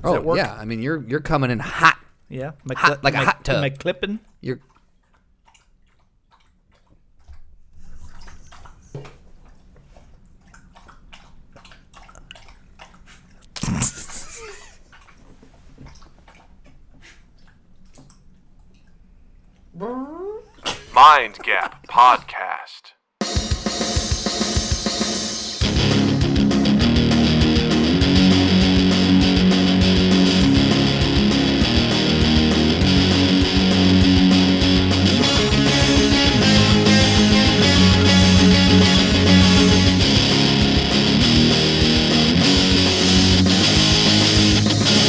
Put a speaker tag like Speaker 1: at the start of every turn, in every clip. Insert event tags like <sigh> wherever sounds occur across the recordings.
Speaker 1: Does that work?
Speaker 2: Oh, yeah. I mean, you're you're coming in hot.
Speaker 1: Yeah. Am I
Speaker 2: Hot- like a
Speaker 1: am I-
Speaker 2: hot tub.
Speaker 1: Am I clipping?
Speaker 2: You're
Speaker 3: Mind Gap Podcast.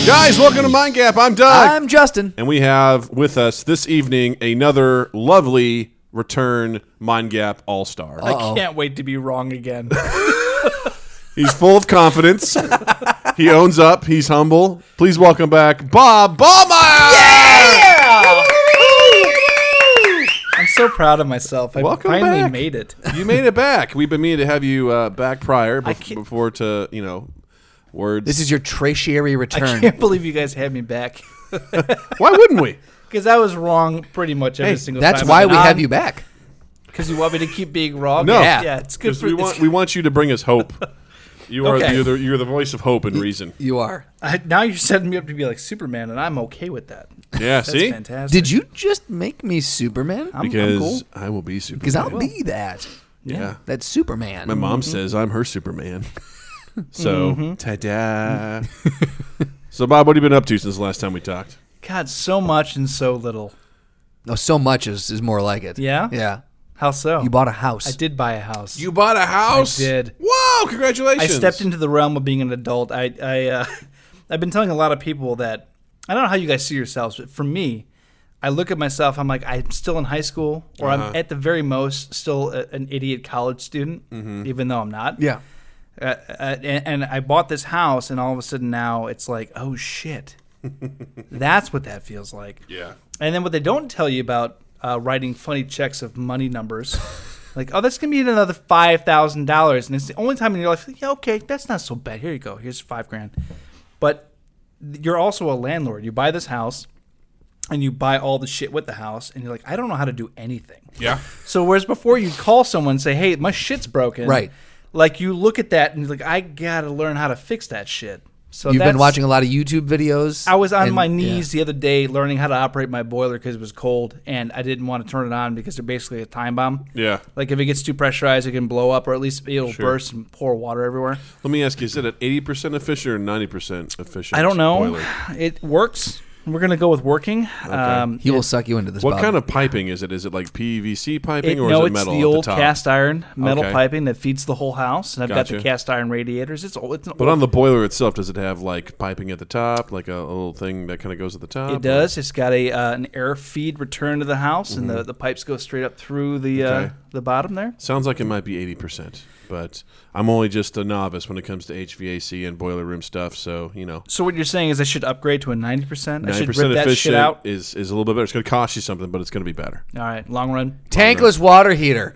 Speaker 4: Guys, welcome to Mind Gap. I'm
Speaker 1: Uh,
Speaker 4: Doug.
Speaker 2: I'm Justin.
Speaker 4: and we have with us this evening another lovely return Mind Gap All Star.
Speaker 1: I can't wait to be wrong again. <laughs>
Speaker 4: He's full of confidence. he owns up. He's humble. Please welcome back Bob Ballmeyer.
Speaker 1: I'm so proud of myself. I
Speaker 4: Welcome
Speaker 1: finally
Speaker 4: back.
Speaker 2: <laughs>
Speaker 1: made it.
Speaker 4: You made it back. We've been meaning to have you uh, back prior bef-
Speaker 1: can't-
Speaker 4: before to you know words.
Speaker 2: This is your tertiary
Speaker 1: I
Speaker 2: return.
Speaker 1: can't believe you guys had me back <laughs>
Speaker 4: Why wouldn't we?
Speaker 1: because I was wrong pretty much every
Speaker 4: Hey,
Speaker 1: single time.
Speaker 2: That's why we have you back.
Speaker 1: because you want me to keep being wrong.
Speaker 4: No.
Speaker 1: yeah,
Speaker 4: Yeah.
Speaker 1: it's good
Speaker 4: 'Cause
Speaker 1: for
Speaker 4: we
Speaker 1: it's
Speaker 4: want we want you to bring us hope. You are
Speaker 1: Okay.
Speaker 4: you're, the, you're the voice of hope and
Speaker 1: <laughs>
Speaker 4: reason.
Speaker 2: You are.
Speaker 1: I, now you're setting me up to be like Superman, and I'm okay with that.
Speaker 4: Yeah,
Speaker 1: That's
Speaker 4: see,
Speaker 1: fantastic.
Speaker 2: Did you just make me Superman?
Speaker 1: I'm, I'm cool.
Speaker 4: because I will be Superman.
Speaker 2: Because I'll be that.
Speaker 4: yeah.
Speaker 2: That Superman.
Speaker 4: My
Speaker 1: Mm-hmm.
Speaker 4: mom says I'm her Superman. <laughs> So
Speaker 1: <laughs>
Speaker 4: ta-da. so Bob, what have you been up to since the last time we talked?
Speaker 1: God, so much and so little.
Speaker 2: Oh, so much is, is more like it.
Speaker 1: Yeah?
Speaker 2: Yeah.
Speaker 1: How so?
Speaker 2: You bought a house.
Speaker 1: I did buy a house.
Speaker 4: You bought a house.
Speaker 1: I did.
Speaker 4: Wow! Congratulations.
Speaker 1: I stepped into the realm of being an adult. I, I, uh, <laughs> I've been telling a lot of people that I don't know how you guys see yourselves, but for me, I look at myself. I'm like, I'm still in high school, or I'm at the very most still a, an idiot college student, even though I'm not.
Speaker 2: yeah.
Speaker 1: Uh, uh, and, and I bought this house, and all of a sudden now it's like, oh shit, that's what that feels like.
Speaker 4: Yeah.
Speaker 1: And then what they don't tell you about uh, writing funny checks of money numbers, <laughs> like, oh, that's gonna be another five thousand dollars, and it's the only time in your life, like, yeah, okay, that's not so bad. Here you go, here's five grand. But you're also a landlord. You buy this house, and you buy all the shit with the house, and you're like, I don't know how to do anything.
Speaker 4: Yeah.
Speaker 1: So whereas before you call someone and say, "Hey, my shit's broken,"
Speaker 2: Right.
Speaker 1: Like you look at that and you're like, "I gotta learn how to fix that shit." So
Speaker 2: You've been
Speaker 1: that's-
Speaker 2: watching a lot of YouTube videos.
Speaker 1: I was on
Speaker 2: and-
Speaker 1: my
Speaker 2: yeah.
Speaker 1: knees the other day learning how to operate my boiler because it was cold and I didn't want to turn it on because they're basically a time bomb.
Speaker 4: Yeah.
Speaker 1: Like if it gets too pressurized, it can blow up or at least it'll burst and pour water everywhere.
Speaker 4: Let me ask you: Is it at eighty percent efficient or ninety percent efficient?
Speaker 1: I don't know.
Speaker 4: boiler?
Speaker 1: It works. We're gonna go with working. Um,
Speaker 2: He will suck you into this.
Speaker 4: What
Speaker 2: Bob.
Speaker 4: kind of piping is it? Is it like PVC piping
Speaker 1: It,
Speaker 4: or
Speaker 1: no,
Speaker 4: is it
Speaker 1: it's
Speaker 4: metal?
Speaker 1: the
Speaker 4: at
Speaker 1: old
Speaker 4: the top?
Speaker 1: cast iron metal
Speaker 4: Okay.
Speaker 1: piping that feeds the whole house, and I've got the
Speaker 4: Gotcha.
Speaker 1: cast iron radiators. It's old. It's an
Speaker 4: But
Speaker 1: old
Speaker 4: on the boiler itself, does it have like piping at the top, like a, little thing that kind of goes at the top? or-
Speaker 1: It does. It's got a uh, an air feed return to the house, and the, the pipes go straight up through the uh,
Speaker 4: Okay.
Speaker 1: the bottom there.
Speaker 4: Sounds like it might be eighty percent, but I'm only just a novice when it comes to HVAC and boiler room stuff. So you know,
Speaker 1: So what you're saying is I should upgrade to a ninety percent. I
Speaker 4: ninety
Speaker 1: should
Speaker 4: percent
Speaker 1: rip that
Speaker 4: efficient
Speaker 1: shit out.
Speaker 4: is is a little bit better. It's going to cost you something, but it's going to be better.
Speaker 1: All right, long run,
Speaker 2: tankless water <laughs> heater?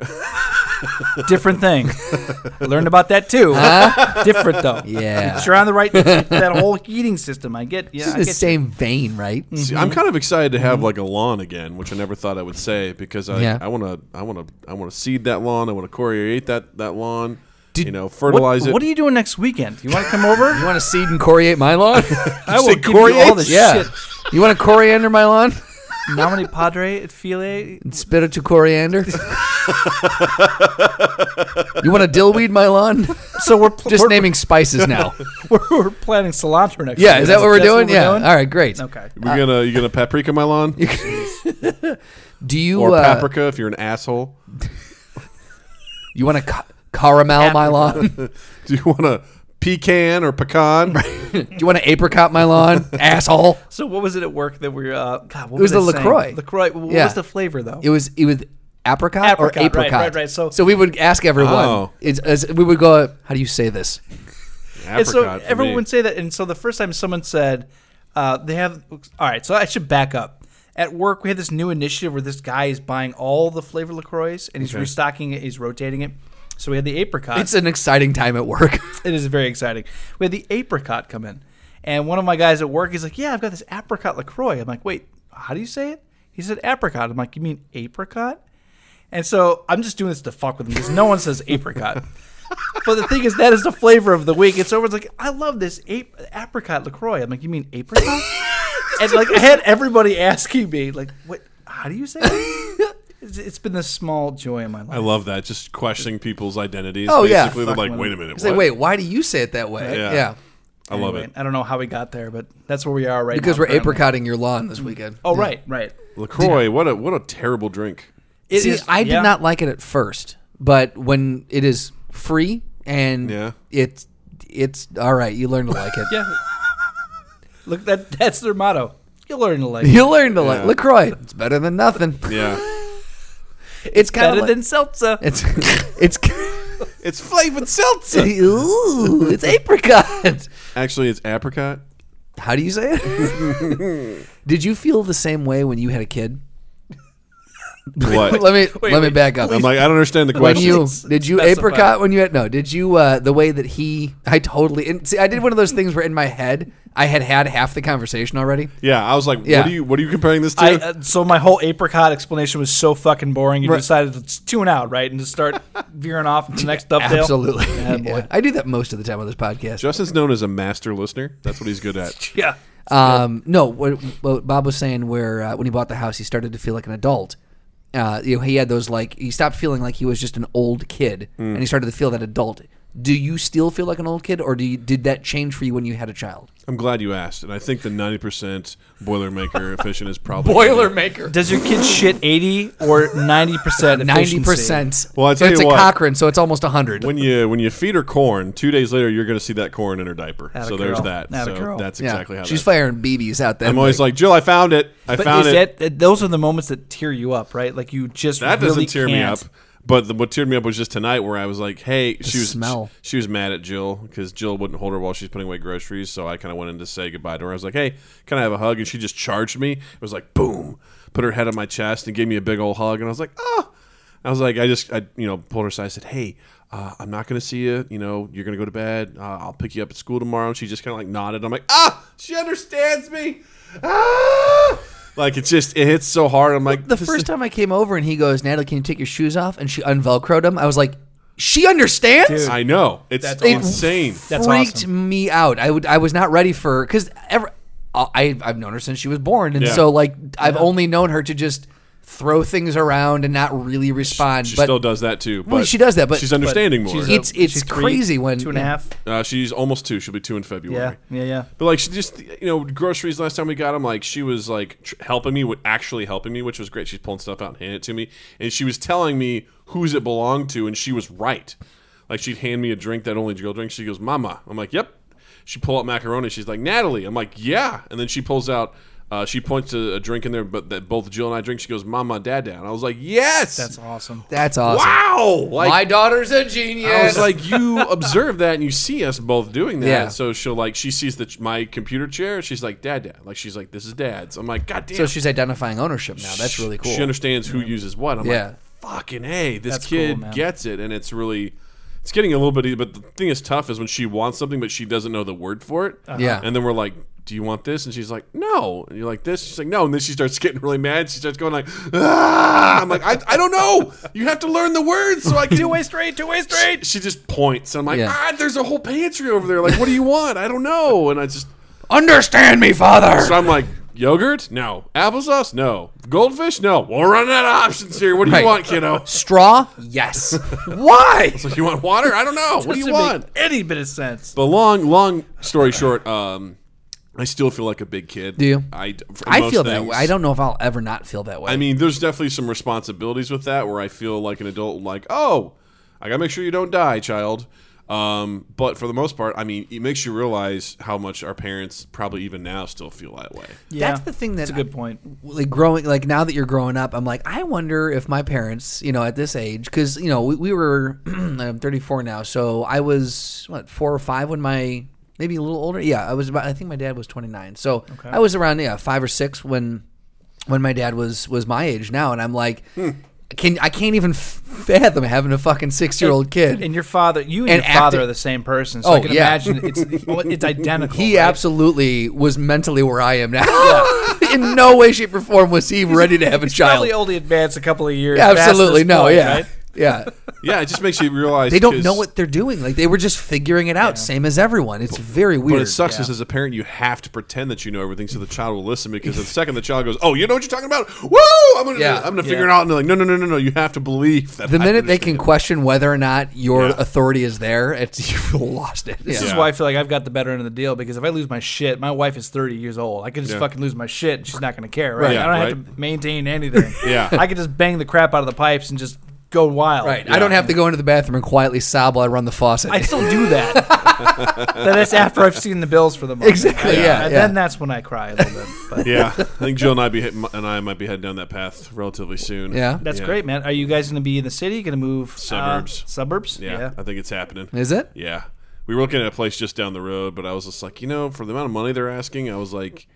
Speaker 1: different
Speaker 4: <laughs>
Speaker 1: thing. Learned about that too. Different though.
Speaker 2: Yeah.
Speaker 1: you're on the right. It's that whole heating system. I get. Yeah, I
Speaker 2: the
Speaker 1: get Mm.
Speaker 2: same vein, right?
Speaker 4: See,
Speaker 1: Mm-hmm.
Speaker 4: I'm kind of excited to have like a lawn again, which I never thought I would say because I
Speaker 2: Yeah.
Speaker 4: I want to I want to I want to seed that lawn. I want to choriate that that lawn.
Speaker 2: Did-
Speaker 4: you know,
Speaker 1: What,
Speaker 4: fertilize it.
Speaker 1: what are you doing next weekend? You want to come over?
Speaker 2: You want to seed and coriate my <laughs> lawn?
Speaker 1: I will
Speaker 4: say
Speaker 1: give you all
Speaker 4: coriate?
Speaker 1: the
Speaker 2: yeah.
Speaker 1: shit.
Speaker 2: You want to coriander my lawn?
Speaker 1: Nominee Padre
Speaker 2: <laughs>
Speaker 1: at Filet.
Speaker 2: Spit it to coriander. you want to dillweed my lawn?
Speaker 1: <laughs> So we're pl-
Speaker 2: Just
Speaker 1: we're,
Speaker 2: naming spices
Speaker 1: <laughs>
Speaker 2: now.
Speaker 1: We're, we're planning cilantro next.
Speaker 2: Yeah,
Speaker 1: week.
Speaker 2: is that what we're
Speaker 1: That's
Speaker 2: doing? Yeah. All right, great.
Speaker 1: Okay.
Speaker 4: We're gonna you gonna paprika my lawn
Speaker 1: <laughs>
Speaker 2: Do you
Speaker 4: or
Speaker 2: uh,
Speaker 4: paprika if you're an asshole? <laughs>
Speaker 2: you want to ca- caramel my lawn?
Speaker 1: <laughs>
Speaker 2: Do
Speaker 4: Do you want a pecan or pecan?
Speaker 2: you want to apricot my lawn,
Speaker 1: <laughs>
Speaker 2: asshole?
Speaker 1: So what was it at work that we? Uh, God, what
Speaker 2: It was
Speaker 1: were
Speaker 2: the
Speaker 1: they
Speaker 2: LaCroix.
Speaker 1: Saying? LaCroix. What
Speaker 2: Yeah.
Speaker 1: was the flavor though?
Speaker 2: It was it was apricot,
Speaker 1: Apricot,
Speaker 2: or
Speaker 1: right,
Speaker 2: apricot.
Speaker 1: right, right, so-
Speaker 2: we would ask everyone.
Speaker 4: Oh.
Speaker 2: It's, as we would go, how do you say this?
Speaker 1: and so
Speaker 4: Apricot for me.
Speaker 1: everyone would say that. And so the first time someone said, uh, they have. All right, so I should back up. At work, we had this new initiative where this guy is buying all the flavor LaCroix and he's restocking it, he's rotating it. So we had the apricot.
Speaker 2: It's an exciting time at work. <laughs>
Speaker 1: it is very exciting. We had the apricot come in. And one of my guys at work, he's like, "Yeah, I've got this apricot Lacroix." I'm like, "Wait, how do you say it?" He said apricot. I'm like, "You mean apricot?" And so I'm just doing this to fuck with him because no one says
Speaker 4: <laughs>
Speaker 1: apricot. but the thing is, that is the flavor of the week. It's over. It's like I love this ap- apricot Lacroix. I'm like, "You mean
Speaker 4: <laughs>
Speaker 1: apricot?" and like I had everybody asking me, like, "What? How do you say?"
Speaker 4: <laughs>
Speaker 1: it?" It's- It's been the small joy in my life.
Speaker 4: I love that. Just questioning people's identities.
Speaker 2: Oh, yeah.
Speaker 4: basically. They're like,
Speaker 1: Fucking
Speaker 4: wait a minute.
Speaker 2: Say,
Speaker 4: what?
Speaker 2: wait, why do you say it that way?
Speaker 4: Yeah.
Speaker 2: Yeah.
Speaker 4: I love it.
Speaker 1: I don't know how we got there, but that's where we are right
Speaker 2: Because
Speaker 1: now.
Speaker 2: we're apricotting your lawn this weekend.
Speaker 1: Oh, right, right.
Speaker 4: Lacroix. What a what a terrible drink.
Speaker 1: It
Speaker 2: See,
Speaker 1: is-
Speaker 2: I did
Speaker 1: yeah.
Speaker 2: not like it at first, but when it is free and
Speaker 4: Yeah.
Speaker 2: it's it's all right, you learn to like it.
Speaker 1: <laughs> Yeah. Look, that that's their motto. You'll learn to like.
Speaker 2: <laughs>
Speaker 1: it.
Speaker 2: <laughs> You learn to like
Speaker 4: Yeah.
Speaker 2: Lacroix. It's better than nothing.
Speaker 4: Yeah,
Speaker 2: It's kind
Speaker 1: Better
Speaker 2: of
Speaker 1: than seltzer.
Speaker 2: it's <laughs> it's
Speaker 4: it's flavored seltzer.
Speaker 2: ooh, it's apricot.
Speaker 4: Actually, it's apricot.
Speaker 2: How do you say it? <laughs> did you feel the same way when you had a kid?
Speaker 4: What?
Speaker 2: let me let me back up.
Speaker 4: I'm like, I don't understand the
Speaker 2: when
Speaker 4: question.
Speaker 2: you
Speaker 1: Please
Speaker 2: did you
Speaker 1: specify.
Speaker 2: apricot when you had no did you uh the way that he i totally and see i did one of those things where in my head i had had half the conversation already
Speaker 4: yeah, I was like,
Speaker 2: Yeah.
Speaker 4: what are you what are you comparing this to?
Speaker 1: I, uh, so my whole apricot explanation was so fucking boring. You
Speaker 2: Right.
Speaker 1: decided to s- tune out, right, and
Speaker 2: <laughs>
Speaker 1: just start veering off into the next dovetail.
Speaker 2: absolutely
Speaker 1: Yeah, boy.
Speaker 2: <laughs> Yeah. i do that most of the time on this podcast
Speaker 4: Justin's known as a master listener. That's what he's good at.
Speaker 1: Yeah.
Speaker 2: um no what, what bob was saying where uh, when he bought the house he started to feel like an adult uh, you know, he had those like he stopped feeling like he was just an old kid,
Speaker 4: Mm.
Speaker 2: and he started to feel that adult. Do you still feel like an old kid, or do you, did that change for you when you had a child?
Speaker 4: I'm glad you asked, and I think the 90% boilermaker efficient is probably
Speaker 2: Boilermaker.
Speaker 1: Does your kid shit eighty or ninety percent?
Speaker 2: <laughs> Ninety percent.
Speaker 4: Well, I tell
Speaker 2: it's
Speaker 4: you
Speaker 2: a
Speaker 4: what.
Speaker 2: Cochrane, so it's almost hundred.
Speaker 4: When you when you feed her corn, two days later you're going to see that corn in her diaper.
Speaker 1: Atta
Speaker 4: so there's
Speaker 1: girl.
Speaker 4: that.
Speaker 1: Atta
Speaker 4: so
Speaker 1: girl.
Speaker 4: that's
Speaker 2: Yeah.
Speaker 4: exactly how
Speaker 2: she's
Speaker 4: that-
Speaker 2: firing BBs out there.
Speaker 4: I'm always like, Jill, I found it. I
Speaker 1: But
Speaker 4: found
Speaker 1: is
Speaker 4: it.
Speaker 1: that, th- those are the moments that tear you up, right? Like you just
Speaker 4: that
Speaker 1: really
Speaker 4: doesn't tear me up.
Speaker 1: can't.
Speaker 4: But the, what teared me up was just tonight, where I was like, "Hey, she was
Speaker 2: smell.
Speaker 4: She, was mad at Jill because Jill wouldn't hold her while she's putting away groceries." So I kind of went in to say goodbye to her. I was like, "Hey, can I have a hug?" And she just charged me. It was like boom, put her head on my chest and gave me a big old hug. And I was like, "Oh." I was like, I just, I, you know, pulled her aside. I said, "Hey, uh, I'm not going to see you. You know, you're going to go to bed. Uh, I'll pick you up at school tomorrow." And she just kind of like nodded. I'm like, "Ah, she understands me." Ah! Like it's just, it hits so hard. I'm like,
Speaker 2: the
Speaker 4: "This
Speaker 2: first time I came over and he goes, Natalie, can you take your shoes off? And she unvelcroed them. I was like, she understands.
Speaker 4: I know. It's
Speaker 1: That's
Speaker 2: It-
Speaker 4: insane.
Speaker 1: That's
Speaker 2: freaked
Speaker 1: awesome.
Speaker 2: me out. I would. I was not ready for because ever. uh, I I've known her since she was born, and
Speaker 4: Yeah.
Speaker 2: so like I've only known her to just throw things around and not really respond.
Speaker 4: She
Speaker 2: but
Speaker 4: still does that too. But
Speaker 2: Well, she does that, but-
Speaker 4: she's understanding more.
Speaker 1: She's a-
Speaker 2: It's- it's
Speaker 1: she's three-
Speaker 2: crazy when-
Speaker 1: two and a
Speaker 2: yeah.
Speaker 1: half.
Speaker 4: uh, she's almost two. She'll be two in February.
Speaker 1: Yeah, yeah, yeah.
Speaker 4: But like she just, you know, groceries. Last time we got them, like she was like tr- helping me, with actually helping me, which was great. She's pulling stuff out and handing it to me, and she was telling me whose it belonged to, and she was right. Like she'd hand me a drink that only girl drinks. She goes, "Mama." I'm like, "Yep." She pull out macaroni. She's like, "Natalie." I'm like, "Yeah." And then she pulls out. Uh, she points to a drink in there, but that both Jill and I drink. She goes, "Mama, Dad, Dad." And I was like, "Yes."
Speaker 1: That's awesome.
Speaker 2: that's awesome.
Speaker 4: wow. Like,
Speaker 2: My daughter's a genius.
Speaker 4: I was like, you observe that and you see us both doing that.
Speaker 2: Yeah.
Speaker 4: So she'll like, she sees the my computer chair. She's like, dad, dad. Like she's like, this is dad's. I'm like, god damn.
Speaker 2: so she's identifying ownership now. That's really cool.
Speaker 4: She understands who uses what. I'm
Speaker 2: Yeah.
Speaker 4: like, fucking hey, this
Speaker 1: That's cool,
Speaker 4: kid
Speaker 1: man.
Speaker 4: gets it, and it's really, it's getting a little bit. e, But the thing is tough is when she wants something, but she doesn't know the word for it.
Speaker 2: Uh-huh. Yeah.
Speaker 4: And then we're like. Do you want this? And she's like, no. And you're like, this? She's like, no. And then she starts <laughs> getting really mad. She starts going like, ah! I'm like, I, I don't know. You have to learn the words so
Speaker 2: <laughs>
Speaker 4: I can
Speaker 1: Two way straight. Two way
Speaker 4: she,
Speaker 1: straight.
Speaker 4: she just points. I'm like,
Speaker 2: Yeah.
Speaker 4: ah, there's a whole pantry over there. Like, what do you want? I don't know. And
Speaker 2: <laughs>
Speaker 4: I just,
Speaker 2: understand me, father.
Speaker 4: so I'm like, yogurt? No. Applesauce? No. Goldfish? No. Well, we're running out of options here. What do
Speaker 2: Right.
Speaker 4: you want, kiddo? <laughs>
Speaker 2: Straw? Yes. Why?
Speaker 4: So you want water? I don't know. what do you
Speaker 1: Doesn't make
Speaker 4: want?
Speaker 1: Any bit of sense.
Speaker 4: But long, long story short, um, I still feel like a big kid.
Speaker 2: Do you?
Speaker 4: I, for
Speaker 2: I
Speaker 4: most
Speaker 2: feel that
Speaker 4: things.
Speaker 2: way. I don't know if I'll ever not feel that way.
Speaker 4: I mean, there's definitely some responsibilities with that where I feel like an adult, like, oh, I gotta make sure you don't die, child. Um, but for the most part, I mean, it makes you realize how much our parents probably even now still feel that way.
Speaker 1: Yeah,
Speaker 2: that's the thing that
Speaker 1: That's a good point.
Speaker 2: like growing like now that you're growing up i'm like i wonder if my parents you know at this age because you know we, we were <clears throat> i'm 34 now so i was what four or five when my maybe a little older yeah i was about i think my dad was 29 so
Speaker 4: Hmm.
Speaker 2: i was around yeah five or six when when my dad was was my age now and i'm like can I can't even fathom having a fucking six year old kid.
Speaker 1: And your father, you and,
Speaker 2: And
Speaker 1: your father
Speaker 2: acting-
Speaker 1: are the same person, so I
Speaker 2: Oh,
Speaker 1: can
Speaker 2: yeah.
Speaker 1: imagine it's
Speaker 2: <laughs>
Speaker 1: it's identical.
Speaker 2: He
Speaker 1: right?
Speaker 2: absolutely was mentally where I am now. <laughs> In no way, shape, or form was he ready to have a
Speaker 1: He's
Speaker 2: child.
Speaker 1: probably only advanced a couple of years. past
Speaker 2: <laughs>
Speaker 1: this
Speaker 2: Absolutely no,
Speaker 1: point,
Speaker 2: yeah,
Speaker 1: right?
Speaker 2: yeah.
Speaker 4: Yeah, it just makes you realize
Speaker 2: They don't
Speaker 4: 'cause-
Speaker 2: know what they're doing. Like they were just figuring it out, same as everyone. It's very
Speaker 4: But
Speaker 2: weird.
Speaker 4: it sucks
Speaker 1: yeah.
Speaker 4: is as a parent you have to pretend that you know everything so the child will listen because the second the child goes, "Oh, you know what you're talking about? Woo! I'm gonna,
Speaker 2: Yeah.
Speaker 4: I'm gonna
Speaker 1: Yeah.
Speaker 4: figure it out." And they're like, "No, no, no, no, no! You have to believe that."
Speaker 2: the
Speaker 4: I
Speaker 2: minute they
Speaker 4: understand."
Speaker 2: can
Speaker 4: <laughs>
Speaker 2: question whether or not your
Speaker 4: Yeah.
Speaker 2: authority is there, it's <laughs> you've lost it.
Speaker 1: This
Speaker 2: Yeah.
Speaker 1: is
Speaker 4: Yeah.
Speaker 1: why I feel like I've got the better end of the deal because if I lose my shit, my wife is 30 years old. I can just
Speaker 4: Yeah.
Speaker 1: fucking lose my shit and she's not going to care, right?
Speaker 4: Yeah,
Speaker 1: I don't have
Speaker 4: right.
Speaker 1: to maintain anything.
Speaker 4: <laughs> Yeah.
Speaker 1: I can just bang the crap out of the pipes and just go wild.
Speaker 2: Right. I don't have to go into the bathroom and quietly sob while I run the faucet.
Speaker 1: I still do
Speaker 4: <laughs>
Speaker 1: that. but that's after I've seen the bills for the month.
Speaker 2: Exactly, yeah,
Speaker 1: And
Speaker 2: yeah.
Speaker 1: then that's when I cry a little bit. But
Speaker 4: yeah,
Speaker 2: <laughs>
Speaker 4: I think Jill and I be hit, and I might be heading down that path relatively soon.
Speaker 2: Yeah.
Speaker 1: that's
Speaker 4: Yeah.
Speaker 1: great, man. Are you guys going to be in the city? Going to move uh,
Speaker 4: Suburbs.
Speaker 1: suburbs?
Speaker 4: Yeah, I think it's happening.
Speaker 2: <laughs> Is it?
Speaker 4: Yeah, we were looking at a place just down the road, but I was just like, you know, for the amount of money they're asking, I was like,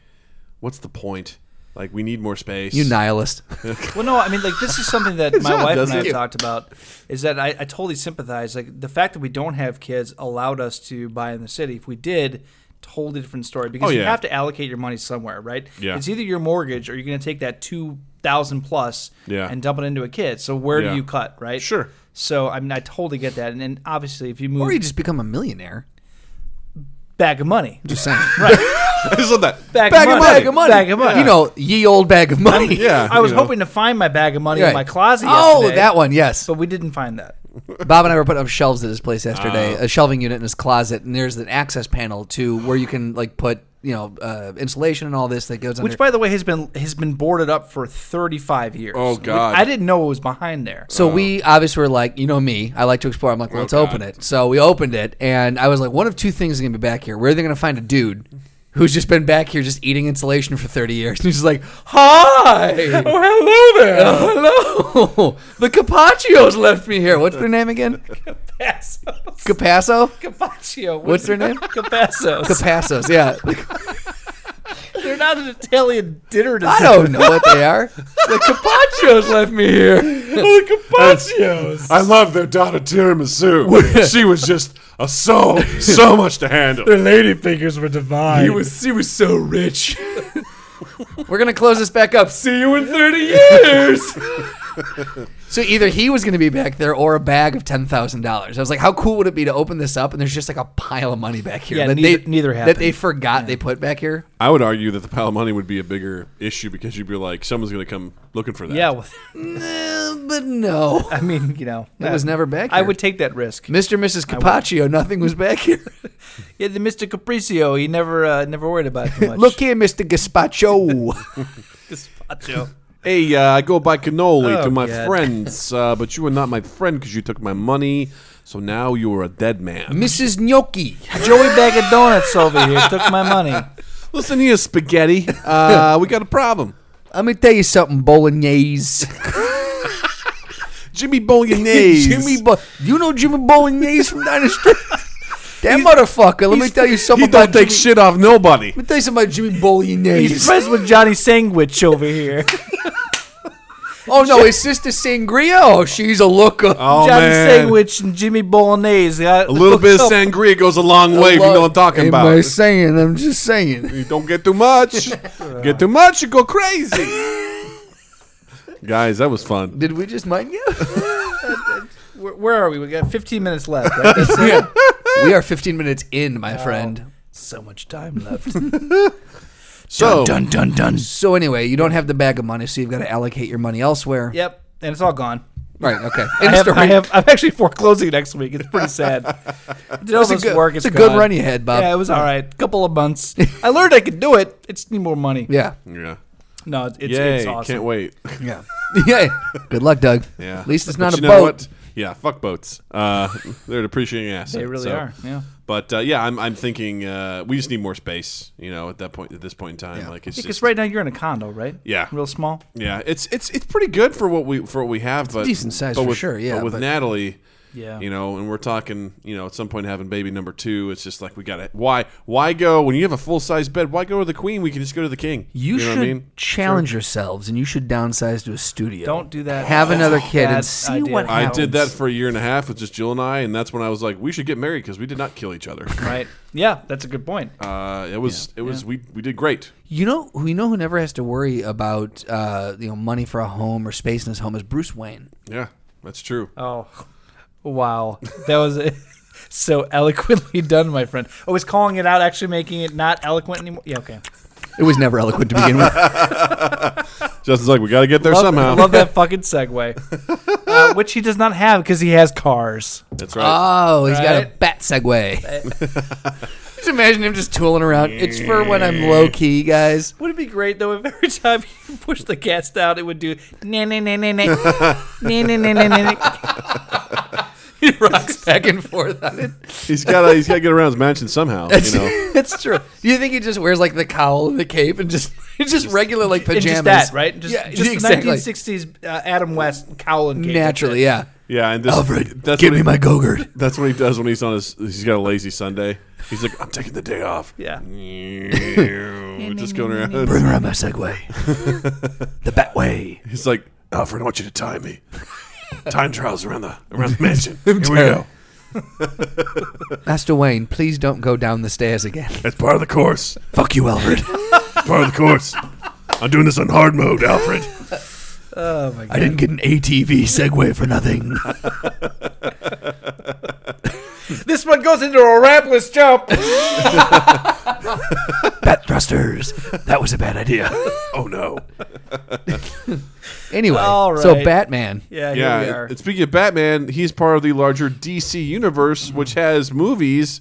Speaker 4: "What's the point? Like, we need more space."
Speaker 2: You nihilist.
Speaker 1: Well, no, I mean, like this is something that my
Speaker 4: not,
Speaker 1: wife and I
Speaker 4: doesn't it?
Speaker 1: talked about. Is that I, I totally sympathize. Like the fact that we don't have kids allowed us to buy in the city. If we did, totally different story because
Speaker 4: Oh,
Speaker 1: you
Speaker 4: yeah.
Speaker 1: have to allocate your money somewhere, right?
Speaker 4: Yeah.
Speaker 1: It's either your mortgage or you're going to take that two thousand plus
Speaker 4: Yeah.
Speaker 1: and dump it into a kid. So where
Speaker 4: Yeah.
Speaker 1: do you cut, right?
Speaker 4: Sure.
Speaker 1: So I mean, I totally get that. And, and obviously, if you move
Speaker 2: or you just become a millionaire.
Speaker 1: bag of money,
Speaker 2: Just saying.
Speaker 4: <laughs> I just love that.
Speaker 1: bag,
Speaker 2: Bag of money.
Speaker 1: bag of money, bag of money.
Speaker 2: You know, ye old bag of money.
Speaker 4: Yeah,
Speaker 1: I was
Speaker 4: you know.
Speaker 1: hoping to find my bag of money
Speaker 2: Uh, Right.
Speaker 1: in my closet.
Speaker 2: Oh,
Speaker 1: yesterday,
Speaker 2: that one, yes.
Speaker 1: But we didn't find that.
Speaker 2: Bob and I were putting up shelves at his place yesterday,
Speaker 1: Oh.
Speaker 2: a shelving unit in his closet, and there's an access panel to where you can like put you know uh, insulation and all this that goes under.
Speaker 1: which by the way has been has been boarded up for 35 years.
Speaker 4: Oh, God.
Speaker 1: I didn't know what was behind there.
Speaker 2: so <laughs> we obviously were like, you know me, I like to explore. I'm like, well, let's open it. So we opened it, and I was like, one of two things is gonna be back here. Where are they gonna find a dude who's just been back here just eating insulation for 30 years? And he's just like, hi,
Speaker 1: <laughs> Oh, hello there. Oh,
Speaker 2: <laughs> hello, the Capaccios left me here. What's their name
Speaker 1: <laughs>
Speaker 2: again?
Speaker 1: Capassos.
Speaker 2: Capasso.
Speaker 1: Capaccio.
Speaker 2: What's their name?
Speaker 1: Capassos.
Speaker 2: Capassos. Yeah.
Speaker 1: <laughs> They're not an Italian dinner
Speaker 2: I
Speaker 1: dessert.
Speaker 2: don't know what they are. <laughs> The Capaccios left me here.
Speaker 1: Oh, Capaccios.
Speaker 4: I love their daughter tiramisu. she was just a so so much to handle.
Speaker 1: lady fingers were divine.
Speaker 2: was he was so rich. We're gonna close this back up. See you in thirty years. <laughs> so either he was gonna be back there or a bag of ten thousand dollars. I was like, how cool would it be to open this up and there's just like a pile of money back here
Speaker 1: Yeah,
Speaker 2: that
Speaker 1: neither-
Speaker 2: they
Speaker 1: neither
Speaker 2: that they
Speaker 1: happened.
Speaker 2: forgot they put back here.
Speaker 4: I would argue that the pile of money would be a bigger issue because you'd be like, someone's going to come looking for that.
Speaker 1: yeah, well, <laughs>
Speaker 2: Eh, but no,
Speaker 1: I mean, you know,
Speaker 2: <laughs> it was never back. Here.
Speaker 1: I would take that risk.
Speaker 2: Mr. and Mrs. Capaccio, nothing was back
Speaker 1: <laughs>
Speaker 2: here.
Speaker 1: Yeah, the Mr. Capriccio, he never uh, never worried
Speaker 2: <laughs>
Speaker 1: about it too much.
Speaker 2: Look here, Mr.
Speaker 1: <laughs>
Speaker 2: Gaspacho.
Speaker 1: Capaccio.
Speaker 4: Hey, uh, I go buy cannoli
Speaker 1: Oh,
Speaker 4: to my
Speaker 1: God.
Speaker 4: friends, uh, but you were not my friend because you took my money, so now you are a dead man.
Speaker 2: Mrs. Gnocchi.
Speaker 1: Joey Bag of Donuts over here took my money.
Speaker 4: Listen here, spaghetti. Uh, we got a problem.
Speaker 2: Let me tell you something, Bolognese. <laughs>
Speaker 4: Jimmy Bolognese.
Speaker 2: Jimmy Bo- Do you know Jimmy Bolognese from
Speaker 4: <laughs>
Speaker 2: Dynasty? that motherfucker. Let me tell you something
Speaker 4: He don't
Speaker 2: about
Speaker 4: take
Speaker 2: Jimmy-
Speaker 4: shit off nobody.
Speaker 2: Let me tell you something about Jimmy Bolognese.
Speaker 1: He's friends with Johnny Sandwich over
Speaker 2: <laughs>
Speaker 1: here.
Speaker 2: oh no, his sister Sangria. Oh, she's a looker.
Speaker 4: Oh,
Speaker 1: Johnny
Speaker 4: man.
Speaker 1: Sandwich and Jimmy Bolognese. got-
Speaker 4: A little bit of
Speaker 1: hooked up.
Speaker 4: sangria goes a long way if you know what I'm talking
Speaker 2: Am I
Speaker 4: about.
Speaker 2: saying? I'm just saying.
Speaker 4: You don't get too much. get too much, you go crazy. Guys, that was fun.
Speaker 2: Did we just mind
Speaker 4: <laughs>
Speaker 2: you?
Speaker 1: Where, where are we? We got 15 minutes left. Right? That's
Speaker 2: we are 15 minutes in, my friend.
Speaker 1: <laughs> so much time left.
Speaker 2: Oh.
Speaker 4: So,
Speaker 1: dun dun.
Speaker 2: So anyway, you don't have the bag of money, so you've got to allocate your money elsewhere.
Speaker 1: Yep, and it's all gone.
Speaker 2: Right. Okay.
Speaker 1: I
Speaker 2: End
Speaker 1: have,
Speaker 2: story.
Speaker 1: I have. I'm actually foreclosing next week. It's
Speaker 2: <laughs>
Speaker 1: pretty sad. Did all
Speaker 2: a
Speaker 1: this
Speaker 2: good-
Speaker 1: work.
Speaker 2: it's a good run you had, Bob.
Speaker 1: Yeah, it was all right. Couple
Speaker 2: <laughs>
Speaker 1: of months. I learned I could do it. It's need more money.
Speaker 2: yeah.
Speaker 4: yeah.
Speaker 1: No, it's, it's,
Speaker 4: Yay,
Speaker 1: it's awesome. <laughs>
Speaker 4: can't wait.
Speaker 2: Yeah. <laughs> yeah. Good luck, Doug.
Speaker 4: Yeah.
Speaker 2: At least it's
Speaker 4: But
Speaker 2: not a
Speaker 4: you know
Speaker 2: boat.
Speaker 4: what? Yeah, fuck boats. Uh, <laughs> they're an appreciating asset.
Speaker 1: They really
Speaker 4: so.
Speaker 1: are, yeah.
Speaker 4: But uh, yeah, I'm, I'm thinking uh, we just need more space. You know, at that point, at this point in time, like it's
Speaker 1: Because
Speaker 4: just,
Speaker 1: right now you're in a condo, right?
Speaker 4: Yeah.
Speaker 1: Real small.
Speaker 4: Yeah, it's it's it's pretty good for what we for what we have. But
Speaker 2: decent size
Speaker 4: but
Speaker 2: for
Speaker 4: with-
Speaker 2: sure, yeah,
Speaker 4: but with
Speaker 2: but-
Speaker 4: Natalie,
Speaker 1: Yeah.
Speaker 4: You know, and we're talking, you know, at some point having baby number two. It's just like we got to why why go when you have a full size bed? Why go to the queen? We can just go to the king.
Speaker 2: You,
Speaker 4: know
Speaker 2: should
Speaker 4: what I mean?
Speaker 2: challenge yourselves, and you should downsize to a studio.
Speaker 1: Don't do that.
Speaker 2: Have
Speaker 1: That's
Speaker 2: another
Speaker 1: a
Speaker 2: kid and
Speaker 1: bad
Speaker 2: see
Speaker 1: idea.
Speaker 2: what
Speaker 4: I
Speaker 2: happens.
Speaker 4: did that for a year and a half with just Jill and I, and that's when I was like, we should get married because we did not kill each
Speaker 2: <laughs>
Speaker 4: other.
Speaker 1: Right. Yeah, that's a good point.
Speaker 4: Uh, it was it was we we did great.
Speaker 2: You know who you know who never has to worry about uh, you know money for a home or space in his home is Bruce Wayne.
Speaker 4: Yeah, that's true.
Speaker 1: Oh, wow. That was <laughs> so eloquently done, my friend. Oh, is calling it out actually making it not eloquent anymore? Yeah, okay.
Speaker 2: It was never eloquent to begin with.
Speaker 4: Justin's like, we got to get there
Speaker 1: Love,
Speaker 4: somehow.
Speaker 1: I love that fucking segue,
Speaker 2: <laughs>
Speaker 1: uh, which he does not have because he has cars.
Speaker 4: That's right.
Speaker 2: <laughs> Oh, he's got a
Speaker 1: Right.
Speaker 2: bat segue.
Speaker 1: <laughs>
Speaker 2: just imagine him just tooling around. It's for when I'm low key, guys.
Speaker 1: Would it be great though if every time <laughs> you push the gas down, it would do na na na na na na na na na na. <laughs> He rocks back.
Speaker 2: Back and forth on it.
Speaker 4: he's got to he's got to get around his mansion somehow.
Speaker 2: <laughs>
Speaker 4: You know,
Speaker 2: it's true. Do you think he just wears like the cowl and the cape and just <laughs> it's just regular like <laughs>
Speaker 1: And
Speaker 2: pajamas?
Speaker 1: just that, right? Just,
Speaker 2: yeah,
Speaker 1: just
Speaker 2: exactly.
Speaker 1: the 1960s uh, Adam West cowl and cape.
Speaker 2: Naturally, yeah.
Speaker 4: yeah. And this,
Speaker 2: Alfred,
Speaker 4: that's
Speaker 2: give
Speaker 4: what
Speaker 2: me
Speaker 4: he-
Speaker 2: my Gogurt. <laughs>
Speaker 4: That's what he does when he's on his. He's got a lazy Sunday. He's like, I'm taking the day off.
Speaker 1: Yeah.
Speaker 4: <laughs> Just going around.
Speaker 2: Bring around my <laughs> Segway. the Batway.
Speaker 4: He's like, Alfred, I want you to
Speaker 1: <laughs>
Speaker 4: tie me. Time trials around the around the mansion. Here we go.
Speaker 2: Master Wayne, please don't go down the stairs again. Oh
Speaker 4: It's part of the course.
Speaker 2: <laughs> Fuck you, <laughs> Alfred.
Speaker 4: It's part of the course. I'm doing this on hard
Speaker 1: <laughs>
Speaker 4: mode, Alfred.
Speaker 1: Oh my
Speaker 2: I
Speaker 1: god.
Speaker 2: didn't get an ATV Segway for <laughs> nothing.
Speaker 1: This one goes into a rapless jump.
Speaker 2: Bat thrusters. That was a bad idea.
Speaker 4: Oh no.
Speaker 2: <laughs> Anyway,
Speaker 1: All
Speaker 2: so
Speaker 1: right.
Speaker 2: Batman.
Speaker 1: <laughs> Yeah, here we
Speaker 4: Yeah.
Speaker 1: are.
Speaker 4: And speaking of Batman, he's part of the larger DC universe, which has movies.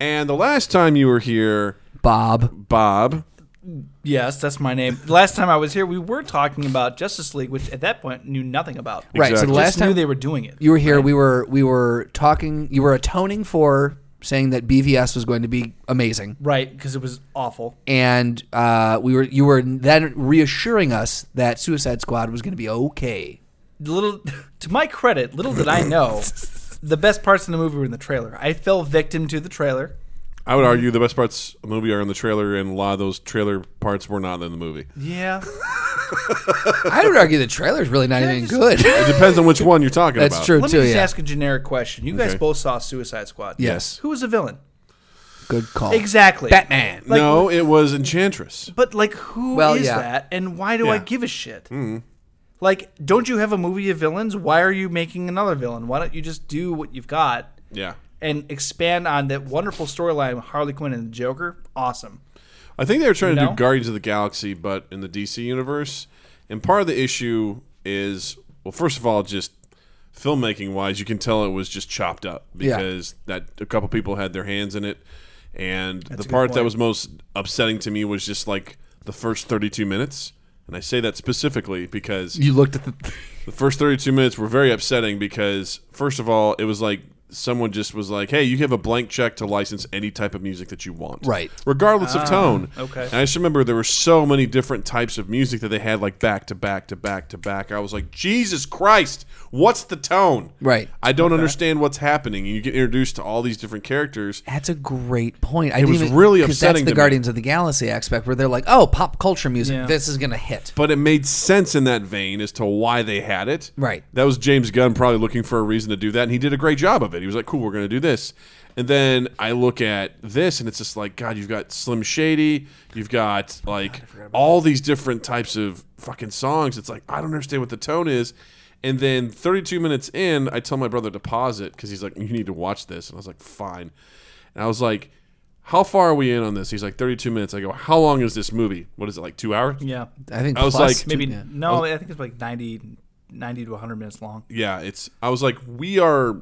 Speaker 4: And the last time you were here,
Speaker 2: Bob.
Speaker 4: Bob,
Speaker 1: Yes, that's my name. Last time I was here, we were talking about Justice League, which at that point knew nothing about.
Speaker 2: Right. So
Speaker 4: Exactly.
Speaker 2: the last
Speaker 1: Just knew
Speaker 2: time
Speaker 1: they were doing it.
Speaker 2: you were here, we were we were talking. You were atoning for saying that BVS was going to be amazing,
Speaker 1: right, because it was awful.
Speaker 2: and uh, we were you were then reassuring us that Suicide Squad was going to be okay.
Speaker 1: Little, <laughs> to my credit, little did I know, the best parts in the movie were in the trailer. I fell victim to the trailer.
Speaker 4: I would argue the best parts of the movie are in the trailer, and a lot of those trailer parts were not in the movie.
Speaker 1: Yeah,
Speaker 2: I would argue the trailer's really not even
Speaker 1: just-
Speaker 4: <laughs>
Speaker 2: good.
Speaker 4: It depends on which one you're talking
Speaker 2: <laughs> That's
Speaker 4: about.
Speaker 2: true
Speaker 1: let me
Speaker 2: too.
Speaker 1: just
Speaker 2: Yeah.
Speaker 1: ask a generic question. You guys
Speaker 4: Okay.
Speaker 1: both saw Suicide Squad.
Speaker 2: Yes.
Speaker 1: Who was the villain?
Speaker 2: Good call.
Speaker 1: Exactly.
Speaker 2: Batman.
Speaker 1: Like,
Speaker 4: no, it was Enchantress.
Speaker 1: But like, who is
Speaker 2: Well, yeah. Mm-hmm.
Speaker 1: that, and why do I
Speaker 4: Yeah.
Speaker 1: give a shit? Like, don't you have a movie of villains? Why are you making another villain? Why don't you just do what you've got
Speaker 4: Yeah.
Speaker 1: and expand on that wonderful storyline with Harley Quinn and the Joker? Awesome.
Speaker 4: I think they were trying to
Speaker 1: No?
Speaker 4: do Guardians of the Galaxy, but in the DC universe. And part of the issue is, well, first of all, just filmmaking wise, you can tell it was just chopped up
Speaker 2: Yeah.
Speaker 4: because that a couple people had their hands in it. And
Speaker 1: a
Speaker 4: the
Speaker 1: good
Speaker 4: part that
Speaker 1: point.
Speaker 4: was most upsetting to me was just like the first 32 minutes. And I say that specifically because
Speaker 2: You looked at the.
Speaker 4: <laughs> The first 32 minutes were very upsetting because, first of all, it was like someone just was like, hey, you have a blank check to license any type of music that you want.
Speaker 2: Right.
Speaker 4: Regardless of tone.
Speaker 1: okay.
Speaker 4: And I just remember there were so many different types of music that they had like back to back to back to back. I was like, Jesus Christ, what's the tone?
Speaker 2: Right.
Speaker 4: I don't understand what's happening. And you get introduced to all these different characters.
Speaker 2: That's a great point. I
Speaker 4: It
Speaker 2: didn't
Speaker 4: was
Speaker 2: even-
Speaker 4: really
Speaker 2: 'cause
Speaker 4: upsetting
Speaker 2: That's the
Speaker 4: to me.
Speaker 2: Guardians of the Galaxy aspect where they're like, "Oh, pop culture music.
Speaker 1: Yeah.
Speaker 2: This is gonna hit."
Speaker 4: But it made sense in that vein as to why they had it.
Speaker 2: Right.
Speaker 4: That was James Gunn probably looking for a reason to do that, and he did a great job of it. He was like, "Cool, we're going to do this." And then I look at this, and it's just like, God, you've got Slim Shady, you've got like all these different types of fucking songs. It's like I don't understand what the tone is. And then 32 minutes in, I tell my brother to pause it because he's like, "You need to watch this," and I was like, "Fine." And I was like. How far are we in on this? He's like 32 minutes. I go, how long is this movie? What is it, like two hours?
Speaker 1: Yeah.
Speaker 2: I think
Speaker 4: I was
Speaker 2: plus
Speaker 4: like-
Speaker 2: two-
Speaker 1: Maybe
Speaker 2: yeah.
Speaker 1: no. I think it's like 90, 90 to one hundred minutes long.
Speaker 4: yeah, it's. I was like, we are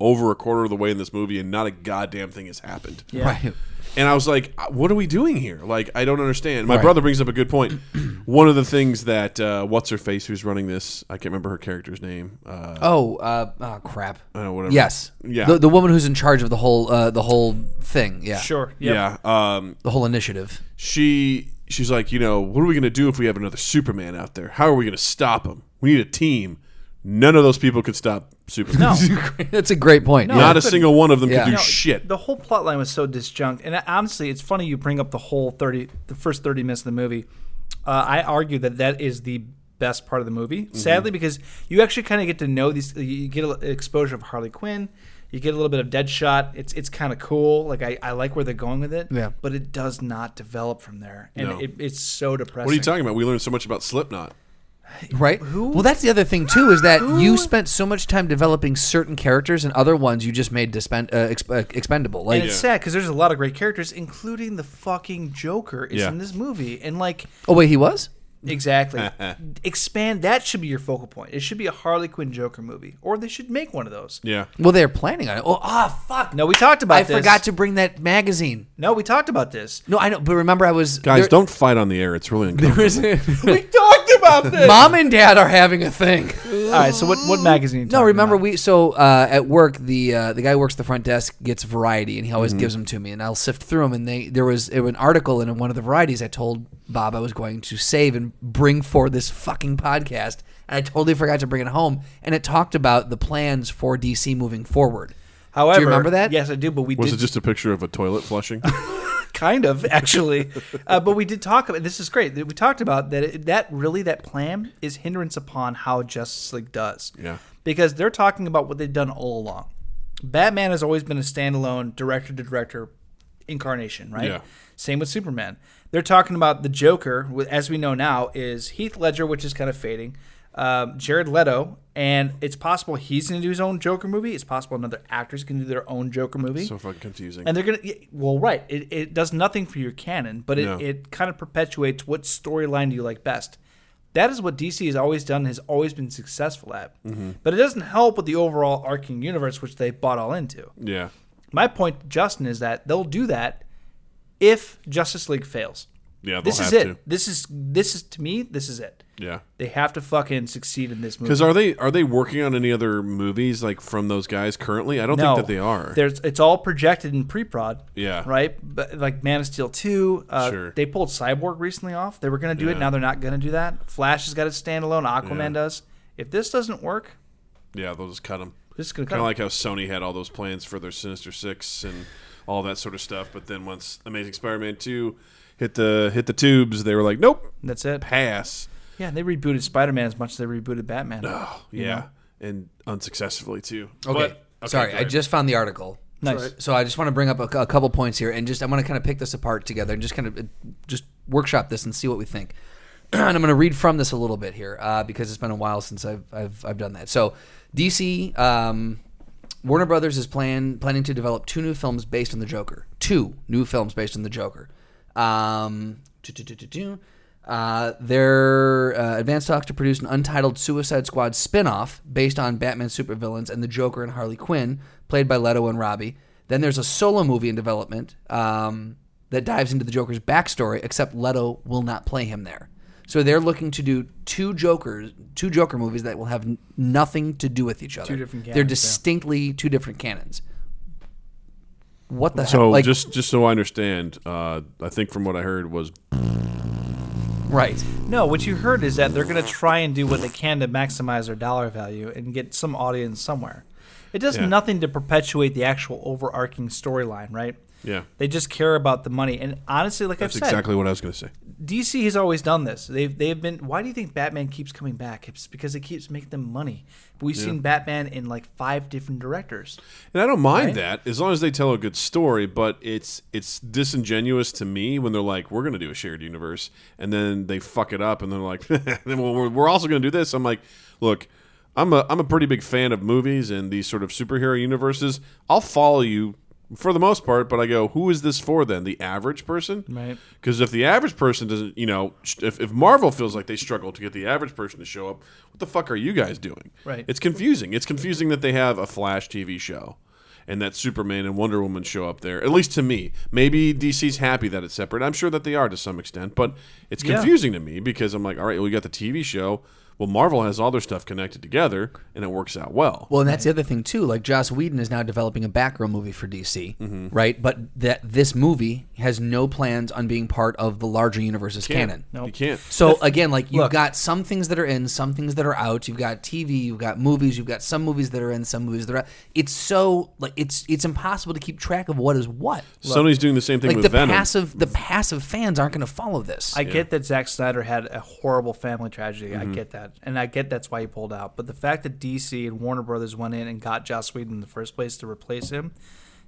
Speaker 4: over a quarter of the way in this movie, and not a goddamn thing has happened.
Speaker 1: Yeah.
Speaker 2: Right.
Speaker 4: And I was like, "Uh, what are we doing here? Like, I don't understand. My brother brings up a good point. <clears throat> One of the things that uh, what's her face, who's running this, I can't remember her character's name. Uh,
Speaker 2: Oh, uh, oh crap.
Speaker 4: uh, whatever.
Speaker 2: Yes.
Speaker 4: Yeah.
Speaker 2: The, the woman who's in charge of the whole uh, the whole thing. Yeah.
Speaker 1: Sure. Yep.
Speaker 4: Yeah. Um,
Speaker 2: The whole initiative. <laughs>
Speaker 4: she she's like, you know, what are we gonna do if we have another Superman out there? How are we gonna stop him? We need a team. None of those people could stop Superman.
Speaker 1: No.
Speaker 2: That's a great point.
Speaker 1: No.
Speaker 2: yeah.
Speaker 4: Not a single one of them
Speaker 2: Yeah.
Speaker 4: could do
Speaker 2: No,
Speaker 4: shit.
Speaker 1: The whole plot line was so disjunct, and honestly, it's funny you bring up the whole thirty, the first thirty minutes of the movie. Uh, I argue that that is the best part of the movie.
Speaker 4: Mm-hmm.
Speaker 1: Sadly, because you actually kind of get to know these, you get a, little exposure of Harley Quinn, you get a little bit of Deadshot. It's it's kind of cool. Like I, I like where they're going with it.
Speaker 2: Yeah.
Speaker 1: But it does not develop from there, and
Speaker 4: No.
Speaker 1: it, it's so depressing.
Speaker 4: What are you talking about? We learned so much about Slipknot.
Speaker 2: Right? Well, that's the other thing, too, is that you spent so much time developing certain characters and other ones you just made dispen- uh, exp- uh, expendable. Like,
Speaker 1: And it's sad because there's a lot of great characters, including the fucking Joker is
Speaker 4: Yeah.
Speaker 1: in this movie, and like.
Speaker 2: oh, wait, he was?
Speaker 4: <laughs>
Speaker 1: Exactly. Expand. That should be your focal point. It should be a Harley Quinn Joker movie, or they should make one of those.
Speaker 4: Yeah.
Speaker 2: Well, they're planning on it. Oh, ah, fuck.
Speaker 1: No, we talked about.
Speaker 2: I
Speaker 1: this.
Speaker 2: forgot to bring that magazine.
Speaker 1: No, we talked about this.
Speaker 2: No, I know, but remember I was.
Speaker 4: Guys,
Speaker 2: there-
Speaker 4: don't fight on the air. It's
Speaker 1: <laughs>
Speaker 4: really uncomfortable.
Speaker 2: there was-
Speaker 1: We talked <laughs> about
Speaker 2: <laughs>
Speaker 1: this.
Speaker 2: Mom and Dad are having a <laughs> thing.
Speaker 1: All right. So what? What magazine? you
Speaker 2: No,
Speaker 1: talking
Speaker 2: remember
Speaker 1: about?
Speaker 2: we so uh, at work the uh, the guy who works the front desk gets variety and he
Speaker 1: Mm-hmm.
Speaker 2: always gives them to me and I'll sift through them and they there was, it was an article in one of the varieties I told Bob I was going to save and bring for this fucking podcast and I totally forgot to bring it home and it talked about the plans for DC moving forward.
Speaker 1: However,
Speaker 2: remember that?
Speaker 1: Yes, I do. But we
Speaker 4: Was
Speaker 1: did
Speaker 4: it just a picture of a
Speaker 1: <laughs>
Speaker 4: toilet flushing?
Speaker 1: kind of actually, uh, but we did talk about. This is great. that We talked about that. It, that really that plan is hindrance upon how Justice League does.
Speaker 4: Yeah.
Speaker 1: because they're talking about what they've done all along. Batman has always been a standalone director to director incarnation, right?
Speaker 4: Yeah.
Speaker 1: Same with Superman. They're talking about the Joker, wh- as we know now, is Heath Ledger, which is kind of fading, um, Jared Leto, and it's possible he's going to do his own Joker movie. It's possible another actor's going to do their own Joker movie.
Speaker 4: so fucking confusing.
Speaker 1: and they're going to, well, right. It, it does nothing for your canon, but it,
Speaker 4: No.
Speaker 1: it kind of perpetuates what storyline do you like best. That is what DC has always done, has always been successful at.
Speaker 4: Mm-hmm.
Speaker 1: But it doesn't help with the overall arcing universe, which they bought all into.
Speaker 4: yeah.
Speaker 1: My point, to Justin, is that they'll do that if Justice League fails.
Speaker 4: Yeah, they'll
Speaker 1: this is
Speaker 4: have
Speaker 1: it.
Speaker 4: to.
Speaker 1: This is this is to me. This is it.
Speaker 4: Yeah.
Speaker 1: They have to fucking succeed in this movie.
Speaker 4: Because are they are they working on any other movies like from those guys currently? I don't think that they are.
Speaker 1: There's it's all projected in pre-prod.
Speaker 4: Yeah.
Speaker 1: Right. But like Man of Steel two, uh,
Speaker 4: Sure.
Speaker 1: they pulled Cyborg recently off. They were gonna do it.
Speaker 4: Yeah.
Speaker 1: Now they're not gonna do that. Flash has got its standalone. Aquaman
Speaker 4: Yeah.
Speaker 1: does. If this doesn't work,
Speaker 4: yeah, they'll just cut them.
Speaker 1: this is gonna
Speaker 4: Kind
Speaker 1: come.
Speaker 4: of like how Sony had all those plans for their Sinister Six and all that sort of stuff, but then once Amazing Spider-Man two hit the hit the tubes, they were like, nope,
Speaker 1: That's it.
Speaker 4: pass.
Speaker 1: Yeah, they rebooted Spider-Man as much as they rebooted Batman.
Speaker 4: Yeah, and unsuccessfully too.
Speaker 2: Okay.
Speaker 4: But-
Speaker 2: Sorry,
Speaker 4: go
Speaker 2: I
Speaker 4: ahead.
Speaker 2: just found the article.
Speaker 1: Nice.
Speaker 2: So, so I just want to bring up a, cou- a couple points here, and just I want to kind of pick this apart together, and just kind of uh, just workshop this and see what we think. <clears throat> and I'm going to read from this a little bit here uh, because it's been a while since I've I've, I've done that. So DC um, Warner Brothers is plan planning to develop two new films based on the Joker. Two new films based on the Joker. Um, do, do, do, do, do. Uh, their uh, advanced talks to produce an untitled Suicide Squad spin-off based on Batman supervillains and the Joker and Harley Quinn, played by Leto and Robbie. Then there's a solo movie in development um, that dives into the Joker's backstory, except Leto will not play him there. So they're looking to do two Jokers, two Joker movies that will have n- nothing to do with each other. Two
Speaker 1: different
Speaker 2: They're
Speaker 1: canons, yeah.
Speaker 2: distinctly two different canons. What the
Speaker 4: So
Speaker 2: hell? Like,
Speaker 4: just just so I understand, uh, I think from what I heard was
Speaker 2: right.
Speaker 1: No, what you heard is that they're going to try and do what they can to maximize their dollar value and get some audience somewhere. It does
Speaker 4: Yeah.
Speaker 1: nothing to perpetuate the actual overarching storyline, right?
Speaker 4: Yeah.
Speaker 1: They just care about the money. And honestly, like
Speaker 4: that's
Speaker 1: I've said,
Speaker 4: exactly what I was going to say.
Speaker 1: DC has always done this. They've they've been. Why do you think Batman keeps coming back? It's because it keeps making them money. But we've seen Batman in like five different directors.
Speaker 4: And I don't mind that as long as they tell a good story, but it's it's disingenuous to me when they're like, "We're going to do a shared universe," and then they fuck it up, and they're like, <laughs> "Then well, we're, we're also going to do this." I'm like, "Look, I'm a I'm a pretty big fan of movies and these sort of superhero universes. I'll follow you for the most part, but I go, who is this for then? The average person,
Speaker 1: Right.
Speaker 4: Because if the average person doesn't, you know, sh- if, if Marvel feels like they struggle to get the average person to show up, what the fuck are you guys doing?
Speaker 1: Right.
Speaker 4: It's confusing. It's confusing that they have a Flash TV show and that Superman and Wonder Woman show up there. At least to me. Maybe DC's happy that it's separate. I'm sure that they are to some extent, but it's confusing to me because I'm like, all right, well, you got the TV show. Well, Marvel has all their stuff connected together, and it works out well.
Speaker 2: Well, and that's the other thing too. Like Joss Whedon is now developing a Batgirl movie for DC,
Speaker 4: Mm-hmm.
Speaker 2: right? But that this movie has no plans on being part of the larger universe's canon.
Speaker 4: You can't.
Speaker 2: So again, like you've got some things that are in, some things that are out. You've got TV, you've got movies, you've got some movies that are in, some movies that are out. It's so like it's it's impossible to keep track of what is what.
Speaker 4: Sony's doing the same thing
Speaker 2: Like
Speaker 4: with
Speaker 2: the
Speaker 4: Venom.
Speaker 2: passive the passive fans aren't going to follow this.
Speaker 1: I get that Zack Snyder had a horrible family tragedy.
Speaker 4: Mm-hmm.
Speaker 1: I get that. And I get that's why he pulled out. But the fact that DC and Warner Brothers went in and got Joss Whedon in the first place to replace him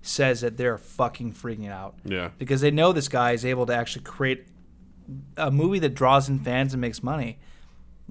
Speaker 1: says that they're fucking freaking out.
Speaker 4: Yeah.
Speaker 1: Because they know this guy is able to actually create a movie that draws in fans and makes money.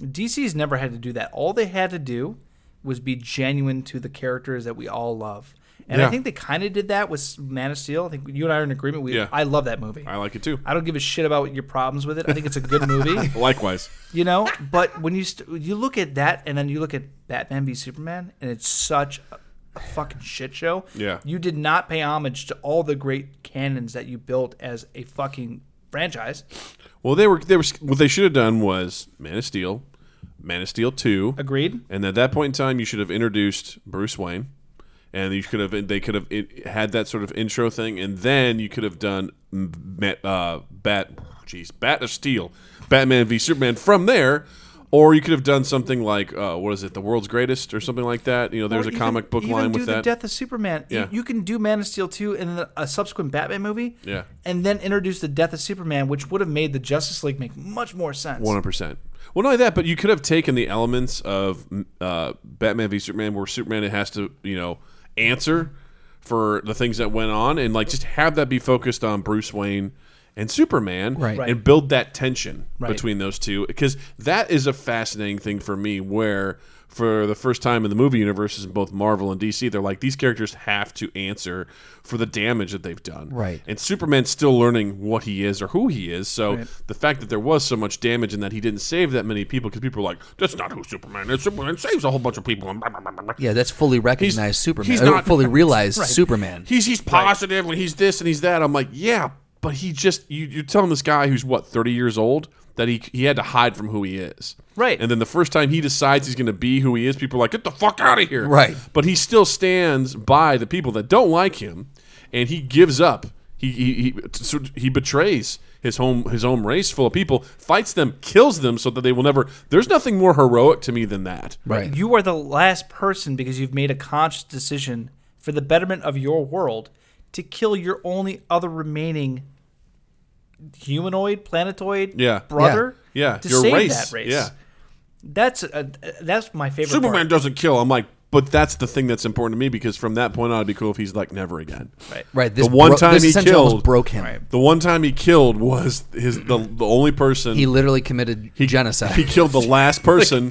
Speaker 1: DC's never had to do that. All they had to do was be genuine to the characters that we all love. And
Speaker 4: Yeah.
Speaker 1: I think they kind of did that with Man of Steel. I think you and I are in agreement. We,
Speaker 4: Yeah.
Speaker 1: I love that movie.
Speaker 4: I like it too.
Speaker 1: I don't give a shit about your problems with it. I think it's a good
Speaker 4: <laughs>
Speaker 1: movie,
Speaker 4: Likewise,
Speaker 1: you know. But when you st- you look at that, and then you look at Batman v Superman, and it's such a, a fucking shit show.
Speaker 4: Yeah.
Speaker 1: you did not pay homage to all the great canons that you built as a fucking franchise.
Speaker 4: well, they were they were what they should have done was Man of Steel, Man of Steel two,
Speaker 1: Agreed.
Speaker 4: and at that point in time, you should have introduced Bruce Wayne, and you could have they could have it, had that sort of intro thing, and then you could have done M- Ma- uh, Bat, jeez, Bat of Steel, Batman v Superman from there. Or you could have done something like uh, what is it, the world's greatest, or something like that. You know, there's
Speaker 1: Or
Speaker 4: a
Speaker 1: even-
Speaker 4: comic book
Speaker 1: even
Speaker 4: line
Speaker 1: do
Speaker 4: with
Speaker 1: the
Speaker 4: that.
Speaker 1: Death of Superman. You-
Speaker 4: Yeah.
Speaker 1: You, can do Man of Steel two and then a subsequent Batman movie.
Speaker 4: Yeah.
Speaker 1: and then introduce the Death of Superman, which would have made the Justice League make much more sense.
Speaker 4: One hundred percent. Well, not only that, but you could have taken the elements of mm, uh, Batman v Superman, where Superman has to, you know, answer for the things that went on, and like just have that be focused on Bruce Wayne and Superman,
Speaker 2: Right.
Speaker 1: Right.
Speaker 4: And build that tension between those two, because that is a fascinating thing for me, where. For the first time in the movie universes in both Marvel and DC, they're like these characters have to answer for the damage that they've done.
Speaker 2: Right.
Speaker 4: And Superman's still learning what he is or who he is. So
Speaker 1: Right.
Speaker 4: the fact that there was so much damage and that he didn't save that many people because people were like, "That's not who Superman is. Superman saves a whole bunch of people." and blah, blah, blah, blah, blah."
Speaker 2: yeah, that's fully recognized
Speaker 4: He's-
Speaker 2: Superman.
Speaker 4: he's
Speaker 2: or
Speaker 4: not- <laughs>
Speaker 2: fully realized Superman.
Speaker 4: He's he's positive and he's this and he's that. I'm like, yeah, but he just you, you're telling this guy who's what 30 years old that he he had to hide from who he is.
Speaker 1: Right.
Speaker 4: And then the first time he decides he's going to be who he is, people are like, "Get the fuck out of here!"
Speaker 2: Right.
Speaker 4: But he still stands by the people that don't like him, and he gives up. He he he, so he betrays his home his home race full of people, fights them, kills them, so that they will never. There's nothing more heroic to me than that.
Speaker 2: Right.
Speaker 1: You are the last person because you've made a conscious decision for the betterment of your world to kill your only other remaining humanoid, planetoid
Speaker 4: Yeah.
Speaker 1: brother.
Speaker 4: Yeah,
Speaker 1: to
Speaker 4: your
Speaker 1: save
Speaker 4: race.
Speaker 1: that race.
Speaker 4: Yeah.
Speaker 1: that's uh, that's my favorite.
Speaker 4: Superman
Speaker 1: part.
Speaker 4: doesn't kill. I'm like, but that's the thing that's important to me because from that point on, it'd be cool if he's like never again.
Speaker 2: right. This
Speaker 4: the one
Speaker 2: bro-
Speaker 4: time
Speaker 2: this
Speaker 4: he
Speaker 2: essentially
Speaker 4: killed-
Speaker 2: almost broke him.
Speaker 1: Right.
Speaker 4: The one time he killed was his the the only person
Speaker 2: He
Speaker 4: he,
Speaker 2: literally committed genocide. <laughs>
Speaker 4: killed the last person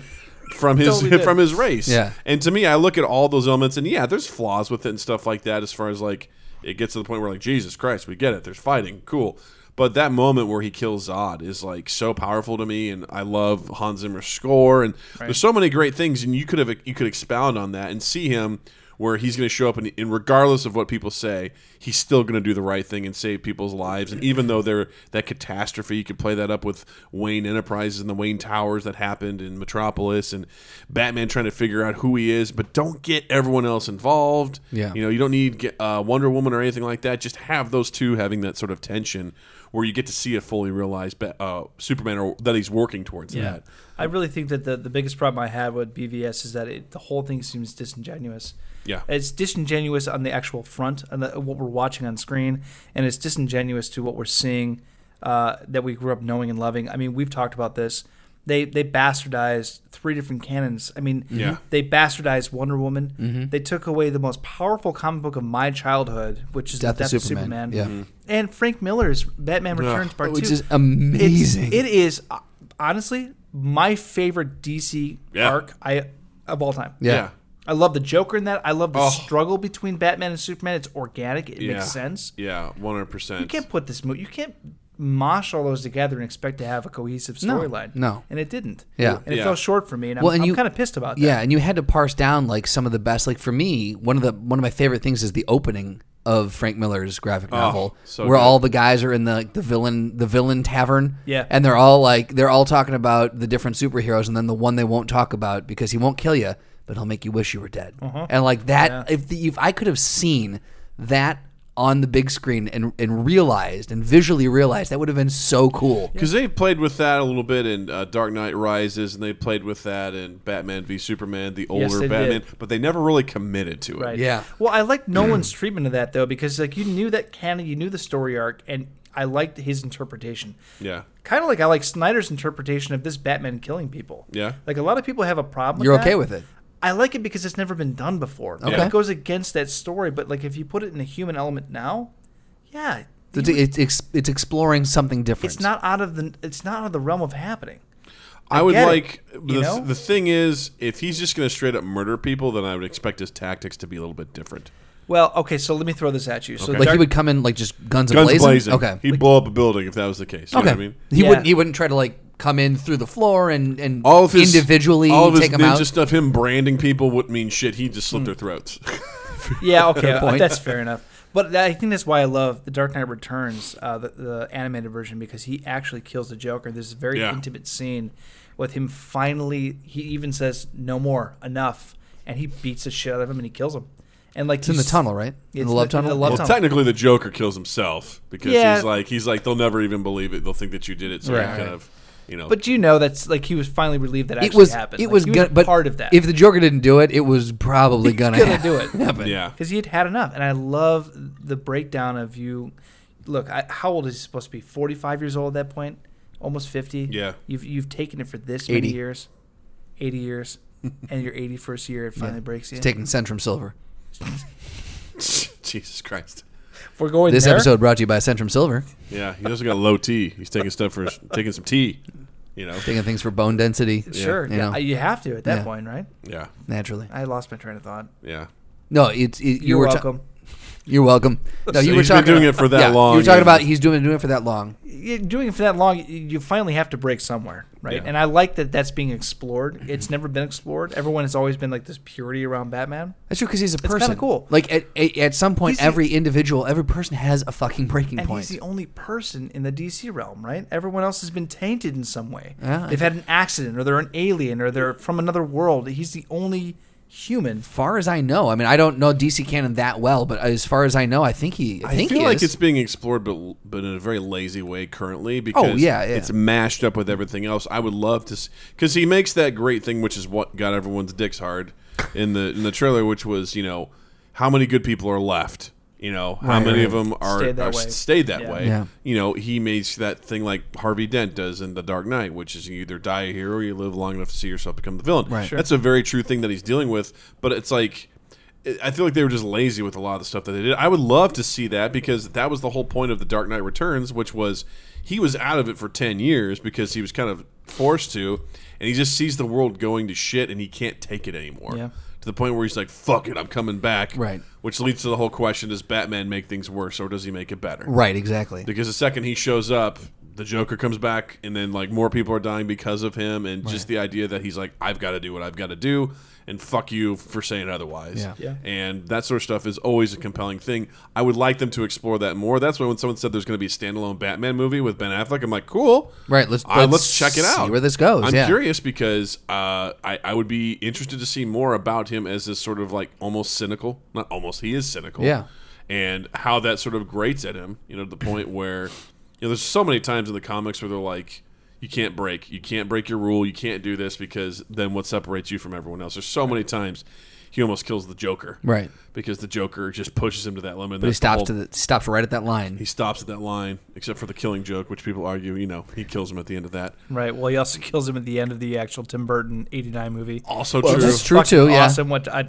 Speaker 4: from his
Speaker 1: Totally did.
Speaker 4: from his race.
Speaker 2: Yeah.
Speaker 4: And to me, I look at all those elements, and yeah, there's flaws with it and stuff like that. As far as like it gets to the point where like Jesus Christ, we get it. There's fighting, cool. But that moment where he kills Zod is like so powerful to me, and I love Hans Zimmer's score, and there's so many great things, and you could have you could expound on that and see him where he's going to show up, and, and regardless of what people say, he's still going to do the right thing and save people's lives. And even though they're that catastrophe, you could play that up with Wayne Enterprises and the Wayne Towers that happened in Metropolis, and Batman trying to figure out who he is, but don't get everyone else involved.
Speaker 2: Yeah.
Speaker 4: you know, you don't need get- uh, Wonder Woman or anything like that. Just have those two having that sort of tension where you get to see a fully realized Ba- uh, Superman or that he's working towards that.
Speaker 1: I really think that the, the biggest problem I have with BVS is that it, the whole thing seems disingenuous.
Speaker 4: Yeah.
Speaker 1: It's disingenuous on the actual front and the, what we're watching on screen, and it's disingenuous to what we're seeing uh, that we grew up knowing and loving. I mean, we've talked about this. They they bastardized three different canons. I mean,
Speaker 4: Yeah.
Speaker 1: they bastardized Wonder Woman.
Speaker 2: Mm-hmm.
Speaker 1: They took away the most powerful comic book of my childhood, which is
Speaker 2: Death
Speaker 1: the
Speaker 2: of
Speaker 1: Death of
Speaker 2: Superman.
Speaker 1: Superman.
Speaker 2: Yeah.
Speaker 4: Mm-hmm.
Speaker 2: Mhm.
Speaker 1: And Frank Miller's Batman Returns Part
Speaker 2: which
Speaker 1: Two,
Speaker 2: is amazing.
Speaker 1: It's, it is uh, honestly my favorite DC
Speaker 4: Yeah.
Speaker 1: arc I of all time.
Speaker 2: Yeah.
Speaker 1: I love the Joker in that. I love the
Speaker 4: Oh.
Speaker 1: struggle between Batman and Superman. It's organic. It
Speaker 4: Yeah.
Speaker 1: makes sense.
Speaker 4: Yeah, one hundred percent.
Speaker 1: You can't put this movie. You can't mosh all those together and expect to have a cohesive storyline.
Speaker 2: no.
Speaker 1: and it didn't.
Speaker 2: Yeah.
Speaker 1: and it
Speaker 4: Yeah.
Speaker 1: fell short for me. And I'm,
Speaker 2: Well, and
Speaker 1: I'm
Speaker 2: you-
Speaker 1: kind of pissed about that.
Speaker 2: Yeah, and you had to parse down like some of the best. Like for me, one of the one of my favorite things is the opening of Frank Miller's graphic
Speaker 1: Oh,
Speaker 2: novel,
Speaker 4: so
Speaker 2: where
Speaker 4: good.
Speaker 2: all the guys are in the like, the villain the villain tavern,
Speaker 1: Yeah.
Speaker 2: and they're all like they're all talking about the different superheroes, and then the one they won't talk about because he won't kill you, but he'll make you wish you were dead,
Speaker 1: Uh-huh.
Speaker 2: and like that. If the, if I could have seen that on the big screen and and realized and visually realized, that would have been so cool.
Speaker 4: Because they played with that a little bit in uh, Dark Knight Rises, and they played with that in Batman v Superman, the older
Speaker 1: they did.
Speaker 4: Batman, but they never really committed to it.
Speaker 1: Right.
Speaker 2: Yeah.
Speaker 1: Well, I
Speaker 2: <clears throat>
Speaker 1: like Nolan's treatment of that though, because like you knew that canon, you knew the story arc, and I liked his interpretation.
Speaker 4: Yeah.
Speaker 1: Kind of like I like Snyder's interpretation of this Batman killing people.
Speaker 4: Yeah.
Speaker 1: Like a lot of people have a problem.
Speaker 2: You're
Speaker 1: with
Speaker 2: okay
Speaker 1: that.
Speaker 2: with it?
Speaker 1: I like it because it's never been done before.
Speaker 2: Okay.
Speaker 1: It goes against that story, but like if you put it in a human element now, yeah,
Speaker 2: So It's, it's, ex- it's exploring something different.
Speaker 1: it's not out of the it's not out of the realm of happening.
Speaker 4: I, would
Speaker 1: get it,
Speaker 4: like
Speaker 1: you
Speaker 4: the,
Speaker 1: know?
Speaker 4: the thing is if he's just going to straight up murder people, then I would expect his tactics to be a little bit different.
Speaker 1: Well, okay, so let me throw this at you. So
Speaker 4: Okay.
Speaker 2: like
Speaker 1: Dark-
Speaker 2: he would come in like just guns,
Speaker 4: Guns
Speaker 2: blazing.
Speaker 4: blazing.
Speaker 2: Okay.
Speaker 4: He'd blow up a building if that was the case. You
Speaker 2: okay.
Speaker 4: Know what I mean,
Speaker 2: He
Speaker 1: Yeah.
Speaker 2: wouldn't. He wouldn't try to like come in through the floor and and
Speaker 4: all of his
Speaker 2: individually
Speaker 4: all of his
Speaker 2: take him
Speaker 4: ninja
Speaker 2: out.
Speaker 4: stuff, him branding people wouldn't mean shit. He'd just slit
Speaker 1: Hmm.
Speaker 4: their throats.
Speaker 1: Yeah, okay, uh,
Speaker 2: point.
Speaker 1: that's fair enough. But I think that's why I love the Dark Knight Returns, uh, the, the animated version, because he actually kills the Joker. There's a very
Speaker 4: Yeah.
Speaker 1: intimate scene with him finally. He even says, "No more, enough," and he beats the shit out of him and he kills him. And like
Speaker 2: It's in the tunnel, right? In
Speaker 1: It's
Speaker 2: the love
Speaker 1: the- in the
Speaker 2: tunnel.
Speaker 1: love
Speaker 4: <laughs> well,
Speaker 1: tunnel.
Speaker 4: technically, the Joker kills himself because
Speaker 1: Yeah.
Speaker 4: he's like he's like they'll never even believe it. They'll think that you did it. So he
Speaker 2: Right.
Speaker 4: kind of, you know.
Speaker 1: But you know that's like he was finally relieved that
Speaker 2: it
Speaker 1: actually
Speaker 2: was.
Speaker 1: happened.
Speaker 2: It
Speaker 1: Like,
Speaker 2: was.
Speaker 1: he
Speaker 2: gonna,
Speaker 1: a
Speaker 2: but
Speaker 1: part of that.
Speaker 2: If the Joker didn't do it, it was probably gonna,
Speaker 1: gonna
Speaker 2: hap-
Speaker 1: do it.
Speaker 2: <laughs> happen.
Speaker 4: yeah,
Speaker 1: because he had had enough. And I love the breakdown of you. Look, I, how old is he supposed to be? Forty-five years old at that point, almost fifty.
Speaker 4: Yeah.
Speaker 1: you've you've taken it for this
Speaker 2: 80.
Speaker 1: many years,
Speaker 2: <laughs>
Speaker 1: eighty years, and your eighty-first year it finally breaks you.
Speaker 2: He's taking Centrum Silver.
Speaker 4: Jesus Christ.
Speaker 1: If We're going
Speaker 2: This
Speaker 1: there,
Speaker 2: episode brought to you by Centrum Silver,
Speaker 4: Yeah, he also got low T. He's taking stuff for taking some tea. You know.
Speaker 2: taking things for bone density.
Speaker 1: Sure,
Speaker 2: you
Speaker 1: yeah,
Speaker 2: know.
Speaker 1: you have to at that
Speaker 2: Yeah.
Speaker 1: point, right?
Speaker 4: Yeah,
Speaker 2: Naturally.
Speaker 1: I lost my train of thought.
Speaker 4: yeah.
Speaker 2: No, it's it, you
Speaker 1: You're
Speaker 2: were ta-
Speaker 1: welcome.
Speaker 2: you're welcome. No, you were
Speaker 4: he's been
Speaker 2: talking
Speaker 4: doing
Speaker 2: about-
Speaker 4: it for that
Speaker 2: yeah,
Speaker 4: long,
Speaker 2: You were talking
Speaker 4: yeah.
Speaker 2: about he's doing doing it for that long.
Speaker 1: You're doing it for that long, y- you finally have to break somewhere, right?
Speaker 4: Yeah.
Speaker 1: And I like that that's being explored. It's never been explored. Everyone has always been like this purity around Batman.
Speaker 2: That's true because he's a person.
Speaker 1: kinda cool.
Speaker 2: Like at, at, at some point,
Speaker 1: He's the-
Speaker 2: every individual, every person has a fucking breaking
Speaker 1: and
Speaker 2: point.
Speaker 1: he's the only person in the DC realm, right? Everyone else has been tainted in some way.
Speaker 2: Yeah, I
Speaker 1: They've had an accident, or they're an alien, or they're from another world. He's the only human.
Speaker 2: far as I know, I mean, I don't know DC canon that well, but as far as I know, I think he. I,
Speaker 4: I
Speaker 2: think
Speaker 4: feel
Speaker 2: he
Speaker 4: like
Speaker 2: is. Oh,
Speaker 4: it's being explored, but but in a very lazy way currently because
Speaker 2: yeah, yeah.
Speaker 4: it's mashed up with everything else. I would love to because he makes that great thing, which is what got everyone's dicks hard in the in the trailer, which was you know how many good people are left. You know how many of them are
Speaker 1: Stayed that
Speaker 4: are
Speaker 1: way.
Speaker 4: stayed that
Speaker 1: Yeah.
Speaker 4: way.
Speaker 2: Yeah.
Speaker 4: You know he makes that thing like Harvey Dent does in The Dark Knight, which is you either die a hero or you live long enough to see yourself become the villain.
Speaker 2: Right. Sure.
Speaker 4: That's a very true thing that he's dealing with, but it's like I feel like they were just lazy with a lot of the stuff that they did. I would love to see that because that was the whole point of the Dark Knight Returns, which was he was out of it for ten years because he was kind of forced to, and he just sees the world going to shit and he can't take it anymore.
Speaker 1: Yeah.
Speaker 4: To the point where he's like, "Fuck it, I'm coming back."
Speaker 2: Right.
Speaker 4: Which leads to the whole question: Does Batman make things worse or does he make it better?
Speaker 2: right, exactly.
Speaker 4: Because the second he shows up, the Joker comes back, and then like more people are dying because of him, and just the idea that he's like, I've got to do what I've got to do, and fuck you for saying otherwise.
Speaker 2: Yeah.
Speaker 1: Yeah.
Speaker 4: And that sort of stuff is always a compelling thing. I would like them to explore that more. That's why when someone said there's going to be a standalone Batman movie with Ben Affleck, I'm like, cool.
Speaker 2: Right, let's-
Speaker 4: Uh,
Speaker 2: let's
Speaker 4: let's check it
Speaker 2: see
Speaker 4: out.
Speaker 2: where this goes,
Speaker 4: I'm
Speaker 2: yeah.
Speaker 4: curious because uh, I I would be interested to see more about him as this sort of like almost cynical, not almost. He is cynical
Speaker 2: Yeah.
Speaker 4: and how that sort of grates at him. You know, to the point where you know, there's so many times in the comics where they're like, "You can't break, you can't break your rule, you can't do this because then what separates you from everyone else?" There's so many times he almost kills the Joker,
Speaker 2: Right.
Speaker 4: Because the Joker just pushes him to that limit.
Speaker 2: but he stops to the, stops right at that line.
Speaker 4: he stops at that line, except for the killing joke, which people argue, you know, he kills him at the end of that.
Speaker 1: Right. Well, he also <laughs> kills him at the end of the actual Tim Burton '89 movie.
Speaker 4: Also
Speaker 2: Well,
Speaker 4: true,
Speaker 2: that's true too. Yeah.
Speaker 1: Awesome. What I,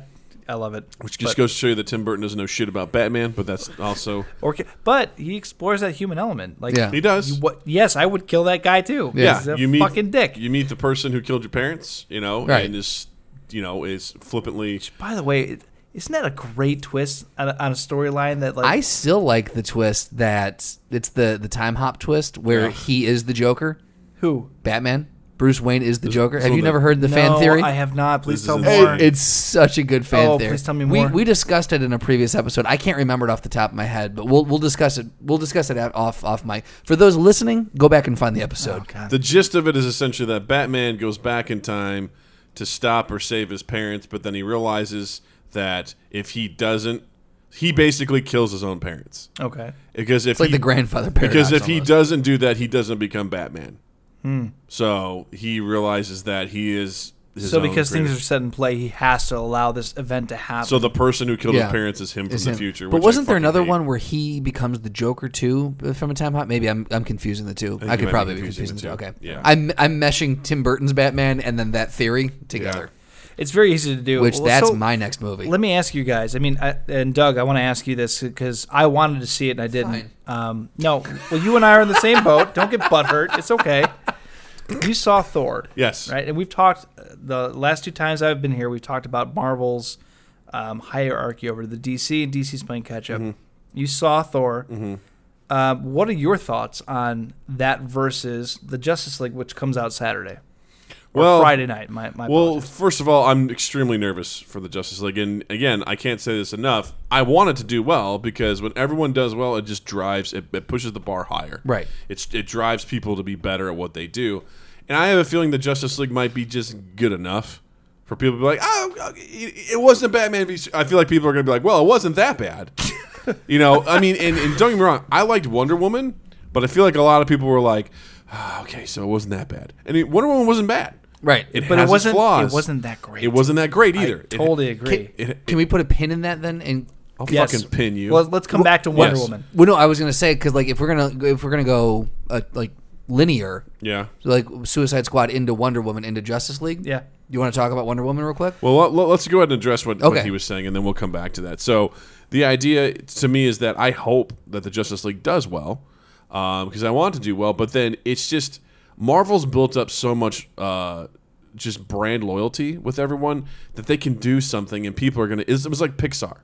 Speaker 1: I love it.
Speaker 4: which just goes to show you that Tim Burton doesn't know shit about Batman, but that's also
Speaker 1: Or, ca- but he explores that human element. Like
Speaker 2: Yeah.
Speaker 4: he does.
Speaker 1: What? Yes, I would kill that guy too.
Speaker 2: <laughs> Yeah.
Speaker 1: He's a fucking dick.
Speaker 4: You meet the person who killed your parents, you know,
Speaker 2: Right.
Speaker 4: and is you know is flippantly.
Speaker 1: By the way, it- isn't that a great twist on a, on a storyline that like
Speaker 2: I still like the twist that it's the the time hop twist where he is the Joker,
Speaker 1: who
Speaker 2: Batman. Bruce Wayne is the Joker. Have
Speaker 4: so
Speaker 2: you
Speaker 4: the-
Speaker 2: never heard the fan
Speaker 1: No,
Speaker 2: theory?
Speaker 1: I have not. Please
Speaker 4: This
Speaker 1: tell
Speaker 4: is
Speaker 1: me
Speaker 4: insane.
Speaker 1: more.
Speaker 4: Hey,
Speaker 2: It's such a good fan
Speaker 1: Oh,
Speaker 2: theory.
Speaker 1: please tell me
Speaker 2: We-
Speaker 1: more.
Speaker 2: We, discussed it in a previous episode. I can't remember it off the top of my head, but we'll we'll discuss it. We'll discuss it out- off off mic. For those listening, go back and find the episode.
Speaker 1: Oh,
Speaker 4: The gist of it is essentially that Batman goes back in time to stop or save his parents, but then he realizes that if he doesn't, he basically kills his own parents.
Speaker 1: okay.
Speaker 4: Because if
Speaker 2: it's like
Speaker 4: he,
Speaker 2: the grandfather paradox.
Speaker 4: because if he
Speaker 2: almost.
Speaker 4: doesn't do that, he doesn't become Batman.
Speaker 1: Hmm.
Speaker 4: So he realizes that he is. His
Speaker 1: So
Speaker 4: own
Speaker 1: because
Speaker 4: creator.
Speaker 1: things are set in play, he has to allow this event to happen.
Speaker 4: so the person who killed
Speaker 2: Yeah.
Speaker 4: his parents is him from
Speaker 2: Is
Speaker 4: the
Speaker 2: him.
Speaker 4: future.
Speaker 2: But
Speaker 4: which I
Speaker 2: wasn't there
Speaker 4: fucking
Speaker 2: another
Speaker 4: hate.
Speaker 2: one where he becomes the Joker too uh, from a time hop? Maybe I'm I'm confusing the two. I,
Speaker 4: you might
Speaker 2: could
Speaker 4: be
Speaker 2: probably be
Speaker 4: confusing
Speaker 2: confusing the two.
Speaker 4: the
Speaker 2: Okay,
Speaker 4: two. Yeah.
Speaker 2: I'm I'm meshing Tim Burton's Batman and then that theory together,
Speaker 1: it's very easy to do.
Speaker 2: which
Speaker 1: Well,
Speaker 2: that's
Speaker 1: so
Speaker 2: my next movie.
Speaker 1: Let me ask you guys. I mean, I, and Doug, I want to ask you this because I wanted to see it and I didn't. Um, no, well, you and I are in the same boat. Don't get butthurt. It's okay. You saw Thor.
Speaker 4: Yes.
Speaker 1: Right, and we've talked uh, the last two times I've been here. We've talked about Marvel's um, hierarchy over to the DC, and DC's playing catch up.
Speaker 4: Mm-hmm.
Speaker 1: You saw Thor. Um, what are your thoughts on that versus the Justice League, which comes out Saturday or
Speaker 4: Well,
Speaker 1: Friday night? My, my
Speaker 4: Well,
Speaker 1: apologies.
Speaker 4: first of all, I'm extremely nervous for the Justice League, and again, I can't say this enough. I want it to do well because when everyone does well, it just drives it, it pushes the bar higher.
Speaker 2: Right.
Speaker 4: It's it drives people to be better at what they do, and I have a feeling the Justice League might be just good enough for people to be like, oh, it, it wasn't Batman v. Su-" I feel like people are going to be like, well, it wasn't that bad. you know, I mean, and, and don't get me wrong, I liked Wonder Woman, but I feel like a lot of people were like. "Ah, Okay, so it wasn't that bad. And it, Wonder Woman wasn't bad.
Speaker 2: Right.
Speaker 4: It
Speaker 1: but
Speaker 4: has
Speaker 1: it
Speaker 4: its
Speaker 1: wasn't.
Speaker 4: flaws.
Speaker 1: It wasn't that great.
Speaker 4: It wasn't that great
Speaker 1: I
Speaker 4: either.
Speaker 1: <laughs>
Speaker 4: It-
Speaker 1: totally agree.
Speaker 4: It, Oh,
Speaker 2: Can we put a pin in that then? And
Speaker 4: I'll
Speaker 1: Yes.
Speaker 4: fucking pin you.
Speaker 1: Well, let's come back to Wonder
Speaker 4: yes.
Speaker 1: Woman.
Speaker 2: well, no, I was gonna say because like if we're gonna if we're gonna go uh, like linear,
Speaker 4: yeah.
Speaker 2: like Suicide Squad into Wonder Woman into Justice League.
Speaker 1: Yeah.
Speaker 2: You want to talk about Wonder Woman real quick?
Speaker 4: Well, let- let, us go ahead and address what, what
Speaker 2: Okay.
Speaker 4: he was saying, and then we'll come back to that. So, the idea to me is that I hope that the Justice League does well because I want it to do well, but then it's just Marvel's built up so much uh, just brand loyalty with everyone that they can do something, and people are going to. It was like Pixar.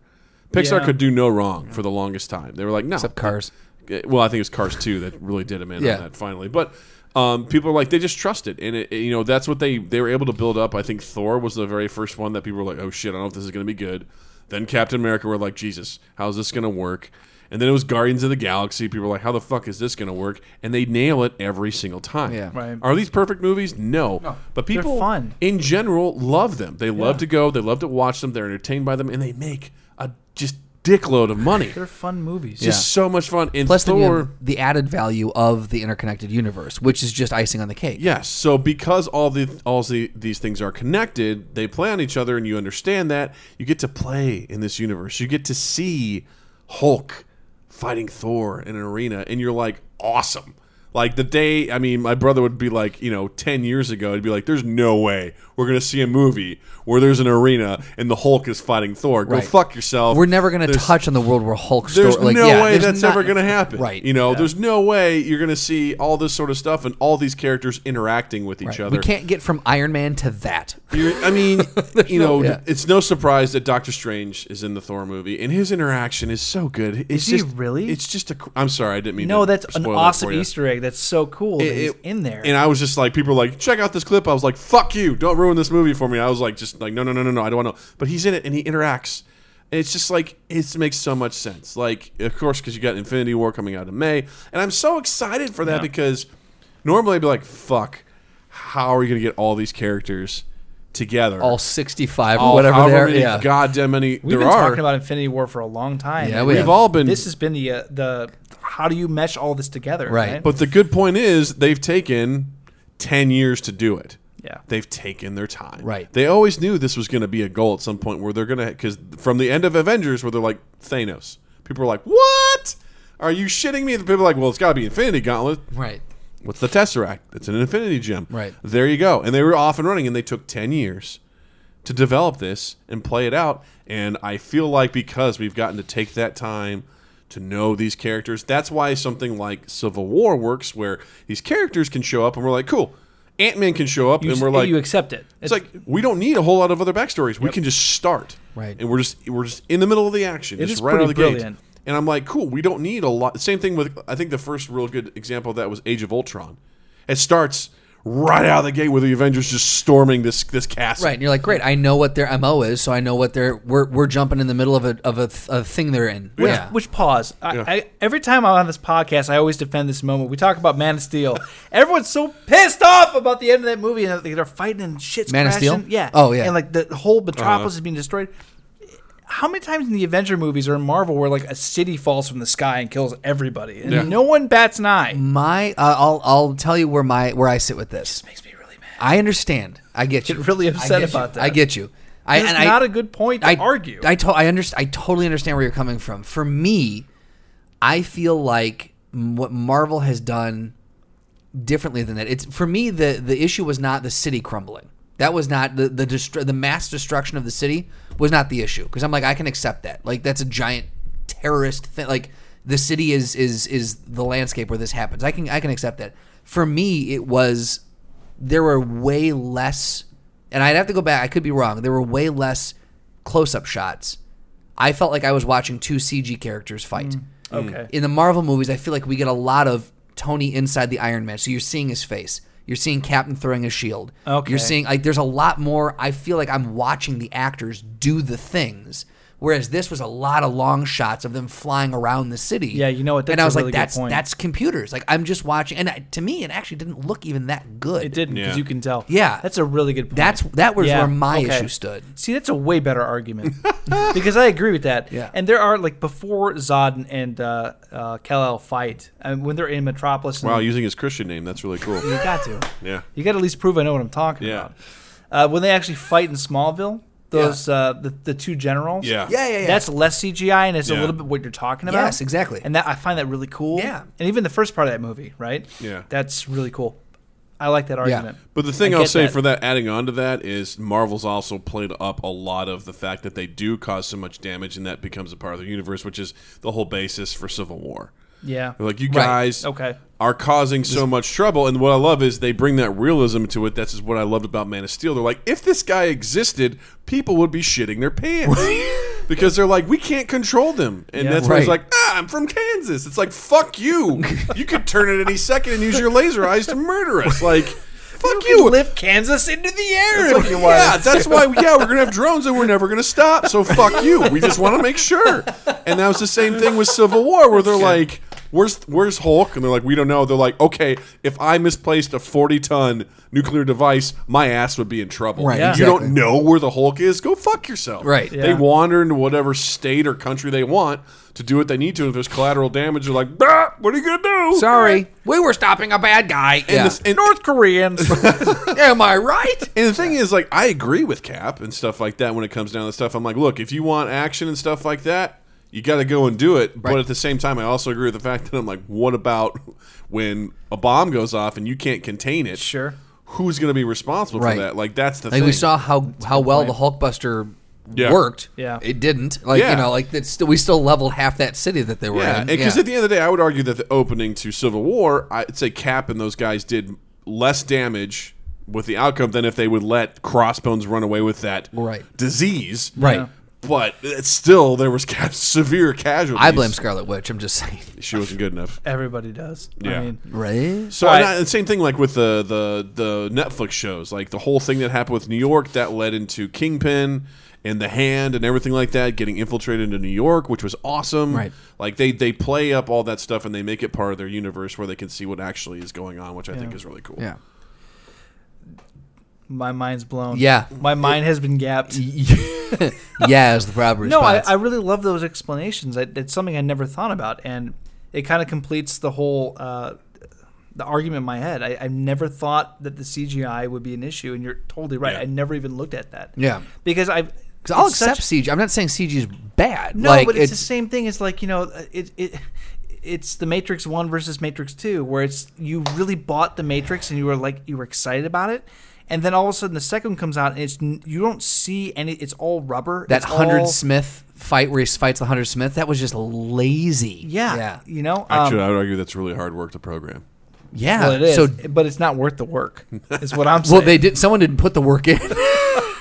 Speaker 4: Pixar
Speaker 1: Yeah.
Speaker 4: could do no wrong for the longest time. They were like, no.
Speaker 2: Except Cars.
Speaker 4: Well, I think it was Cars 2 that really did him in
Speaker 2: Yeah.
Speaker 4: on that finally. But um, people are like, they just trust it. And, it, you know, that's what they, they were able to build up. I think Thor was the very first one that people were like, oh shit, I don't know if this is going to be good. Then Captain America were like, Jesus, how's this going to work? And then it was Guardians of the Galaxy. People were like, how the fuck is this going to work? And they nail it every single time.
Speaker 2: Yeah.
Speaker 1: Right.
Speaker 4: Are these perfect movies? No. But people
Speaker 1: fun.
Speaker 4: in general love them. They love to go, they love to watch them, they're entertained by them, and they make a just dickload of
Speaker 2: <laughs>
Speaker 4: money.
Speaker 1: They're fun movies.
Speaker 4: Just so much fun. And
Speaker 2: Plus then you
Speaker 4: Thor,
Speaker 2: have the added value of the interconnected universe, which is just icing on the cake.
Speaker 4: yes. So because all the all the, these things are connected, they play on each other, and you understand that you get to play in this universe. You get to see Hulk fighting Thor in an arena, and you're like, awesome. Like the day, I mean, my brother would be like, you know, ten years ago, he'd be like, "There's no way we're gonna see a movie where there's an arena and the Hulk is fighting Thor. Go
Speaker 2: Right.
Speaker 4: fuck yourself.
Speaker 2: We're never going to
Speaker 4: There's-
Speaker 2: touch on the world where Hulk.
Speaker 4: There's
Speaker 2: story, like,
Speaker 4: no
Speaker 2: yeah,
Speaker 4: way
Speaker 2: there's
Speaker 4: that's
Speaker 2: not-
Speaker 4: ever going to happen.
Speaker 2: Right.
Speaker 4: You know, there's no way you're going to see all this sort of stuff and all these characters interacting with each
Speaker 2: Right.
Speaker 4: other.
Speaker 2: We can't get from Iron Man to that.
Speaker 4: You're-
Speaker 2: <laughs>
Speaker 4: I mean, you know,
Speaker 2: no- yeah.
Speaker 4: it's no surprise that Doctor Strange is in the Thor movie, and his interaction is so good. It's
Speaker 1: Is he
Speaker 4: just-
Speaker 1: really?
Speaker 4: It's just a. cr- I'm sorry, I didn't mean.
Speaker 1: No,
Speaker 4: to
Speaker 1: that's an
Speaker 4: spoil that
Speaker 1: awesome
Speaker 4: for you.
Speaker 1: Easter egg. That's so cool. that he's
Speaker 4: It-
Speaker 1: in there.
Speaker 4: And I was just like, people were like, check out this clip. I was like, fuck you, don't ruin this movie for me. I was like, just like, no, no, no, no, no, I don't want to. But he's in it and he interacts. And It's just like it makes so much sense. Like, of course, because you got Infinity War coming out in May, and I'm so excited for that because normally I'd be like, "Fuck, how are you going to get all these characters together?
Speaker 2: All 65
Speaker 4: All-
Speaker 2: or whatever
Speaker 4: however
Speaker 2: there.
Speaker 4: many
Speaker 2: Yeah.
Speaker 4: goddamn many
Speaker 1: We've
Speaker 4: there
Speaker 1: been
Speaker 4: are."
Speaker 1: talking about Infinity War for a long time.
Speaker 2: Yeah,
Speaker 1: and
Speaker 2: we
Speaker 4: We've
Speaker 2: have.
Speaker 4: all been.
Speaker 1: This has been the uh, the how do you mesh all this together?
Speaker 2: Right.
Speaker 1: Right.
Speaker 4: But the good point is they've taken 10 years to do it.
Speaker 1: Yeah.
Speaker 4: They've taken their time.
Speaker 2: Right.
Speaker 4: They always knew this was going to be a goal at some point where they're going to, because from the end of Avengers, where they're like, Thanos. People are like, what? Are you shitting me? The people are like, well, it's got to be Infinity Gauntlet.
Speaker 2: Right.
Speaker 4: What's the Tesseract? It's an Infinity Gem.
Speaker 2: Right.
Speaker 4: There you go. And they were off and running, and they took 10 years to develop this and play it out. And I feel like because we've gotten to take that time to know these characters, that's why something like Civil War works, where these characters can show up, and we're like, cool. Ant Man can show up,
Speaker 1: You,
Speaker 4: and
Speaker 1: s-
Speaker 4: we're like,
Speaker 1: you accept it.
Speaker 4: it's like we don't need a whole lot of other backstories. We can just start,
Speaker 2: Right.
Speaker 4: And we're just we're just in the middle of the action,
Speaker 1: It
Speaker 4: just
Speaker 1: is
Speaker 4: right out of the
Speaker 1: pretty brilliant.
Speaker 4: gate. And I'm like, cool. We don't need a lot. Same thing with I think the first real good example of that was Age of Ultron. It starts right out of the gate with the Avengers just storming this this castle.
Speaker 2: Right, and you're like, great. I know what their mo is, so I know what they're. We're, we're jumping in the middle of a of a, th- a thing they're in. Yeah,
Speaker 1: Which pause? I, I, every time I'm on this podcast, I always defend this moment. We talk about Man of Steel. <laughs> Everyone's so pissed off about the end of that movie, and they're fighting and shit's
Speaker 2: Man of
Speaker 1: crashing.
Speaker 2: Steel?
Speaker 1: Yeah.
Speaker 2: Oh, yeah.
Speaker 1: And like the whole
Speaker 4: Uh-huh.
Speaker 1: metropolis is being destroyed. How many times in the Avenger movies or in Marvel where like a city falls from the sky and kills everybody, and
Speaker 4: Yeah.
Speaker 1: no one bats an eye?
Speaker 2: my uh, I'll I'll tell you where my where I sit with this.
Speaker 1: makes me really mad.
Speaker 2: I understand. I get you.
Speaker 1: Get really
Speaker 2: I get
Speaker 1: upset
Speaker 2: you.
Speaker 1: about that.
Speaker 2: I get you. I
Speaker 1: It's
Speaker 2: and I-
Speaker 1: not a good point to argue.
Speaker 2: I to- I understand. I totally understand where you're coming from. For me, I feel like m- what Marvel has done differently than that. It's for me the the issue was not the city crumbling. That was not the the destru- the mass destruction of the city was not the issue because I'm like I can accept that. Like that's a giant terrorist thing. Like the city is is is the landscape where this happens. I can I can accept that. For me, it was there were way less, and I'd have to go back. I could be wrong. There were way less close up shots. I felt like I was watching two CG characters fight
Speaker 1: okay.
Speaker 2: in the Marvel movies, I feel like we get a lot of Tony inside the Iron Man. So you're seeing his face. You're seeing Captain throwing a shield.
Speaker 1: Okay.
Speaker 2: You're seeing like there's a lot more. I feel like I'm watching the actors do the things. Whereas this was a lot of long shots of them flying around the city.
Speaker 1: Yeah, you know what,
Speaker 2: and
Speaker 1: that's
Speaker 2: I
Speaker 1: a
Speaker 2: was
Speaker 1: really
Speaker 2: like,
Speaker 1: good
Speaker 2: that's
Speaker 1: point.
Speaker 2: that's computers. Like I'm just watching, and I, to me, it actually didn't look even that good.
Speaker 1: It didn't because
Speaker 4: Yeah.
Speaker 1: you can tell.
Speaker 2: Yeah.
Speaker 1: that's a really good point.
Speaker 2: That's that was
Speaker 1: Yeah,
Speaker 2: where my
Speaker 1: okay.
Speaker 2: issue stood.
Speaker 1: See, that's a way better
Speaker 4: <laughs>
Speaker 1: argument because I agree with that.
Speaker 2: Yeah.
Speaker 1: And there are like before Zod and, and uh, uh, Kal El fight, and when they're in Metropolis. and-
Speaker 4: Wow, using his Christian name, that's really cool.
Speaker 1: you got to.
Speaker 4: yeah.
Speaker 1: You got to at least prove I know what I'm talking
Speaker 4: Yeah.
Speaker 1: about. Uh, when they actually fight in Smallville, those uh, the, the two generals.
Speaker 4: Yeah.
Speaker 2: Yeah, yeah, yeah.
Speaker 1: That's less CGI and it's a
Speaker 4: Yeah.
Speaker 1: little bit what you're talking about.
Speaker 2: Yes, exactly.
Speaker 1: And that I find that really cool.
Speaker 2: Yeah.
Speaker 1: And even the first part of that movie, right?
Speaker 4: Yeah.
Speaker 1: That's really cool. I like that argument.
Speaker 4: But the thing
Speaker 1: I
Speaker 4: I'll
Speaker 1: get
Speaker 4: say
Speaker 1: that.
Speaker 4: for that, adding on to that, is Marvel's also played up a lot of the fact that they do cause so much damage, and that becomes a part of the universe, which is the whole basis for Civil War.
Speaker 1: Yeah.
Speaker 4: They're like you
Speaker 2: Right.
Speaker 4: guys
Speaker 1: Okay.
Speaker 4: are causing so much trouble and what i love is they bring that realism to it that's just what i loved about man of steel they're like if this guy existed people would be shitting their pants <laughs> because they're like we can't control them and that's why he's
Speaker 2: Right.
Speaker 4: like ah, i'm from kansas it's like fuck you you could turn it any second and use your laser eyes to murder us like fuck you
Speaker 1: Lift Kansas into the air.
Speaker 4: It's like, yeah, that's why. Yeah, we're gonna have drones and we're never gonna stop. So fuck you. We just want to make sure. And that was the same thing with Civil War, where they're like, "Where's Where's Hulk?" And they're like, "We don't know." They're like, "Okay, if I misplaced a forty ton nuclear device, my ass would be in trouble.
Speaker 2: Right,
Speaker 1: Yeah.
Speaker 4: You
Speaker 2: exactly.
Speaker 4: don't know where the Hulk is. Go fuck yourself.
Speaker 2: Right.
Speaker 1: Yeah.
Speaker 4: They wander into whatever state or country they want to do what they need to. If there's collateral damage, they're like, "Bah, "What are you gonna do?"
Speaker 2: Sorry, we were stopping a bad guy.
Speaker 4: And
Speaker 2: yeah.
Speaker 4: this- and-
Speaker 1: North Koreans.
Speaker 4: <laughs>
Speaker 2: Am I
Speaker 1: <laughs>
Speaker 2: right?
Speaker 4: And the thing is, like, I agree with Cap and stuff like that when it comes down to stuff. I'm like, look, if you want action and stuff like that, you got to go and do it. But
Speaker 2: Right.
Speaker 4: at the same time, I also agree with the fact that I'm like, what about when a bomb goes off and you can't contain it?
Speaker 1: Sure.
Speaker 4: Who's going to be responsible
Speaker 2: Right.
Speaker 4: for that? Like, that's the
Speaker 2: Like
Speaker 4: thing.
Speaker 2: we saw how how well the Hulkbuster
Speaker 4: Yeah.
Speaker 2: worked.
Speaker 1: Yeah.
Speaker 2: it didn't. Like
Speaker 4: Yeah.
Speaker 2: you know, like that's still, we still leveled half that city that they were
Speaker 4: Yeah,
Speaker 2: in.
Speaker 4: because at the end of the day, I would argue that the opening to Civil War, I'd say Cap and those guys did less damage with the outcome than if they would let Crossbones run away with that
Speaker 2: Right.
Speaker 4: disease.
Speaker 2: Right. Yeah.
Speaker 4: But it's still, there was <laughs> ca- severe casualties.
Speaker 2: I blame Scarlet Witch. I'm just saying.
Speaker 4: She wasn't good enough.
Speaker 1: Everybody does.
Speaker 4: Yeah.
Speaker 1: I mean,
Speaker 2: Right?
Speaker 4: So
Speaker 1: All
Speaker 4: and
Speaker 1: right.
Speaker 4: I- the same thing like with the, the the Netflix shows, like the whole thing that happened with New York that led into Kingpin and the Hand and everything like that, getting infiltrated into New York, which was awesome.
Speaker 2: Right.
Speaker 4: Like they they play up all that stuff and they make it part of their universe where they can see what actually is going on, which I think is really cool.
Speaker 2: <laughs> Yeah. <laughs>
Speaker 1: my mind's blown.
Speaker 2: Yeah.
Speaker 1: My mind has been gapped.
Speaker 2: yeah, is the proper
Speaker 1: No, I,
Speaker 2: response.
Speaker 1: I really love those explanations. I, it's something I never thought about, and it kind of completes the whole uh, the argument in my head. I, I never thought that the CGI would be an issue, and you're totally right.
Speaker 4: Yeah.
Speaker 1: I never even looked at that.
Speaker 2: Yeah.
Speaker 1: because I
Speaker 2: 'Cause I'll
Speaker 1: it's such-
Speaker 2: accept CG. I'm not saying CG is bad.
Speaker 1: No,
Speaker 2: like,
Speaker 1: but it's, the same thing. It's like you know, it it it's the Matrix One versus Matrix Two, where it's you really bought the Matrix and you were like you were excited about it, and then all of a sudden the second one comes out and it's n- you don't see any. It's all rubber.
Speaker 2: that
Speaker 1: it's
Speaker 2: hundred
Speaker 1: all-
Speaker 2: Smith fight where he fights the hundred Smith. That was just lazy.
Speaker 1: Yeah,
Speaker 2: yeah,
Speaker 1: you know.
Speaker 4: Actually,
Speaker 1: um,
Speaker 4: I would argue that's really hard work to program.
Speaker 2: yeah.
Speaker 1: well, it is,
Speaker 2: So,
Speaker 1: but it's not worth the work.
Speaker 2: <laughs>
Speaker 1: Is what I'm saying.
Speaker 2: well, they did. Someone didn't put the work in.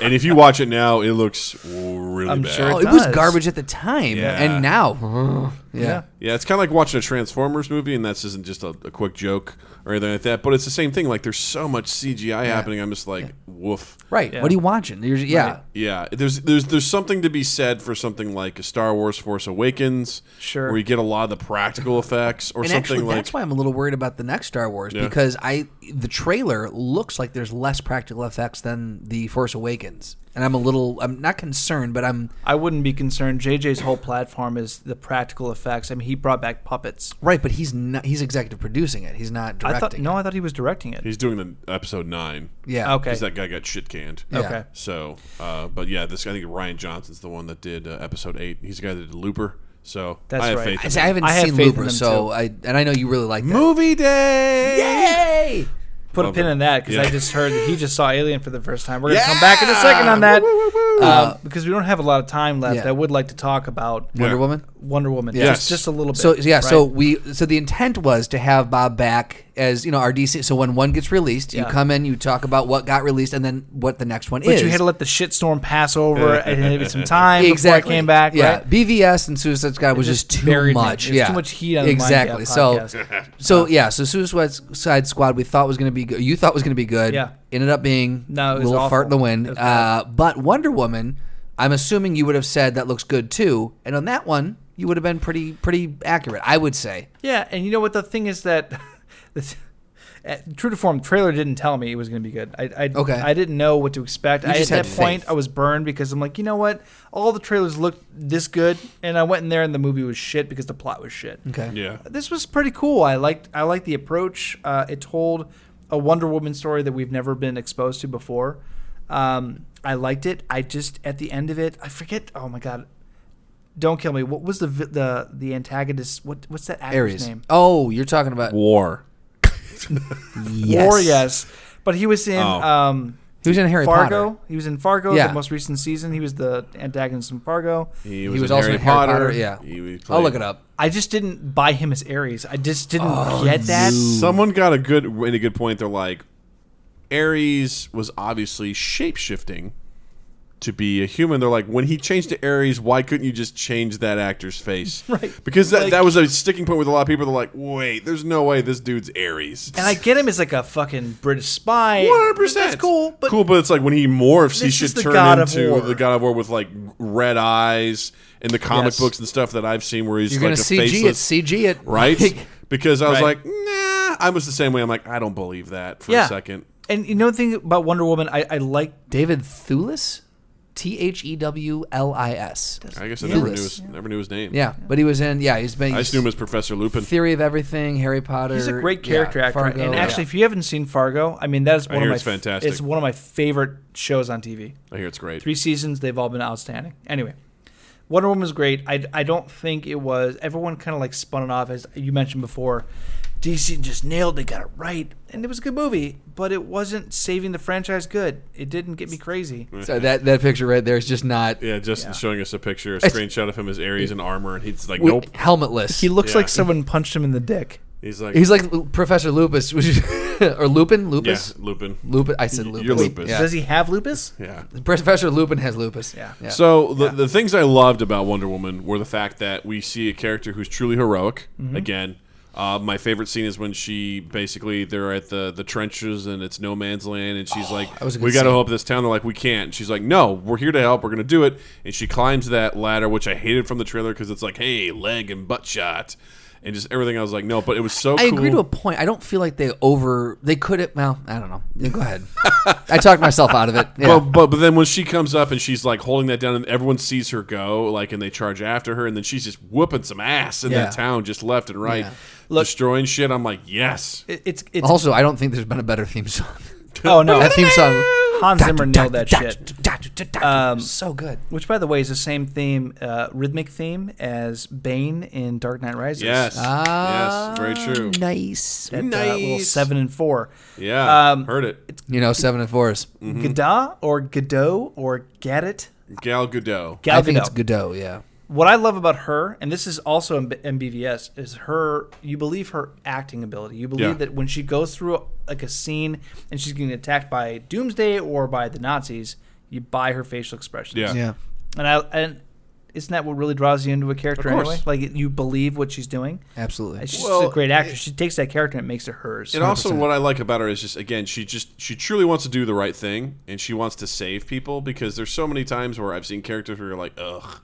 Speaker 4: And if you watch it now, it looks ridiculous. really
Speaker 1: I'm
Speaker 4: bad.
Speaker 1: sure
Speaker 2: Oh,
Speaker 1: It
Speaker 2: it was
Speaker 1: does.
Speaker 2: garbage at the time,
Speaker 4: Yeah. Uh-huh.
Speaker 2: and now, yeah.
Speaker 4: Yeah, it's kind of like watching a Transformers movie, and that's isn't just a, a quick joke or anything like that. But it's the same thing. Like there's so much CGI happening. I'm just like, woof.
Speaker 2: right. What are you watching? You're, yeah,
Speaker 4: Yeah, there's there's there's something to be said for something like a Star Wars Force Awakens,
Speaker 1: Sure.
Speaker 4: where you get a lot of the practical effects or
Speaker 2: and
Speaker 4: something
Speaker 2: actually,
Speaker 4: like
Speaker 2: that's why I'm a little worried about the next Star Wars because I the trailer looks like there's less practical effects than the Force Awakens, and I'm a little I'm not concerned, but I'm
Speaker 1: I wouldn't be concerned. JJ's whole platform is the practical effects. I mean, he brought back puppets.
Speaker 2: right. But he's not he's executive producing it. He's not
Speaker 1: I thought
Speaker 2: directing.
Speaker 1: no, I thought he was directing it.
Speaker 4: he's doing the episode nine.
Speaker 2: it. yeah.
Speaker 1: okay.
Speaker 4: because that guy got shit canned.
Speaker 2: Yeah.
Speaker 1: Okay.
Speaker 4: So, uh, but yeah, this I think Ryan Johnson's the one that did uh, episode eight. He's the guy that did Looper. So
Speaker 1: That's
Speaker 4: I have
Speaker 1: right.
Speaker 4: faith.
Speaker 2: I,
Speaker 4: In
Speaker 2: see, I haven't
Speaker 1: I have
Speaker 2: seen
Speaker 1: faith in
Speaker 2: Looper,
Speaker 1: them,
Speaker 2: so
Speaker 1: too.
Speaker 2: I and I know you really like that.
Speaker 4: Movie day.
Speaker 2: Yay!
Speaker 1: Put a
Speaker 4: Love
Speaker 1: pin
Speaker 4: it.
Speaker 1: in that because
Speaker 4: Yeah.
Speaker 1: I just heard that he just saw Alien for the first time. We're gonna come back in a second on that uh, because we don't have a lot of time left.
Speaker 2: Yeah.
Speaker 1: I would like to talk about
Speaker 2: Wonder
Speaker 4: Yeah.
Speaker 2: Woman.
Speaker 1: Wonder Woman
Speaker 4: Yes.
Speaker 1: just, just a little bit.
Speaker 2: So yeah, so
Speaker 1: right?
Speaker 2: we so the intent was to have Bob back as you know our DC. So when one gets released, you
Speaker 1: Yeah.
Speaker 2: come in, you talk about what got released, and then what the next one
Speaker 1: but
Speaker 2: is.
Speaker 1: you had to let the shitstorm pass over and give it some time before I came back.
Speaker 2: Yeah,
Speaker 1: right?
Speaker 2: BVS and Suicide Squad was
Speaker 1: just
Speaker 2: just,
Speaker 1: buried
Speaker 2: too
Speaker 1: me.
Speaker 2: much.
Speaker 1: It was
Speaker 2: yeah,
Speaker 1: too much heat on the
Speaker 2: exactly.
Speaker 1: Mind Gap
Speaker 2: so,
Speaker 1: podcast.
Speaker 2: so yeah, so Suicide Squad we thought was going to be good. You thought was going to be good.
Speaker 1: Yeah.
Speaker 2: ended up being
Speaker 1: No, it was
Speaker 2: little fart in the
Speaker 1: awful.
Speaker 2: wind.
Speaker 1: It was
Speaker 2: Uh, but Wonder Woman, I'm assuming you would have said that looks good too, and on that one you would have been pretty pretty accurate, I would say.
Speaker 1: Yeah, and you know what? The thing is that, <laughs> the, uh, true to form, trailer didn't tell me it was going to be good. I, I
Speaker 2: Okay.
Speaker 1: I didn't know what to expect. I, at
Speaker 2: just had
Speaker 1: that point,
Speaker 2: faith.
Speaker 1: I was burned because I'm like, you know what? All the trailers looked this good, and I went in there and the movie was shit because the plot was shit.
Speaker 2: Okay.
Speaker 4: Yeah.
Speaker 1: This was pretty cool. I liked I liked the approach. Uh, it told a Wonder Woman story that we've never been exposed to before. Um, I liked it. I just at the end of it, I forget. Oh my god, don't kill me. What was the vi- the the antagonist? What what's that actor's
Speaker 2: Aries.
Speaker 1: name?
Speaker 2: Oh, you're talking about <laughs>
Speaker 4: War.
Speaker 2: yes.
Speaker 1: Or yes, but he was in
Speaker 4: Oh.
Speaker 1: um,
Speaker 2: He was in Harry
Speaker 1: Fargo.
Speaker 2: Potter.
Speaker 1: He was in Fargo,
Speaker 2: Yeah.
Speaker 1: the most recent season. He was the antagonist in Fargo.
Speaker 4: He
Speaker 2: He
Speaker 4: was,
Speaker 2: was,
Speaker 4: in
Speaker 2: also
Speaker 4: Harry
Speaker 2: in Harry Potter.
Speaker 4: Potter.
Speaker 2: Yeah.
Speaker 4: He- he
Speaker 2: I'll look it
Speaker 4: played-
Speaker 2: up.
Speaker 1: I just didn't buy him as Ares. I just didn't
Speaker 2: Oh,
Speaker 1: get that.
Speaker 4: Someone got a good in a good point. They're like, Ares was obviously shape shifting to be a human. They're like, when he changed to Ares, why couldn't you just change that actor's face? Right. Because that, that was a sticking point with a lot of people. They're like, wait, there's no way this dude's Ares.
Speaker 1: And I get him as like a fucking British spy.
Speaker 4: One hundred percent.
Speaker 1: That's cool, but
Speaker 4: cool, but it's like when he morphs, he
Speaker 1: This
Speaker 4: should
Speaker 1: is the
Speaker 4: turn
Speaker 1: God of
Speaker 4: into
Speaker 1: War.
Speaker 4: the God of War with like red eyes in the comic
Speaker 1: Yes.
Speaker 4: books and stuff that I've seen, where he's
Speaker 2: You're
Speaker 4: like
Speaker 2: gonna CG
Speaker 4: a
Speaker 2: it.
Speaker 4: faceless,
Speaker 2: CG it.
Speaker 4: right? Because I was
Speaker 1: Right.
Speaker 4: like, nah. I was the same way. I'm like, I don't believe that for
Speaker 1: yeah.
Speaker 4: a second.
Speaker 1: And you know the thing about Wonder Woman, I, I like
Speaker 2: David Thewlis, T H E W L I S.
Speaker 4: I guess I never knew
Speaker 2: Thewlis.
Speaker 4: his never knew his name.
Speaker 2: Yeah, but he was in. Yeah, he's been.
Speaker 4: I just knew him as Professor Lupin.
Speaker 2: Theory of Everything, Harry Potter.
Speaker 1: he's a great character
Speaker 2: yeah,
Speaker 1: actor.
Speaker 2: Fargo,
Speaker 1: and
Speaker 2: yeah.
Speaker 1: actually, if you haven't seen Fargo, I mean that is one of
Speaker 4: hear
Speaker 1: my
Speaker 4: it's fantastic.
Speaker 1: It's one of my favorite shows on TV.
Speaker 4: I hear it's great.
Speaker 1: three seasons they've all been outstanding anyway wonder woman was great i, I don't think it was everyone kind of like spun it off as you mentioned before dc just nailed it got it right and it was a good movie but it wasn't saving the franchise good it didn't get me crazy
Speaker 4: Mm.
Speaker 2: so that that picture right there is just not
Speaker 4: Yeah, Justin's showing us a picture, a screenshot of him as Ares in armor, and he's like,
Speaker 2: wi-
Speaker 4: nope.
Speaker 2: helmetless.
Speaker 1: he looks
Speaker 4: Yeah.
Speaker 1: like someone punched him in the dick
Speaker 4: He's like,
Speaker 2: he's like Professor Lupus, which is- <laughs> or Lupin,
Speaker 4: yeah,
Speaker 2: Lupus,
Speaker 4: Lupin.
Speaker 2: Lupus. I said Lupus.
Speaker 4: You're Lupus.
Speaker 2: Yeah.
Speaker 1: does he have lupus
Speaker 4: Yeah.
Speaker 2: Professor Lupin has lupus. Yeah.
Speaker 4: So the, the things I loved about Wonder Woman were the fact that we see a character who's truly heroic.
Speaker 2: Mm-hmm.
Speaker 4: Again, uh, my favorite scene is when she basically they're at the the trenches and it's no man's land, and she's like,
Speaker 2: Oh, was a good
Speaker 4: "We got to
Speaker 2: scene.
Speaker 4: help this town." They're like, "We can't." And she's like, "No, we're here to help. We're gonna do it." And she climbs that ladder, which I hated from the trailer because it's like, "Hey, leg and butt shot." And just everything, I was like, no, but it was so.
Speaker 2: I
Speaker 4: cool.
Speaker 2: agree to a point. I don't feel like they over. They could have. Well, I don't know. Yeah, Go ahead. I talked myself out of it. Yeah.
Speaker 4: But, but but then when she comes up and she's like holding that down and everyone sees her go like and they charge after her and then she's just whooping some ass in
Speaker 2: Yeah.
Speaker 4: that town just left and right
Speaker 2: Yeah.
Speaker 4: destroying shit I'm like yes
Speaker 1: It- it's it's
Speaker 2: also, I don't think there's been a better theme song.
Speaker 1: oh no
Speaker 2: Oh, That theme song.
Speaker 1: hans zimmer nailed that shit Um,
Speaker 2: so good.
Speaker 1: which by the way is the same theme uh, rhythmic theme as bane in dark knight rises
Speaker 4: yes
Speaker 2: Ah,
Speaker 4: yes very true
Speaker 2: Nice.
Speaker 1: that, uh, little
Speaker 4: nice.
Speaker 1: seven and four
Speaker 4: yeah
Speaker 1: um,
Speaker 4: heard it
Speaker 2: You know, seven and fours.
Speaker 4: Mm-hmm.
Speaker 1: Gadot or Godot or Gadot.
Speaker 4: Gal Gadot
Speaker 1: Gal
Speaker 2: I think
Speaker 1: Gadot.
Speaker 2: it's Godot. Yeah.
Speaker 1: What I love about her, and this is also in B- MBVS, is her. You believe her acting ability. You believe
Speaker 4: Yeah.
Speaker 1: that when she goes through like a scene and she's getting attacked by Doomsday or by the Nazis, you buy her facial expressions.
Speaker 4: yeah.
Speaker 1: And I and isn't that what really draws you into a character
Speaker 4: Of course.
Speaker 1: anyway? Like you believe what she's doing.
Speaker 2: Absolutely.
Speaker 1: She's
Speaker 4: Well,
Speaker 1: a great actress. She takes that character and makes it hers.
Speaker 4: And also, what I like about her is just again, she just she truly wants to do the right thing, and she wants to save people because there's so many times where I've seen characters where you're like, ugh,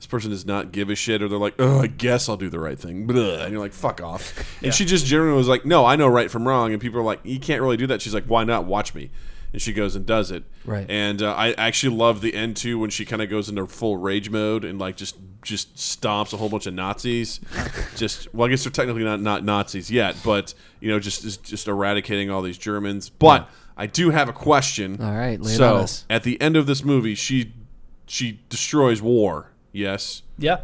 Speaker 4: this person does not give a shit, or they're like, oh, I guess I'll do the right thing, Blah, and you're like, fuck off. And she just generally was like, no, I know right from wrong, and people are like, you can't really do that. She's like, why not? Watch me. And she goes and does it.
Speaker 2: Right.
Speaker 4: And uh, I actually love the end too when she kind of goes into full rage mode and like just just stomps a whole bunch of Nazis. just well, I guess they're technically not not Nazis yet, but you know, just is just eradicating all these Germans. But I do have a question.
Speaker 2: All right, lay it
Speaker 4: so
Speaker 2: on us.
Speaker 4: at the end of this movie, she she destroys war. Yes.
Speaker 1: yeah.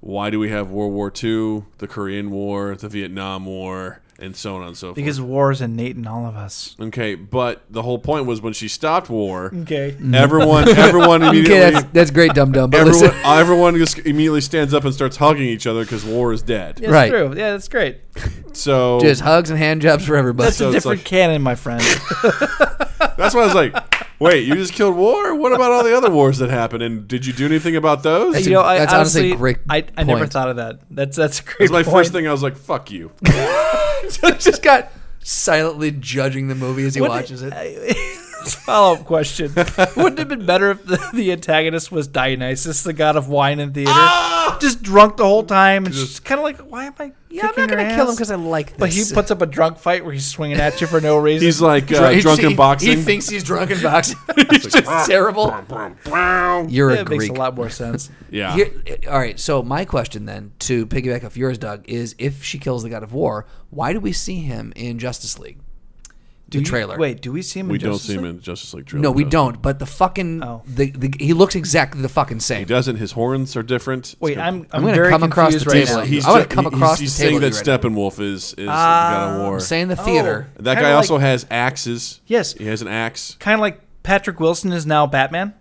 Speaker 4: Why do we have World War II, the Korean War, the Vietnam War, and so on and so forth?
Speaker 1: Because war is innate in all of us.
Speaker 4: okay, but the whole point was when she stopped war.
Speaker 1: Okay.
Speaker 4: Everyone, everyone immediately.
Speaker 2: Okay, that's, that's great, dum dum. But
Speaker 4: Everyone,
Speaker 2: listen,
Speaker 4: everyone just immediately stands up and starts hugging each other because war is dead.
Speaker 1: That's
Speaker 2: Right.
Speaker 1: true. Yeah, that's great.
Speaker 4: <laughs> So
Speaker 2: just hugs and hand jobs for everybody.
Speaker 1: That's
Speaker 4: So
Speaker 1: a
Speaker 4: it's
Speaker 1: different
Speaker 4: like-
Speaker 1: canon, my
Speaker 4: <laughs>
Speaker 1: friend.
Speaker 4: that's why I was like, "Wait, you just killed war? What about all the other wars that happened? And did you do anything about those?"
Speaker 1: you know, I,
Speaker 2: that's honestly a
Speaker 1: honestly,
Speaker 2: great
Speaker 1: I, I never
Speaker 2: point.
Speaker 1: thought of that. That's that's a great.
Speaker 4: It's my
Speaker 1: point. <laughs>
Speaker 4: first thing. I was like, "Fuck you."
Speaker 2: just got silently judging the movie as he
Speaker 1: What-
Speaker 2: watches it.
Speaker 1: Follow up
Speaker 4: <laughs>
Speaker 1: question: Wouldn't it have been better if the, the antagonist was Dionysus, the god of wine and theater,
Speaker 4: Ah!
Speaker 1: just drunk the whole time, and she's kind of like, "Why am I? Yeah,
Speaker 2: I'm not gonna kill him because I like this.
Speaker 1: But he puts up a drunk fight where he's swinging at you for no reason.
Speaker 4: He's like uh,
Speaker 2: He-
Speaker 4: drunken
Speaker 2: he-
Speaker 4: boxing.
Speaker 2: He thinks he's
Speaker 4: <laughs>
Speaker 2: drunken boxing. <laughs> He's just terrible. You're a
Speaker 1: that makes
Speaker 2: Greek.
Speaker 1: a lot more sense.
Speaker 4: yeah,
Speaker 2: Here- eh, all right. So my question then, to piggyback off yours, Doug, is if she kills the God of War, why do we see him in Justice League?
Speaker 1: Do
Speaker 2: the
Speaker 1: you-
Speaker 2: trailer.
Speaker 1: Wait, do we see him?
Speaker 4: we
Speaker 1: in
Speaker 4: don't
Speaker 1: Justice
Speaker 4: see him
Speaker 1: League?
Speaker 4: in Justice League.
Speaker 2: No,
Speaker 4: Trilogy,
Speaker 2: we
Speaker 4: does
Speaker 2: don't. But the fucking
Speaker 1: Oh.
Speaker 2: the, the he looks exactly the fucking same.
Speaker 4: He doesn't. His horns are different. It's
Speaker 1: Wait,
Speaker 4: good.
Speaker 1: I'm
Speaker 2: I'm
Speaker 1: I'm,
Speaker 2: gonna
Speaker 1: very
Speaker 2: come across
Speaker 1: confused
Speaker 2: the
Speaker 1: right
Speaker 2: table
Speaker 1: now.
Speaker 2: at you.
Speaker 4: He's
Speaker 2: I'm gonna
Speaker 4: ju-
Speaker 2: come
Speaker 4: he's-
Speaker 2: across
Speaker 4: he's,
Speaker 2: the
Speaker 4: saying
Speaker 2: table
Speaker 4: that
Speaker 2: with you right
Speaker 4: Steppenwolf is is God of War.
Speaker 2: I'm saying the theater.
Speaker 4: that
Speaker 1: Kinda
Speaker 4: guy also
Speaker 1: like-
Speaker 4: has axes.
Speaker 1: Yes.
Speaker 4: he has an axe.
Speaker 1: kind of like Patrick Wilson is now Batman.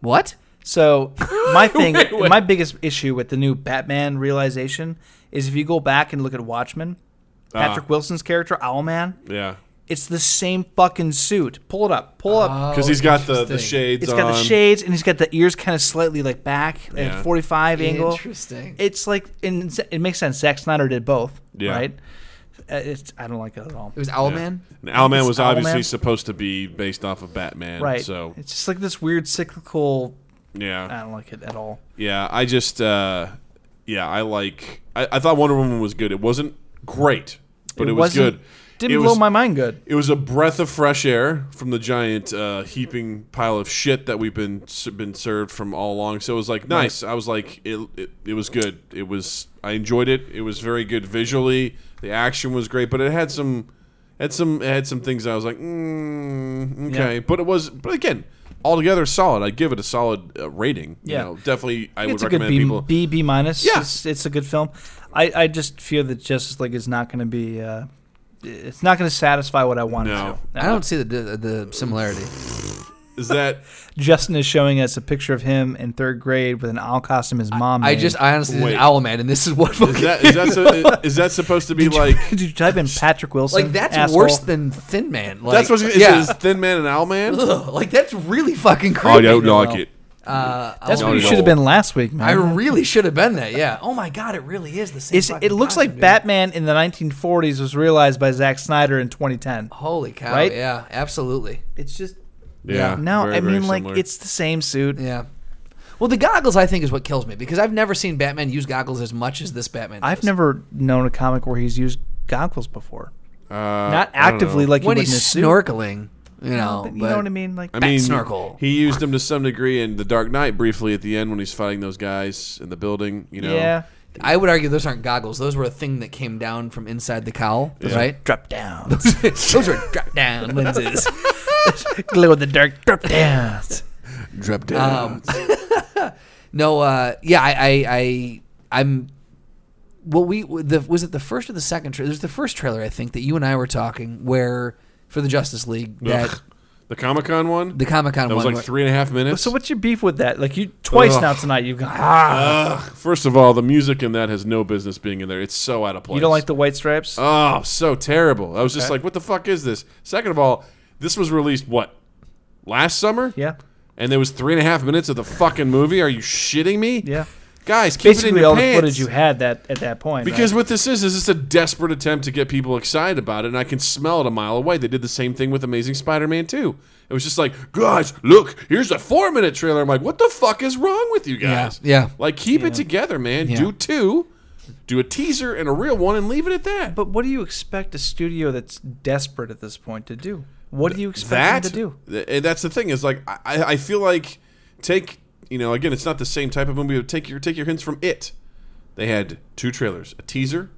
Speaker 2: What? <laughs>
Speaker 1: So my thing, my biggest issue with the new Batman realization is if you go back and look at Watchmen,
Speaker 4: Ah.
Speaker 1: Patrick Wilson's character Owlman,
Speaker 4: Yeah,
Speaker 1: it's the same fucking suit. Pull it up, pull
Speaker 2: Ah.
Speaker 1: up.
Speaker 4: Oh, because he's got the, the
Speaker 2: interesting.
Speaker 4: shades.
Speaker 1: It's got the
Speaker 4: on.
Speaker 1: shades and he's got the ears kind of slightly like back at
Speaker 4: Yeah.
Speaker 1: a 45 angle.
Speaker 2: Interesting.
Speaker 1: It's like in, it makes sense. Zack Snyder did both,
Speaker 4: Yeah.
Speaker 1: right? Uh, It's I don't like it at all.
Speaker 2: It was Owlman.
Speaker 4: And Owlman
Speaker 1: It's
Speaker 4: was obviously
Speaker 1: Owlman.
Speaker 4: supposed to be based off of Batman.
Speaker 1: right.
Speaker 4: So
Speaker 1: it's uh, just like this weird cyclical. I
Speaker 4: yeah,
Speaker 1: don't like it at all.
Speaker 4: yeah. I just uh, yeah, I like. I, I thought Wonder Woman was good. It wasn't great, but it, was
Speaker 1: wasn't-
Speaker 4: good.
Speaker 1: Didn't
Speaker 4: It
Speaker 1: blow
Speaker 4: was-
Speaker 1: my mind good.
Speaker 4: It was a breath of fresh air from the giant uh, heaping pile of shit that we've been s- been served from all along. So it was like nice. I was like, it, it, it was good. It was I enjoyed it. It was very good visually. The action was great, but it had some had some it had some things I was like, mm, okay. But it was but again altogether solid. I'd give it a solid uh, rating.
Speaker 1: Yeah.
Speaker 4: you know, definitely. I would
Speaker 1: it's a good
Speaker 4: recommend
Speaker 1: B,
Speaker 4: people.
Speaker 1: B B minus.
Speaker 4: Yeah.
Speaker 1: It's, it's a good film. I, I just fear that Justice League is not going to be. Uh, it's not going to satisfy what I wanted
Speaker 4: No.
Speaker 1: to.
Speaker 2: I don't see the the, the similarity.
Speaker 1: <laughs>
Speaker 4: Is that
Speaker 1: Uh, Justin is showing us a picture of him in third grade with an owl costume his mom.
Speaker 2: I
Speaker 1: made.
Speaker 2: just I honestly
Speaker 4: Wait.
Speaker 2: did Owlman, and this is what
Speaker 4: is
Speaker 2: fucking
Speaker 4: that is that, so, is that supposed to be like?
Speaker 1: <laughs> <laughs> Did you type in Patrick
Speaker 2: <laughs>
Speaker 1: Wilson?
Speaker 2: like that's
Speaker 1: asshole?
Speaker 2: worse than Thin Man. Like,
Speaker 4: That's what it
Speaker 2: yeah. <laughs>
Speaker 4: is. Thin Man and Owl
Speaker 1: <laughs>
Speaker 4: Man.
Speaker 2: Ugh, like that's really fucking creepy.
Speaker 4: I don't like it.
Speaker 2: Uh,
Speaker 1: That's
Speaker 2: Owlman.
Speaker 1: what
Speaker 4: No,
Speaker 1: you
Speaker 4: no.
Speaker 1: should have been last week, man.
Speaker 2: I really should have been that. Yeah. Oh my god, it really is the same.
Speaker 1: It's- it
Speaker 2: fucking
Speaker 1: looks like
Speaker 2: costume, dude.
Speaker 1: Batman in the 1940s was realized by Zack Snyder in 2010.
Speaker 2: Holy cow!
Speaker 1: Right?
Speaker 2: Yeah, absolutely.
Speaker 1: It's just
Speaker 4: Yeah.
Speaker 1: no.
Speaker 4: very,
Speaker 1: I
Speaker 4: very
Speaker 1: mean, like
Speaker 4: similar.
Speaker 1: it's the same suit.
Speaker 2: Yeah. Well, the goggles I think is what kills me because I've never seen Batman use goggles as much as this Batman.
Speaker 1: I've
Speaker 2: does.
Speaker 1: never known a comic where he's used goggles before. Not
Speaker 4: Uh, I don't
Speaker 1: actively
Speaker 4: know.
Speaker 1: like he
Speaker 2: when
Speaker 1: would in
Speaker 2: he's
Speaker 1: a suit.
Speaker 2: snorkeling. You know,
Speaker 1: But you
Speaker 2: but-
Speaker 1: know what I mean? Like,
Speaker 4: I mean,
Speaker 2: snorkel.
Speaker 4: he used him to some degree in The Dark Knight briefly at the end when he's fighting those guys in the building. You know,
Speaker 1: yeah,
Speaker 2: I would argue those aren't goggles. Those were a thing that came down from inside the cowl, right? <laughs>
Speaker 1: drop <laughs> down,
Speaker 2: those are drop down
Speaker 4: <laughs>
Speaker 2: lenses.
Speaker 1: glow in the dark, drop down.
Speaker 4: drop down.
Speaker 2: Um, No, uh, yeah, I, I, I, I'm. Well, we the was it the first or the second trailer? There's the first trailer I think that you and I were talking where for the Justice League that
Speaker 4: Ugh. the Comic Con one.
Speaker 2: the Comic Con
Speaker 4: that was
Speaker 2: one.
Speaker 4: like three and a half minutes.
Speaker 1: So what's your beef with that? Like you twice
Speaker 4: Ugh.
Speaker 1: now tonight you've gone. Ah,
Speaker 4: First of all, the music in that has no business being in there. It's so out of place.
Speaker 1: you don't like the white stripes?
Speaker 4: Oh, so terrible. I was just like, what the fuck is this? Second of all, this was released what last summer.
Speaker 1: yeah,
Speaker 4: and there was three and a half minutes of the fucking movie. Are you shitting me?
Speaker 1: Yeah.
Speaker 4: guys, keep it in
Speaker 1: Basically,
Speaker 4: your
Speaker 1: all
Speaker 4: pants.
Speaker 1: the footage you had that at that point.
Speaker 4: Because
Speaker 1: right?
Speaker 4: what this is is it's a desperate attempt to get people excited about it, and I can smell it a mile away. They did the same thing with Amazing Spider-Man 2. It was just like, guys, look, here's a four-minute trailer. I'm like, what the fuck is wrong with you guys?
Speaker 2: yeah.
Speaker 4: Like, keep it together, man. Do two, do a teaser and a real one, and leave it at that.
Speaker 1: but what do you expect a studio that's desperate at this point to do? What do you expect
Speaker 4: that
Speaker 1: them to do?
Speaker 4: th- and that's the thing is like I, I I feel like take you know again it's not the same type of movie but take your take your hints from it. They had two trailers, a teaser,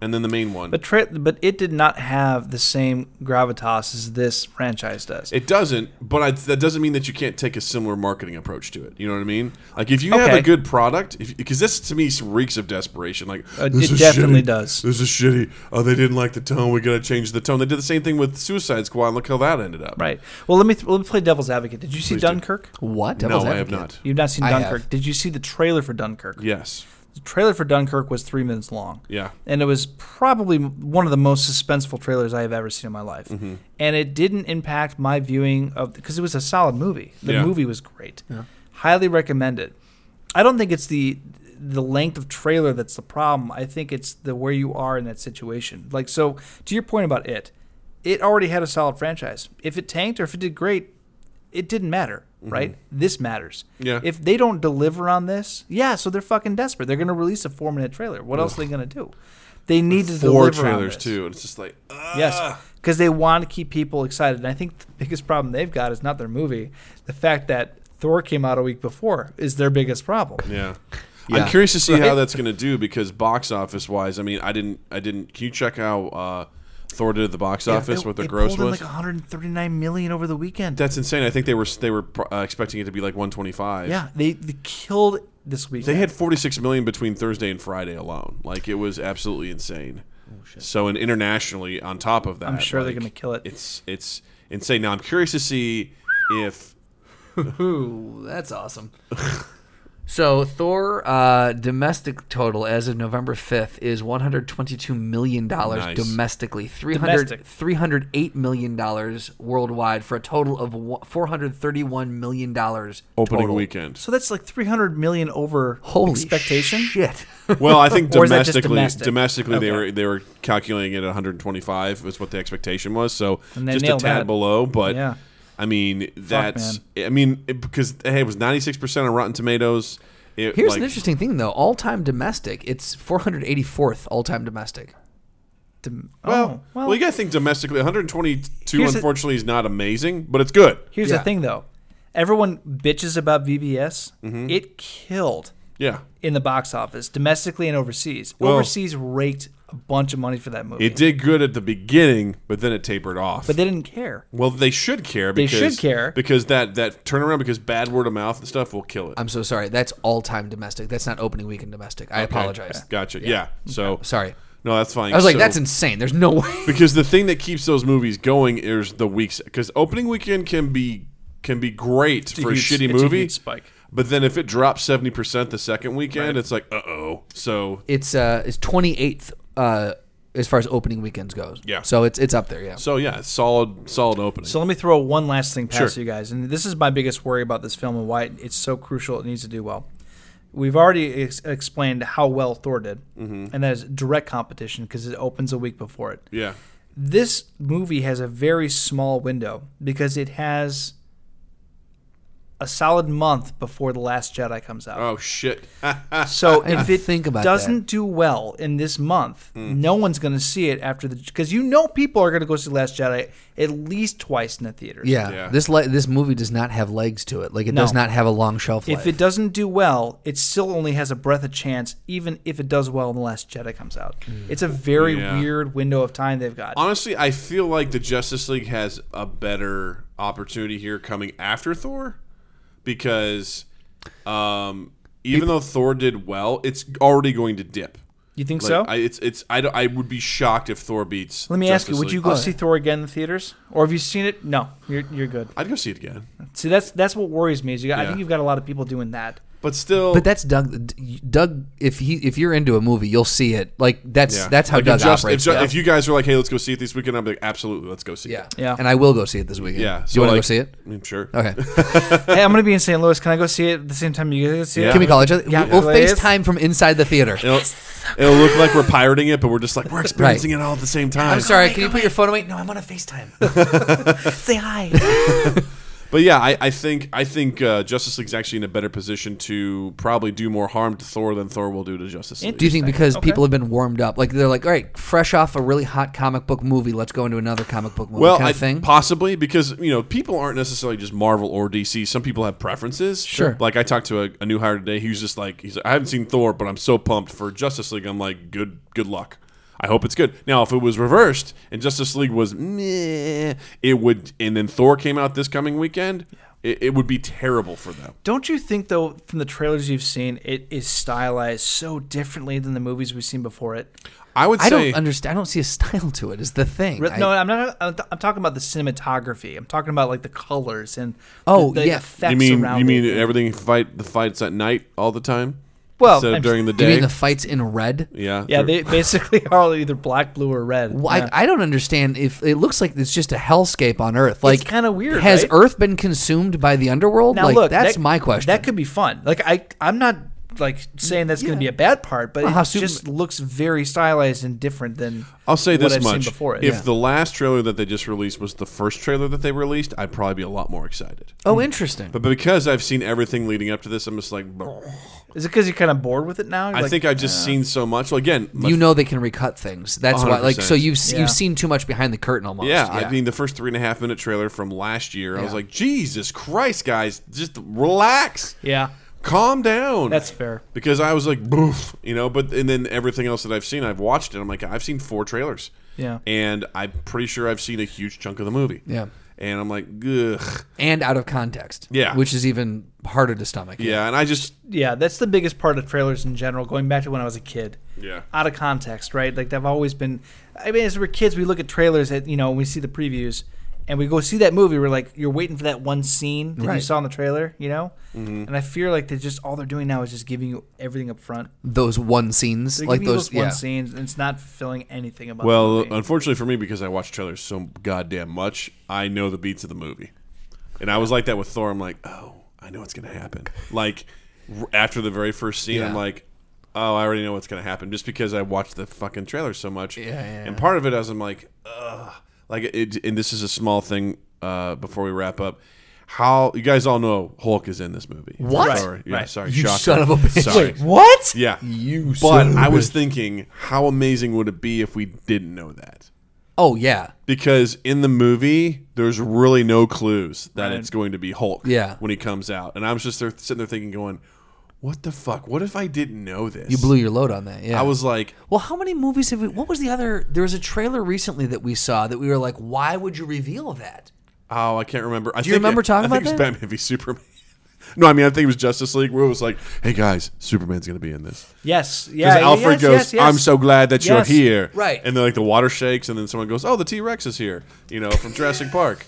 Speaker 4: and then the main one.
Speaker 1: But tra- but it did not have the same gravitas as this franchise does.
Speaker 4: It doesn't, but I, that doesn't mean that you can't take a similar marketing approach to it. You know what I mean? Like if you have
Speaker 1: Okay.
Speaker 4: a good product, because this to me reeks of desperation. Like
Speaker 1: Uh,
Speaker 4: this
Speaker 1: it
Speaker 4: is
Speaker 1: definitely
Speaker 4: shitty.
Speaker 1: does.
Speaker 4: This is shitty. Oh, they didn't like the tone. We gotta change the tone. They did the same thing with Suicide Squad. and Look how that ended up.
Speaker 1: right. Well, let me th- let me play devil's advocate. Did you see
Speaker 4: Please do.
Speaker 1: Dunkirk?
Speaker 2: What?
Speaker 4: No,
Speaker 2: Devil's
Speaker 4: I have
Speaker 2: Advocate.
Speaker 4: not.
Speaker 1: You've not seen
Speaker 2: I have.
Speaker 1: Dunkirk. Did you see the trailer for Dunkirk?
Speaker 4: Yes.
Speaker 1: The trailer for Dunkirk was three minutes long.
Speaker 4: Yeah.
Speaker 1: and it was probably one of the most suspenseful trailers I have ever seen in my life.
Speaker 4: Mm-hmm.
Speaker 1: And it didn't impact my viewing of because it was a solid movie. The
Speaker 4: Yeah.
Speaker 1: movie was great. Highly recommend it. I don't think it's the the length of trailer that's the problem. I think it's the where you are in that situation. Like so to your point about it, it already had a solid franchise. If it tanked or if it did great, it didn't matter, right? This matters.
Speaker 4: Mm-hmm. Yeah.
Speaker 1: If they don't deliver on this, yeah, so they're fucking desperate. They're gonna release a four minute trailer. What else are they gonna do? They need to
Speaker 4: Four
Speaker 1: deliver on
Speaker 4: trailers
Speaker 1: this.
Speaker 4: too, and it's just like uh,
Speaker 1: Yes, because they want to keep people excited. And I think the biggest problem they've got is not their movie. The fact that Thor came out a week before is their biggest problem.
Speaker 4: Yeah.
Speaker 2: Yeah.
Speaker 4: I'm curious to see how that's going to do because box office wise, I mean, I didn't, I didn't. Can you check how uh, Thor did at the box office?
Speaker 1: They-
Speaker 4: what the
Speaker 1: they
Speaker 4: gross
Speaker 1: pulled in
Speaker 4: was?
Speaker 1: like 139 million over the weekend.
Speaker 4: That's insane. I think they were they were uh, expecting it to be like 125.
Speaker 1: yeah, they, they killed this weekend.
Speaker 4: They had 46 million between Thursday and Friday alone. Like it was absolutely insane. So and internationally on top of that,
Speaker 1: Oh, I'm sure they're
Speaker 4: like,
Speaker 1: gonna kill it.
Speaker 4: It's it's insane. Now I'm curious to see if
Speaker 2: Ooh, that's
Speaker 4: <laughs>
Speaker 2: awesome. so Thor uh, domestic total as of November 5th is 122 million dollars
Speaker 4: Nice.
Speaker 2: domestically, 300
Speaker 1: Domestic.
Speaker 2: 308 million dollars worldwide for a total of wa- 431 million dollars
Speaker 4: opening weekend.
Speaker 1: so that's like 300 million over
Speaker 2: Holy
Speaker 1: expectation.
Speaker 2: shit.
Speaker 4: Well, I think
Speaker 1: <laughs> Or is that just
Speaker 4: domestically,
Speaker 1: domestic?
Speaker 4: domestically
Speaker 1: Okay.
Speaker 4: they were they were calculating it at 125 was what the expectation was. So
Speaker 1: And they
Speaker 4: just a
Speaker 1: nailed
Speaker 4: tad
Speaker 1: that.
Speaker 4: below, but
Speaker 1: Yeah.
Speaker 4: I mean that's I mean it, because hey, it was 96 percent on Rotten Tomatoes.
Speaker 2: <laughs>
Speaker 4: It,
Speaker 2: Here's
Speaker 4: like,
Speaker 2: an interesting thing though. All time domestic, it's 484th all time domestic.
Speaker 1: Dom-
Speaker 4: Well,
Speaker 1: oh,
Speaker 4: well, you gotta think domestically. 122,
Speaker 1: Here's a-
Speaker 4: unfortunately, is not amazing, but it's good.
Speaker 1: Here's
Speaker 2: Yeah.
Speaker 1: the thing, though. Everyone bitches about VBS.
Speaker 4: Mm-hmm.
Speaker 1: It killed
Speaker 4: Yeah,
Speaker 1: in the box office, domestically and overseas.
Speaker 4: Well-
Speaker 1: overseas raked a bunch of money for that movie,
Speaker 4: it did good at the beginning, but then it tapered off.
Speaker 1: but they didn't care.
Speaker 4: well, they should care.
Speaker 1: They
Speaker 4: Because,
Speaker 1: should care.
Speaker 4: because that that turnaround, because bad word of mouth and stuff will kill it.
Speaker 2: I'm so sorry. That's all time domestic. That's not opening weekend domestic. I
Speaker 4: <laughs>
Speaker 2: apologize.
Speaker 4: Gotcha. Yeah. So
Speaker 2: Sorry.
Speaker 4: No, that's fine.
Speaker 2: I was like,
Speaker 4: So-
Speaker 2: that's
Speaker 1: <laughs>
Speaker 2: insane. There's no way. <laughs>
Speaker 4: because the thing that keeps those movies going is the weeks. Because opening weekend can be can be great for
Speaker 1: huge-
Speaker 4: a shitty
Speaker 1: it's a
Speaker 4: movie.
Speaker 1: huge spike.
Speaker 4: But then if it drops seventy percent the second weekend, it's like uh oh. So
Speaker 2: it's uh it's 28th uh as far as opening weekends goes.
Speaker 4: Yeah.
Speaker 2: So it's it's up there, yeah.
Speaker 4: so yeah, solid solid opening.
Speaker 1: So let me throw one last thing past
Speaker 4: Sure.
Speaker 1: you guys, and this is my biggest worry about this film and why it's so crucial. It needs to do well. We've already ex- explained how well Thor did,
Speaker 4: Mm-hmm.
Speaker 1: and that is direct competition because it opens a week before it.
Speaker 4: yeah.
Speaker 1: this movie has a very small window because it has a solid month before the last jedi comes out
Speaker 4: Oh shit.
Speaker 1: so
Speaker 2: didn't
Speaker 1: if it
Speaker 2: think about that.
Speaker 1: doesn't do well in this month
Speaker 4: Mm.
Speaker 1: no one's going to see it after the because you know people are going to go see the last jedi at least twice in the theaters
Speaker 2: Yeah.
Speaker 4: Yeah.
Speaker 2: This le- this movie does not have legs to it. Like it
Speaker 1: No.
Speaker 2: does not have a long shelf life.
Speaker 1: if it doesn't do well it still only has a breath of chance even if it does well when the last jedi comes out
Speaker 2: Mm.
Speaker 1: it's a very
Speaker 4: Yeah.
Speaker 1: weird window of time they've got
Speaker 4: Honestly, I feel like the Justice League has a better opportunity here coming after Thor because um, even though Thor did well, it's already going to dip.
Speaker 1: you think
Speaker 4: Like,
Speaker 1: so
Speaker 4: I, it's it's I, don't- I would be shocked if Thor beats.
Speaker 1: Let me ask you:
Speaker 4: Justice
Speaker 1: Would you
Speaker 4: League.
Speaker 1: go see Thor again in the theaters, or have you seen it? No, you're you're good.
Speaker 4: I'd go see it again.
Speaker 1: See, that's that's what worries me. Is you got, I
Speaker 4: Yeah.
Speaker 1: think you've got a lot of people doing that.
Speaker 4: But still,
Speaker 2: But that's Doug. Doug, if he if you're into a movie, you'll see it. Like that's
Speaker 4: yeah.
Speaker 2: that's how
Speaker 4: Like, if
Speaker 2: Doug
Speaker 4: Just,
Speaker 2: operates.
Speaker 4: If, Ju-
Speaker 2: yeah.
Speaker 4: if you guys are like, hey, let's go see it this weekend, I'm like, absolutely, let's go see
Speaker 2: yeah.
Speaker 4: it.
Speaker 1: Yeah.
Speaker 2: And I will go see it this weekend.
Speaker 4: Yeah.
Speaker 2: Do you want to
Speaker 4: like-
Speaker 2: go see it?
Speaker 4: I mean, sure. <laughs>
Speaker 2: Okay.
Speaker 1: hey, I'm gonna be in St. Louis. Can I go see it at the same time you guys go see
Speaker 4: Yeah.
Speaker 1: it?
Speaker 2: Can we call each other?
Speaker 1: Yeah,
Speaker 2: we'll
Speaker 1: please.
Speaker 2: FaceTime from inside the theater.
Speaker 4: It'll, it'll look like we're pirating it, but we're just like we're experiencing it all at the same time.
Speaker 2: I'm sorry. Can you put your phone away? No, I'm on a FaceTime.
Speaker 1: Say hi.
Speaker 4: But yeah, I, I think I think uh, Justice League's actually in a better position to probably do more harm to Thor than Thor will do to Justice League.
Speaker 2: Do you think because people have been warmed up, like they're like, all right, fresh off a really hot comic book movie, let's go into another comic book movie
Speaker 4: well,
Speaker 2: kind of
Speaker 4: I-
Speaker 2: thing?
Speaker 4: possibly because you know people aren't necessarily just Marvel or DC. Some people have preferences.
Speaker 2: Sure.
Speaker 4: Like I talked to a, a new hire today. He was just like, he's like, I haven't seen Thor, but I'm so pumped for Justice League. I'm like, good, good luck. I hope it's good. Now, if it was reversed and Justice League was meh, it would, and then Thor came out this coming weekend, it, it would be terrible for them.
Speaker 1: Don't you think though, from the trailers you've seen, it is stylized so differently than the movies we've seen before it?
Speaker 4: I would say
Speaker 2: I don't understand. I don't see a style to it. Is the thing?
Speaker 1: Re-
Speaker 2: I-
Speaker 1: no, I'm not. I'm, t- I'm talking about the cinematography. I'm talking about like the colors and
Speaker 2: Oh,
Speaker 1: the, the
Speaker 2: yeah.
Speaker 1: effects
Speaker 4: You mean
Speaker 1: around
Speaker 4: you mean
Speaker 1: it.
Speaker 4: everything fight the fights at night all the time?
Speaker 1: Well,
Speaker 4: instead
Speaker 1: I'm-
Speaker 4: of during the
Speaker 2: do you
Speaker 4: day.
Speaker 2: mean the fights in red?
Speaker 4: yeah,
Speaker 1: Yeah,
Speaker 4: Or-
Speaker 1: they basically <laughs> are all either black, blue, or red.
Speaker 2: Well,
Speaker 1: Yeah.
Speaker 2: I, I don't understand if it looks like it's just a hellscape on Earth. Like
Speaker 1: kinda weird,
Speaker 2: Has
Speaker 1: right?
Speaker 2: Earth been consumed by the underworld?
Speaker 1: now
Speaker 2: like,
Speaker 1: look,
Speaker 2: that's
Speaker 1: that-
Speaker 2: my question.
Speaker 1: That could be fun. Like I, I'm not like saying that's going to be a bad part, but
Speaker 2: how
Speaker 1: it
Speaker 2: soon-
Speaker 1: just looks very stylized and different than
Speaker 4: I'll say
Speaker 1: what
Speaker 4: this
Speaker 1: I've
Speaker 4: much:
Speaker 1: seen before it.
Speaker 4: if
Speaker 1: Yeah.
Speaker 4: the last trailer that they just released was the first trailer that they released, I'd probably be a lot more excited.
Speaker 2: oh, interesting.
Speaker 4: But because I've seen everything leading up to this, I'm just like,
Speaker 1: is it because you're kind of bored with it now? You're
Speaker 4: I
Speaker 1: like,
Speaker 4: think I've just seen so much. Well, again, my-
Speaker 2: you know they can recut things. That's why. Like so,
Speaker 4: 100%.
Speaker 2: you've s
Speaker 1: Yeah.
Speaker 2: you've seen too much behind the curtain almost.
Speaker 4: yeah, I mean the first three and a half minute trailer from last year, I was
Speaker 2: Yeah.
Speaker 4: like, Jesus Christ, guys, just relax.
Speaker 1: yeah,
Speaker 4: calm down.
Speaker 1: That's fair.
Speaker 4: Because I was like, boof, you know, but and then everything else that I've seen, I've watched it. I'm like, I've seen four trailers.
Speaker 1: Yeah.
Speaker 4: And I'm pretty sure I've seen a huge chunk of the movie.
Speaker 2: Yeah.
Speaker 4: And I'm like, ugh.
Speaker 2: and out of context.
Speaker 4: Yeah.
Speaker 2: which is even harder to stomach.
Speaker 4: Yeah. And I just,
Speaker 1: yeah, that's the biggest part of trailers in general. Going back to when I was a kid,
Speaker 4: Yeah.
Speaker 1: out of context, right? Like they've always been. I mean, as we're kids, we look at trailers at you know we see the previews, and we go see that movie. We're like, you're waiting for that one scene that you
Speaker 2: Right.
Speaker 1: saw in the trailer, you know.
Speaker 4: Mm-hmm.
Speaker 1: And I fear like they just all they're doing now is just giving you everything up front.
Speaker 2: those one scenes,
Speaker 1: They
Speaker 2: like
Speaker 1: give you
Speaker 2: those.
Speaker 1: those one
Speaker 2: yeah.
Speaker 1: scenes, and it's not filling anything about. the
Speaker 4: well, uh,
Speaker 1: movie.
Speaker 4: unfortunately for me, because I watch trailers so goddamn much, I know the beats of the movie. And I was like that with Thor. I'm like, oh, I know what's going to happen. Like, r- after the very first scene, I'm
Speaker 2: Yeah.
Speaker 4: like, oh, I already know what's going to happen just because I watched the fucking trailer so much.
Speaker 2: yeah,
Speaker 4: And part of it is I'm like, ugh. Like, it, and this is a small thing uh, before we wrap up. How you guys all know Hulk is in this movie?
Speaker 2: What?
Speaker 4: Sorry, yeah,
Speaker 1: Right.
Speaker 4: sorry,
Speaker 2: You
Speaker 4: shocker.
Speaker 2: son of a bitch.
Speaker 4: Sorry.
Speaker 1: what?
Speaker 4: Yeah.
Speaker 2: You
Speaker 4: But
Speaker 2: son of
Speaker 4: I
Speaker 2: a
Speaker 4: was
Speaker 2: bitch.
Speaker 4: thinking, how amazing would it be if we didn't know that?
Speaker 2: Oh yeah,
Speaker 4: Because in the movie, there's really no clues that it's going to be Hulk
Speaker 2: Yeah.
Speaker 4: when he comes out. And I was just there, sitting there thinking, going, what the fuck? What if I didn't know this?
Speaker 2: you blew your load on that. Yeah,
Speaker 4: I was like,
Speaker 2: Well, how many movies have we? What was the other? There was a trailer recently that we saw that we were like, "Why would you reveal that?"
Speaker 4: oh, I can't remember. I Do
Speaker 2: you remember talking
Speaker 4: I think
Speaker 2: about
Speaker 4: it was
Speaker 2: that?
Speaker 4: Batman v Superman. <laughs> No, I mean, I think it was Justice League where it was like, hey guys, Superman's going to be in this.
Speaker 1: Yes. Yeah.
Speaker 4: Because Alfred
Speaker 1: yes,
Speaker 4: goes,
Speaker 1: yes, yes.
Speaker 4: I'm so glad that
Speaker 1: Yes.
Speaker 4: you're here.
Speaker 2: Right.
Speaker 4: And then, like, the water shakes, and then someone goes, oh, the T Rex is here, you know, from Jurassic Park.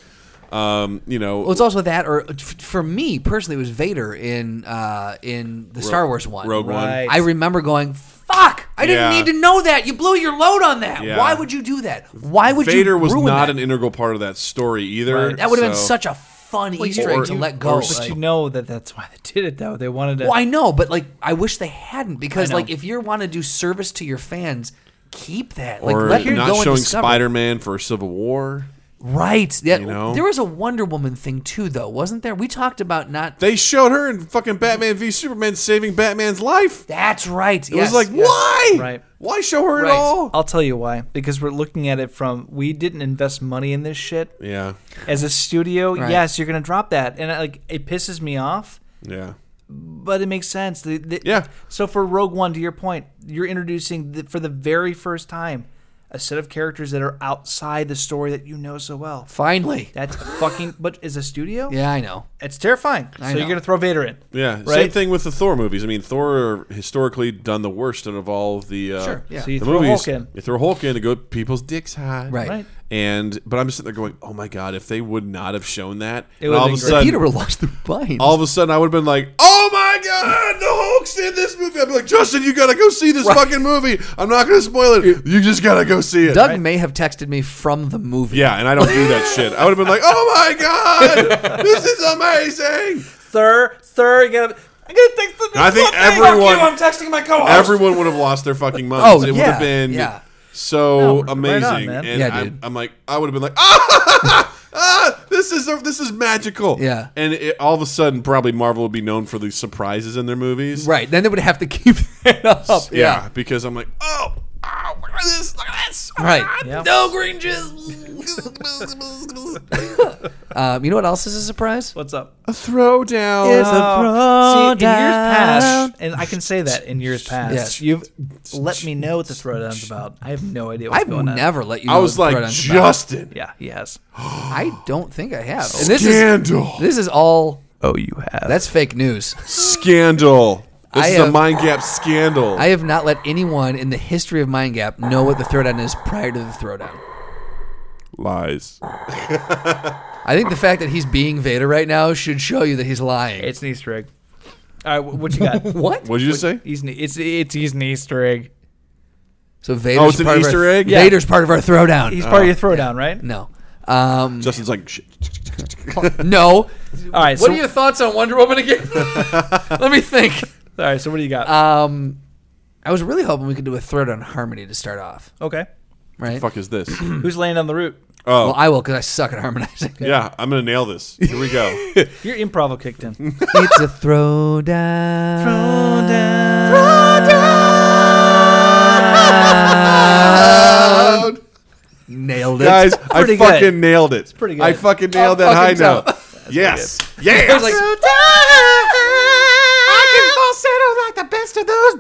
Speaker 4: Um, you know,
Speaker 2: Well, it's also that, or f- for me personally, it was Vader in uh, in the Star Wars one.
Speaker 4: Rogue
Speaker 1: Right.
Speaker 4: One.
Speaker 2: I remember going, "Fuck! I didn't
Speaker 4: Yeah.
Speaker 2: need to know that. You blew your load on that.
Speaker 4: Yeah.
Speaker 2: Why would you do that? Why would you?"
Speaker 4: Vader was
Speaker 2: ruin
Speaker 4: not
Speaker 2: that?
Speaker 4: an integral part of that story either.
Speaker 2: That would have been
Speaker 4: so-
Speaker 2: such a fun Easter
Speaker 4: or-
Speaker 2: egg to let go.
Speaker 4: or
Speaker 1: But
Speaker 2: Like,
Speaker 1: you know that that's why they did it though. They wanted to.
Speaker 2: well, I know, but like, I wish they hadn't because,
Speaker 1: know.
Speaker 2: like, if you want to do service to your fans, keep that. Like,
Speaker 4: Or
Speaker 2: let them go
Speaker 4: not
Speaker 2: and
Speaker 4: showing
Speaker 2: discover.
Speaker 4: Spider Man for Civil War.
Speaker 2: Right. Yeah.
Speaker 4: know?
Speaker 2: There was a Wonder Woman thing too, though, wasn't there? We talked about not.
Speaker 4: They showed her in fucking Batman v Superman saving Batman's life.
Speaker 2: That's right.
Speaker 4: It was like, why?
Speaker 1: Right.
Speaker 4: Why show her
Speaker 2: Right.
Speaker 4: at all?
Speaker 1: I'll tell you why. Because we're looking at it from we didn't invest money in this shit
Speaker 4: Yeah.
Speaker 1: as a studio.
Speaker 2: Right.
Speaker 1: Yes, you're gonna drop that, and I, like it pisses me off,
Speaker 4: Yeah.
Speaker 1: but it makes sense. The- the-
Speaker 4: Yeah.
Speaker 1: So for Rogue One, to your point, you're introducing the, for the very first time a set of characters that are outside the story that you know so well.
Speaker 2: Finally.
Speaker 4: <laughs>
Speaker 1: That's fucking. But as a studio,
Speaker 2: Yeah, I know.
Speaker 1: it's terrifying. so
Speaker 2: know.
Speaker 1: you're gonna throw Vader in.
Speaker 4: Yeah. Same
Speaker 1: Right?
Speaker 4: thing with the Thor movies. I mean, Thor historically done the worst out of all of the, uh,
Speaker 2: Sure, yeah.
Speaker 1: So you
Speaker 4: the
Speaker 1: throw
Speaker 4: movies.
Speaker 1: Hulk in.
Speaker 4: You throw Hulk in to go people's dicks high.
Speaker 2: Right.
Speaker 1: Right.
Speaker 4: And but I'm just sitting there going, oh my god, if they would not have shown that,
Speaker 1: It
Speaker 4: and
Speaker 1: would've
Speaker 4: all of
Speaker 1: been
Speaker 4: a
Speaker 1: great.
Speaker 2: If
Speaker 4: sudden,
Speaker 2: he'd ever lost the vine,
Speaker 4: all of a sudden I would have been like, "Oh my god, the Hulk's in this movie!" I'd be like, "Justin, you gotta go see this fucking movie. I'm not gonna spoil it. You just gotta go see it."
Speaker 2: Doug may have texted me from the movie.
Speaker 4: yeah, and I don't do that shit. I would have been like, "Oh my
Speaker 1: <laughs>
Speaker 4: god, this is amazing!"
Speaker 1: Sir, sir, you gotta. I'm gonna text the
Speaker 4: I think
Speaker 1: fuck you,
Speaker 4: everyone-
Speaker 1: I'm texting my co-host.
Speaker 4: Everyone would have lost
Speaker 2: <laughs>
Speaker 4: their fucking minds.
Speaker 2: Oh,
Speaker 4: it would
Speaker 2: yeah,
Speaker 4: have been
Speaker 2: yeah.
Speaker 1: No,
Speaker 4: so
Speaker 1: right on,
Speaker 4: amazing.
Speaker 1: man.
Speaker 4: and
Speaker 2: Yeah, dude.
Speaker 4: I'm, I'm like, I would have been like, <laughs> "Ah, ah, this is this is magical."
Speaker 2: Yeah.
Speaker 4: and it, all of a sudden, probably Marvel would be known for these surprises in their movies.
Speaker 2: Right. Then they would have to <laughs> keep that up.
Speaker 4: Yeah, because I'm like, oh, oh, look at this, look at this. Oh,
Speaker 2: Right.
Speaker 4: God."
Speaker 1: Yeah.
Speaker 2: No green jizz. <laughs> um, you know what else is a surprise?
Speaker 1: What's up?
Speaker 4: <laughs> A throwdown.
Speaker 1: Oh, see, in years past, and I can say that in years past,
Speaker 2: Yes.
Speaker 1: you've let me know what the throwdown's about. I have no idea what's
Speaker 2: I've
Speaker 1: going on.
Speaker 2: never let you. Know
Speaker 4: I was
Speaker 2: what the
Speaker 4: like,
Speaker 2: throwdown's about.
Speaker 4: Justin,
Speaker 1: Yeah, he has.
Speaker 2: I don't think I have. And this is
Speaker 4: scandal,
Speaker 2: this is all.
Speaker 1: Oh, you have.
Speaker 2: That's fake news.
Speaker 4: scandal. This
Speaker 2: I
Speaker 4: is
Speaker 2: have-
Speaker 4: a mind gap scandal.
Speaker 2: I have not let anyone in the history of Mind Gap know what the throwdown is prior to the throwdown.
Speaker 4: Lies.
Speaker 2: I think the fact that he's being Vader right now should show you that he's lying.
Speaker 1: it's an Easter egg. All right, wh- what you
Speaker 2: <laughs>
Speaker 1: got?
Speaker 2: what?
Speaker 4: What did you just say?
Speaker 1: He's an, it's it's he's an Easter egg.
Speaker 2: So Vader's
Speaker 4: Oh, it's an
Speaker 2: part of
Speaker 4: Easter
Speaker 2: our,
Speaker 4: egg?
Speaker 1: Yeah.
Speaker 2: Vader's part of our throwdown.
Speaker 1: He's part of your throwdown, right?
Speaker 2: no. Um,
Speaker 4: Justin's like, shit.
Speaker 2: no.
Speaker 1: All right.
Speaker 2: What
Speaker 1: so,
Speaker 2: are your thoughts on Wonder Woman
Speaker 4: <laughs>
Speaker 2: again? Let me think.
Speaker 1: All right. So what do you got?
Speaker 2: Um, I was really hoping we could do a throwdown harmony to start off,
Speaker 1: okay.
Speaker 2: right?
Speaker 4: fuck is <clears throat> this?
Speaker 1: Who's laying down the route?
Speaker 4: Oh,
Speaker 2: Well, I will because I suck at harmonizing.
Speaker 4: yeah, I'm gonna nail this. Here we <laughs> go.
Speaker 1: Your improv will kicked
Speaker 2: <laughs>
Speaker 1: in.
Speaker 2: <laughs> it's a throwdown. <laughs> Nailed it.
Speaker 4: Um, Guys, I
Speaker 1: Um, pretty
Speaker 4: fucking
Speaker 1: good.
Speaker 4: nailed it. It's
Speaker 1: pretty good.
Speaker 4: I fucking nailed that high
Speaker 2: fucking
Speaker 4: note.
Speaker 2: tough.
Speaker 4: Yes.
Speaker 2: I
Speaker 4: Yes.
Speaker 2: was <laughs> like,
Speaker 5: I can falsetto like the best of those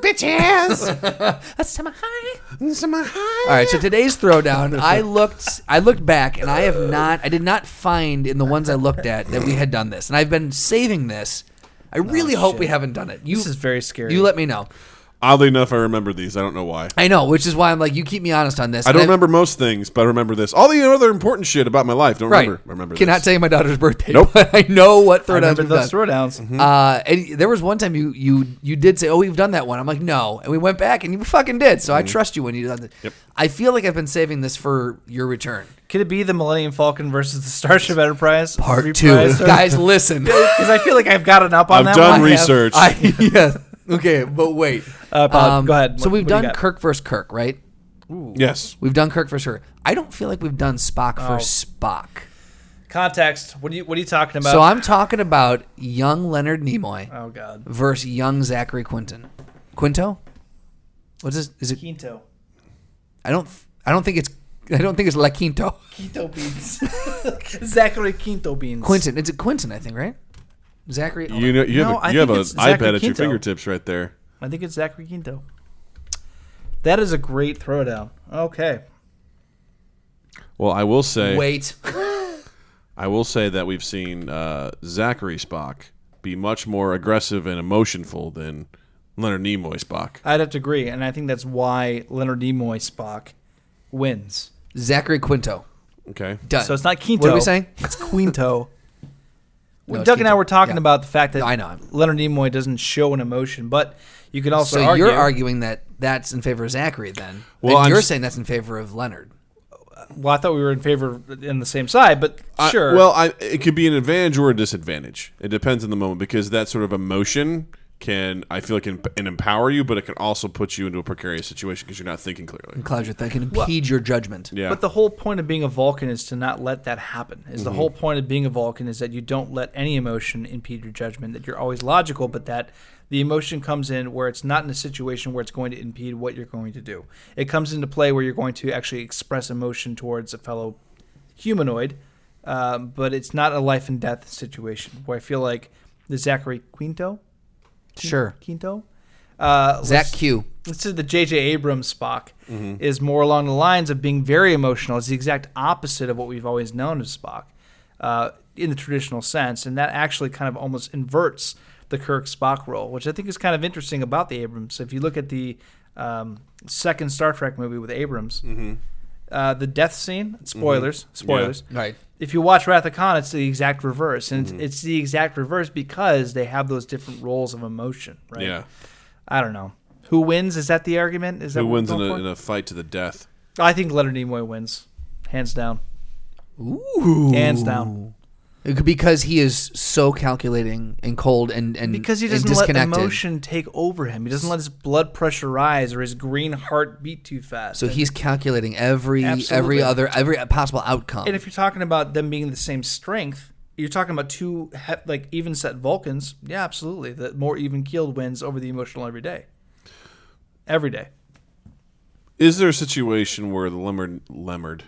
Speaker 4: <laughs>
Speaker 5: bitches.
Speaker 2: that's semi high.
Speaker 5: Some are high.
Speaker 2: All right, so today's
Speaker 4: <laughs>
Speaker 2: throwdown, I looked, I looked back, and I have not, I did not find in the ones I looked at that we had done this, and I've been saving this. I really hope we haven't done it. You,
Speaker 1: This is very scary.
Speaker 2: you let me know.
Speaker 4: Oddly enough, I remember these. I don't know why.
Speaker 2: I know, which is why I'm like, you keep me honest on this.
Speaker 4: I
Speaker 2: and
Speaker 4: don't remember most things, but I remember this. All the other important shit about my life. Don't
Speaker 2: Right.
Speaker 4: remember. Remember.
Speaker 2: Cannot
Speaker 4: this.
Speaker 2: tell you my daughter's birthday.
Speaker 4: Nope.
Speaker 2: but I know what
Speaker 1: I
Speaker 2: throwdowns
Speaker 1: remember
Speaker 2: we've
Speaker 1: those
Speaker 2: done.
Speaker 1: throwdowns.
Speaker 4: Hmm.
Speaker 2: Uh, and there was one time you you you did say, "Oh, we've done that one." I'm like, "No," and we went back, and you fucking did. So I trust you when you done that.
Speaker 4: Hmm. Yep.
Speaker 2: I feel like I've been saving this for your return,
Speaker 1: Could it be the Millennium Falcon versus the Starship Enterprise?
Speaker 2: part two. Guys,
Speaker 4: <laughs>
Speaker 2: listen.
Speaker 1: Because I feel like I've gotten up on
Speaker 4: I've
Speaker 1: that
Speaker 4: done
Speaker 1: one. I have.
Speaker 4: research.
Speaker 2: <laughs> I yes. Okay, but
Speaker 1: <laughs>
Speaker 2: wait. Um,
Speaker 1: Uh, Bob, go ahead.
Speaker 2: So
Speaker 1: What-
Speaker 2: we've
Speaker 1: what do you
Speaker 2: done
Speaker 1: got?
Speaker 2: Kirk versus Kirk, right?
Speaker 4: yes.
Speaker 2: We've done Kirk versus Kirk. I don't feel like we've done Spock
Speaker 1: Oh.
Speaker 2: versus Spock.
Speaker 1: Context. What are you What are you talking about?
Speaker 2: So I'm talking about young Leonard Nimoy
Speaker 1: oh God.
Speaker 2: versus young Zachary Quinton. Quinto? What's this? Is it?
Speaker 1: Quinto.
Speaker 2: I don't. I don't think it's. I don't think it's La Quinto. <laughs>
Speaker 1: Quinto beans. <laughs> Zachary Quinto beans.
Speaker 2: Quinton. It's a Quinton, I think, right? Zachary. oh,
Speaker 4: You know, you
Speaker 1: No,
Speaker 4: have,
Speaker 1: I
Speaker 4: a, you have
Speaker 1: think
Speaker 4: an
Speaker 1: it's Zachary
Speaker 4: iPad at your
Speaker 1: Quinto.
Speaker 4: fingertips right there.
Speaker 1: I think it's Zachary Quinto. That is a great throwdown. Okay.
Speaker 4: Well, I will say,
Speaker 2: Wait.
Speaker 4: I will say that we've seen uh, Zachary Spock be much more aggressive and emotionful than Leonard Nimoy Spock.
Speaker 1: I'd have to agree, and I think that's why Leonard Nimoy Spock wins.
Speaker 2: Zachary Quinto.
Speaker 4: Okay.
Speaker 2: Done.
Speaker 1: So it's not Quinto.
Speaker 2: What are we
Speaker 1: <laughs>
Speaker 2: saying?
Speaker 1: It's <laughs> Quinto.
Speaker 2: No, it's
Speaker 1: Doug and I
Speaker 2: Quinto.
Speaker 1: were talking
Speaker 2: Yeah.
Speaker 1: about the fact that
Speaker 2: I know.
Speaker 1: Leonard Nimoy doesn't show an emotion, but you could also
Speaker 2: So
Speaker 1: argue.
Speaker 2: you're arguing that that's in favor of Zachary, then.
Speaker 4: Well,
Speaker 2: and
Speaker 4: I'm
Speaker 2: you're
Speaker 4: s-
Speaker 2: saying that's in favor of Leonard.
Speaker 1: well, I thought we were in favor of- in the same side, but
Speaker 2: Uh,
Speaker 4: I-
Speaker 1: sure.
Speaker 4: well, I, it could be an advantage or a disadvantage. It depends on the moment because that sort of emotion can, I feel like, can, can empower you, but it can also put you into a precarious situation because you're not thinking clearly.
Speaker 2: Cloud your thinking, impede your judgment.
Speaker 4: Yeah.
Speaker 1: But the whole point of being a Vulcan is to not let that happen. Is
Speaker 2: Mm-hmm.
Speaker 1: the whole point of being a Vulcan is that you don't let any emotion impede your judgment. That you're always logical, but that the emotion comes in where it's not in a situation where it's going to impede what you're going to do. It comes into play where you're going to actually express emotion towards a fellow humanoid, um, but it's not a life and death situation. Where I feel like the Zachary Quinto,
Speaker 2: Sure.
Speaker 1: Quinto, uh,
Speaker 2: Zach Q.
Speaker 1: let's say the J.J. Abrams Spock is more along the lines of being very emotional. It's the exact opposite of what we've always known of Spock uh, in the traditional sense, and that actually kind of almost inverts the Kirk Spock role, which I think is kind of interesting about the Abrams. If you look at the um, second Star Trek movie with Abrams, uh, the death scene. Spoilers, spoilers.
Speaker 2: Right.
Speaker 1: If you watch Wrath of Khan, it's the exact reverse, and it's, it's the exact reverse because they have those different roles of emotion. Right.
Speaker 4: Yeah.
Speaker 1: I don't know who wins. Is that the argument? Is that
Speaker 4: Who
Speaker 1: what we're
Speaker 4: wins in
Speaker 1: going
Speaker 4: a,
Speaker 1: for?
Speaker 4: in a fight to the death?
Speaker 1: I think Leonard Nimoy wins, hands down.
Speaker 2: Ooh.
Speaker 1: Hands down.
Speaker 2: It could- Because he is so calculating and cold and and
Speaker 1: Because he
Speaker 2: and
Speaker 1: doesn't let
Speaker 2: disconnected.
Speaker 1: emotion take over him. He doesn't let his blood pressure rise or his green heart beat too fast.
Speaker 2: So he's calculating every
Speaker 1: Absolutely.
Speaker 2: every other every possible outcome.
Speaker 1: And if you're talking about them being the same strength, you're talking about two he- like even set Vulcans. Yeah, absolutely. The more even keeled wins over the emotional every day. Every day.
Speaker 4: Is there a situation where the Lemmard, Lemmard,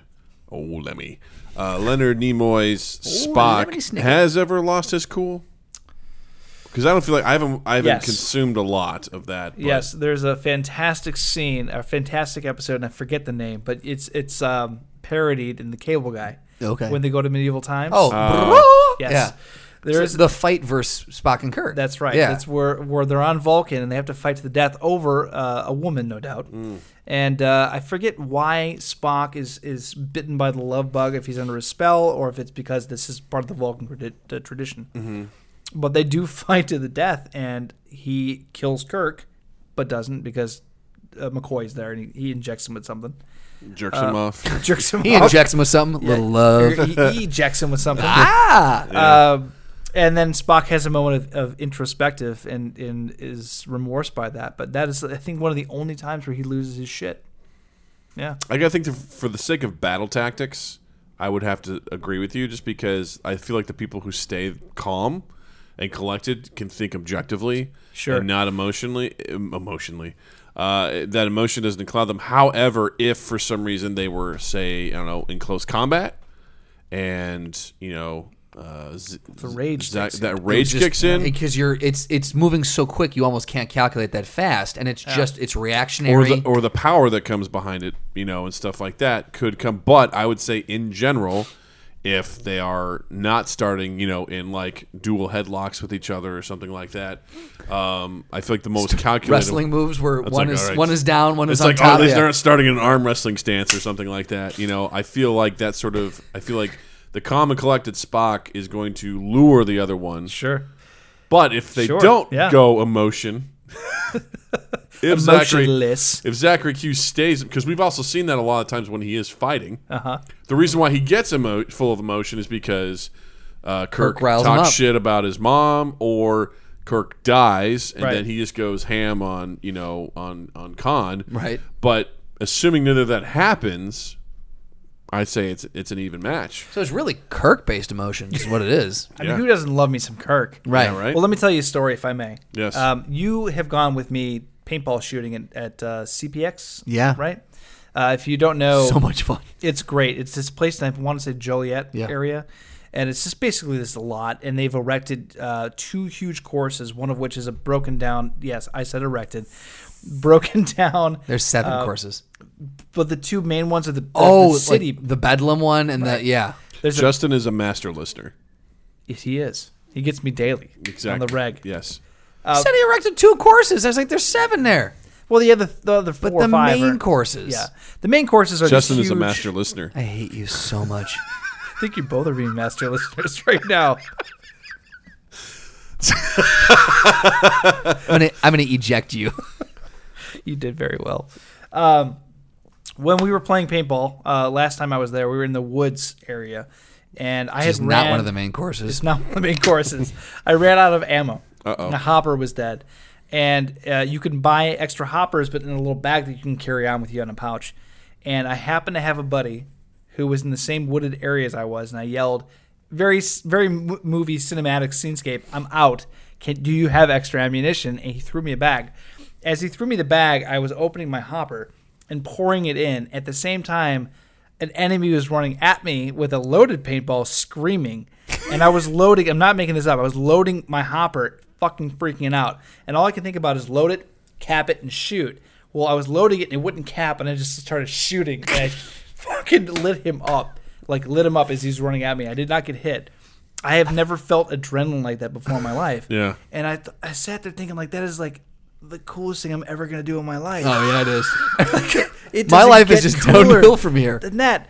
Speaker 4: oh Lemmy, uh, Leonard Nimoy's
Speaker 2: Lemony
Speaker 4: Spock
Speaker 2: Snicket.
Speaker 4: has ever lost his cool? Because I don't feel like I haven't. I haven't
Speaker 1: Yes.
Speaker 4: consumed a lot of that. but-
Speaker 1: Yes, there's a fantastic scene, a fantastic episode, and I forget the name, but it's it's um, parodied in the Cable Guy.
Speaker 2: Okay.
Speaker 1: When they go to medieval times.
Speaker 2: oh,
Speaker 1: Uh, yes.
Speaker 2: yeah.
Speaker 1: There is
Speaker 2: the fight versus Spock and Kirk.
Speaker 1: That's right.
Speaker 2: Yeah.
Speaker 1: That's where where they're on Vulcan and they have to fight to the death over uh, a woman, no doubt.
Speaker 2: Mm.
Speaker 1: And uh, I forget why Spock is is bitten by the love bug if he's under a spell or if it's because this is part of the Vulcan tradi- uh, tradition.
Speaker 2: Mm-hmm.
Speaker 1: But they do <laughs> fight to the death, and he kills Kirk, but doesn't because uh, McCoy's there and he, he injects him with something, <laughs>
Speaker 4: jerks him
Speaker 1: Uh,
Speaker 4: off.
Speaker 1: jerks him.
Speaker 2: he
Speaker 1: off.
Speaker 2: injects him with something. Little love.
Speaker 1: He, he ejects him with something.
Speaker 2: ah.
Speaker 1: Um, and then Spock has a moment of, of introspective and, and is remorsed by that. But that is, I think, one of the only times where he loses his shit. Yeah.
Speaker 4: I gotta think that for the sake of battle tactics, I would have to agree with you just because I feel like the people who stay calm and collected can think objectively,
Speaker 1: Sure.
Speaker 4: and not emotionally. em- Emotionally, uh, that emotion doesn't cloud them. However, if for some reason they were, say, I don't know, in close combat, and you know, uh, z- the
Speaker 1: rage
Speaker 4: that,
Speaker 1: kicks in.
Speaker 4: that rage kicks in,
Speaker 2: because you're it's it's moving so quick you almost can't calculate that fast and it's just it's reactionary
Speaker 4: or the, or the power that comes behind it, you know, and stuff like that could come. But I would say in general, if they are not starting, you know, in like dual headlocks with each other or something like that, um, I feel like the most calculated
Speaker 2: wrestling moves where
Speaker 4: That's
Speaker 2: one
Speaker 4: like,
Speaker 2: is
Speaker 4: all right.
Speaker 2: one is down one
Speaker 4: It's
Speaker 2: is on
Speaker 4: like oh,
Speaker 2: top
Speaker 4: at least
Speaker 2: yeah.
Speaker 4: they're not starting in an arm wrestling stance or something like that. You know, I feel like that sort of. I feel like the calm and collected Spock is going to lure the other one.
Speaker 1: Sure.
Speaker 4: But if they
Speaker 1: Sure,
Speaker 4: don't
Speaker 1: yeah.
Speaker 4: go emotion, <laughs> if Zachary-
Speaker 1: Emotionless.
Speaker 4: if Zachary Q stays, because we've also seen that a lot of times when he is fighting. Uh-huh. The reason why he gets emo- full of emotion is because uh, Kirk,
Speaker 2: Kirk riles him
Speaker 4: talks
Speaker 2: up.
Speaker 4: shit about his mom, or Kirk dies, and
Speaker 1: Right.
Speaker 4: then he just goes ham on you know on on Khan.
Speaker 2: Right.
Speaker 4: But assuming none of that happens, I say it's it's an even match.
Speaker 2: so it's really Kirk based emotion is what it is
Speaker 1: I mean, who doesn't love me some Kirk?
Speaker 2: right
Speaker 4: <laughs> Yeah, right.
Speaker 1: Well, let me tell you a story, if I may.
Speaker 4: Yes.
Speaker 1: Um, you have gone with me paintball shooting at, at uh, CPX.
Speaker 2: Yeah.
Speaker 1: Right? Uh, if you don't know,
Speaker 2: so much fun
Speaker 1: it's great. It's this place, and I want to say Joliet
Speaker 2: Yeah.
Speaker 1: area, and it's just basically this lot, and they've erected uh, two huge courses, one of which is a broken down. Yes, I said erected, <laughs> broken down.
Speaker 2: there's seven courses
Speaker 1: but Uh, the two main ones are the, oh
Speaker 2: oh
Speaker 1: the
Speaker 2: city
Speaker 1: city.
Speaker 2: the Bedlam one and the yeah
Speaker 1: There's a,
Speaker 4: Justin is a master listener.
Speaker 1: yes, he is. He gets me daily
Speaker 4: Exactly.
Speaker 1: on the reg.
Speaker 4: Yes.
Speaker 2: said he erected two courses I was like there's seven there
Speaker 1: Well, the other the other four
Speaker 2: but
Speaker 1: or
Speaker 2: the
Speaker 1: five
Speaker 2: main
Speaker 1: are-
Speaker 2: courses
Speaker 1: Yeah, the main courses are these
Speaker 4: Justin is a
Speaker 1: huge- <laughs>
Speaker 4: master
Speaker 2: <laughs>
Speaker 4: listener.
Speaker 2: I hate you so much
Speaker 1: I think you both are being master <laughs> listeners right now.
Speaker 2: I'm gonna I'm gonna eject <laughs> you
Speaker 1: <laughs> you did very well. Um, when we were playing paintball uh, last time I was there, we were in the woods area, and I
Speaker 2: it's
Speaker 1: had
Speaker 2: not
Speaker 1: ran-
Speaker 2: one of the main courses
Speaker 1: It's not one of the main courses. I ran out of ammo.
Speaker 4: Uh-oh.
Speaker 1: The hopper was dead, and uh, you can buy extra hoppers, but in a little bag that you can carry on with you on a pouch. And I happened to have a buddy who was in the same wooded area as I was, and I yelled, "Very, s- very mo- movie cinematic scenescape. I'm out. Can, do you have extra ammunition?" And he threw me a bag. As he threw me the bag, I was opening my hopper and pouring it in. At the same time, an enemy was running at me with a loaded paintball screaming. And I was loading, I'm not making this up, I was loading my hopper, fucking freaking out. And all I can think about is load it, cap it, and shoot. Well, I was loading it and it wouldn't cap, and I just started shooting. And I <laughs> fucking lit him up. Like, lit him up as he's running at me. I did not get hit. I have never felt adrenaline like that before in my life.
Speaker 4: Yeah.
Speaker 1: And I, th- I sat there thinking, like, that is like the coolest thing I'm ever gonna do in my life.
Speaker 2: Oh yeah, it <laughs> is.
Speaker 1: <laughs> It
Speaker 2: My
Speaker 1: doesn't
Speaker 2: life is
Speaker 1: get
Speaker 2: just
Speaker 1: cooler
Speaker 2: downhill from here.
Speaker 1: Than that,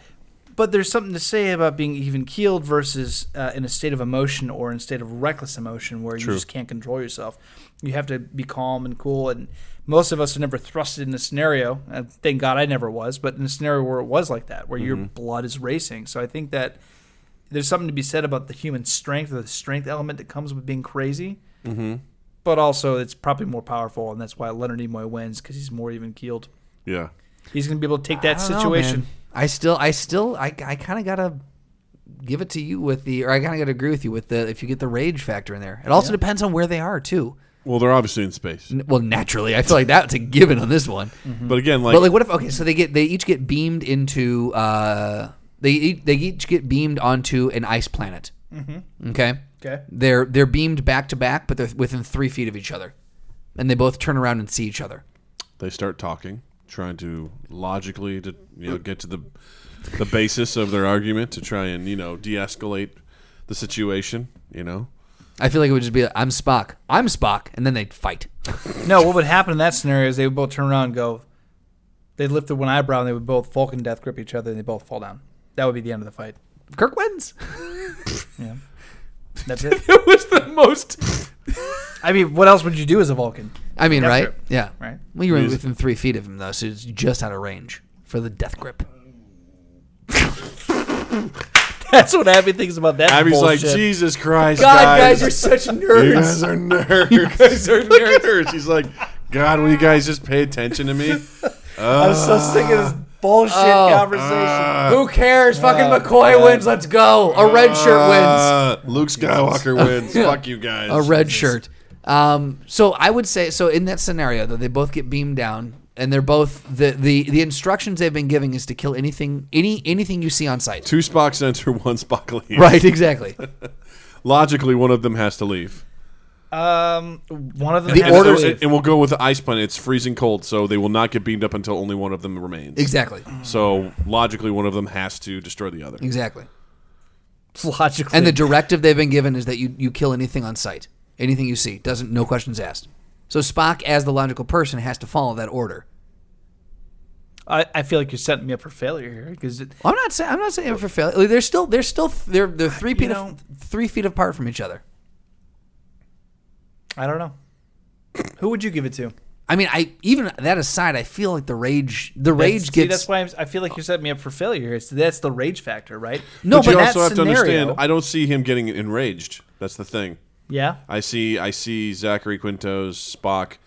Speaker 1: but there's something to say about being even keeled versus uh, in a state of emotion or in a state of reckless emotion where you just can't control yourself. You have to be calm and cool. And most of us are never thrusted in a scenario. And thank God I never was, but in a scenario where it was like that, where your blood is racing. So I think that there's something to be said about the human strength or the strength element that comes with being crazy. Mm-hmm. But also, it's probably more powerful, and that's why Leonard Nimoy wins because he's more even keeled.
Speaker 4: Yeah.
Speaker 1: He's gonna be able to take
Speaker 2: I
Speaker 1: that
Speaker 2: don't know,
Speaker 1: situation.
Speaker 2: man. I still, I still, I, I kind of gotta give it to you with the, or I kind of gotta agree with you with the, if you get the rage factor in there. It also depends on where they are too.
Speaker 4: Well, they're obviously in space.
Speaker 2: N- Well, naturally, I feel <laughs> like that's a given on this one.
Speaker 1: Mm-hmm.
Speaker 4: But again, like,
Speaker 2: But like, what if? Okay, so they get, they each get beamed into, uh, they, e- they each get beamed onto an ice planet. Mm-hmm. Okay.
Speaker 1: Okay.
Speaker 2: They're they're beamed back to back, but they're within three feet of each other, and they both turn around and see each other.
Speaker 4: they start talking, trying to logically to you know get to the the basis of their argument to try and you know de-escalate the situation. You know,
Speaker 2: I feel like it would just be, like, I'm Spock, I'm Spock, and then they fight. <laughs>
Speaker 1: No, what would happen in that scenario is they would both turn around and go. They'd lift their one eyebrow and they would both Vulcan death grip each other and they both fall down. That would be the end of the fight.
Speaker 2: Kirk <laughs> wins.
Speaker 1: Yeah. That's <laughs> it.
Speaker 2: it was the most.
Speaker 1: I mean, what else would you do as a Vulcan?
Speaker 2: I mean,
Speaker 1: Death
Speaker 2: right?
Speaker 1: grip.
Speaker 2: Yeah.
Speaker 1: Right. <laughs>
Speaker 2: Well, you were within three feet of him though, so it's just out of range for the death grip.
Speaker 1: That's what Abby thinks about that.
Speaker 4: Abby's
Speaker 1: bullshit.
Speaker 4: like, Jesus Christ,
Speaker 2: such
Speaker 4: you
Speaker 2: nerds.
Speaker 4: guys are nerds. You guys are nerds. Look at her. She's like, God, will you guys just pay attention to me?
Speaker 1: I'm so sick of this bullshit conversation.
Speaker 4: Uh,
Speaker 2: Who cares? Fucking McCoy wins. Let's go. A red shirt wins.
Speaker 4: Uh, Luke Skywalker wins. Fuck you guys.
Speaker 2: A red shirt. Um, so I would say so in that scenario though they both get beamed down and they're both the, the the instructions they've been giving is to kill anything any anything you see on
Speaker 1: <laughs>
Speaker 2: site.
Speaker 4: Two Spocks enter, <laughs> one Spock leaves.
Speaker 2: Right, <laughs> exactly.
Speaker 4: Logically, one of them has to leave.
Speaker 1: Um, one of them.
Speaker 2: The
Speaker 1: has to
Speaker 2: order-
Speaker 1: leave.
Speaker 4: and, and we'll go with the ice planet. It's freezing cold, so they will not get beamed up until only one of them remains.
Speaker 2: exactly.
Speaker 4: So logically, one of them has to destroy the other.
Speaker 2: Exactly.
Speaker 1: <laughs> logically.
Speaker 2: And the directive they've been given is that you, you kill anything on sight, anything you see, doesn't no questions asked. So Spock, as the logical person, has to follow that order.
Speaker 1: I, I feel like you're setting me up for failure here because
Speaker 2: I'm not saying I'm not saying for failure. They're still they're still they're they're three feet
Speaker 1: know-
Speaker 2: of, three feet apart from each other.
Speaker 1: I don't know. Who would you give it to?
Speaker 2: I mean, I even that aside, I feel like the rage the
Speaker 1: That's-
Speaker 2: rage
Speaker 1: see,
Speaker 2: gets
Speaker 1: That's why I'm, I feel like you're setting me up for failure. It's, that's the rage factor, right?
Speaker 2: no,
Speaker 4: but you
Speaker 2: but
Speaker 4: also have
Speaker 2: that's
Speaker 4: to understand.
Speaker 1: scenario-
Speaker 4: I don't see him getting enraged. That's the thing.
Speaker 1: Yeah.
Speaker 4: I see. I see Zachary Quinto's Spock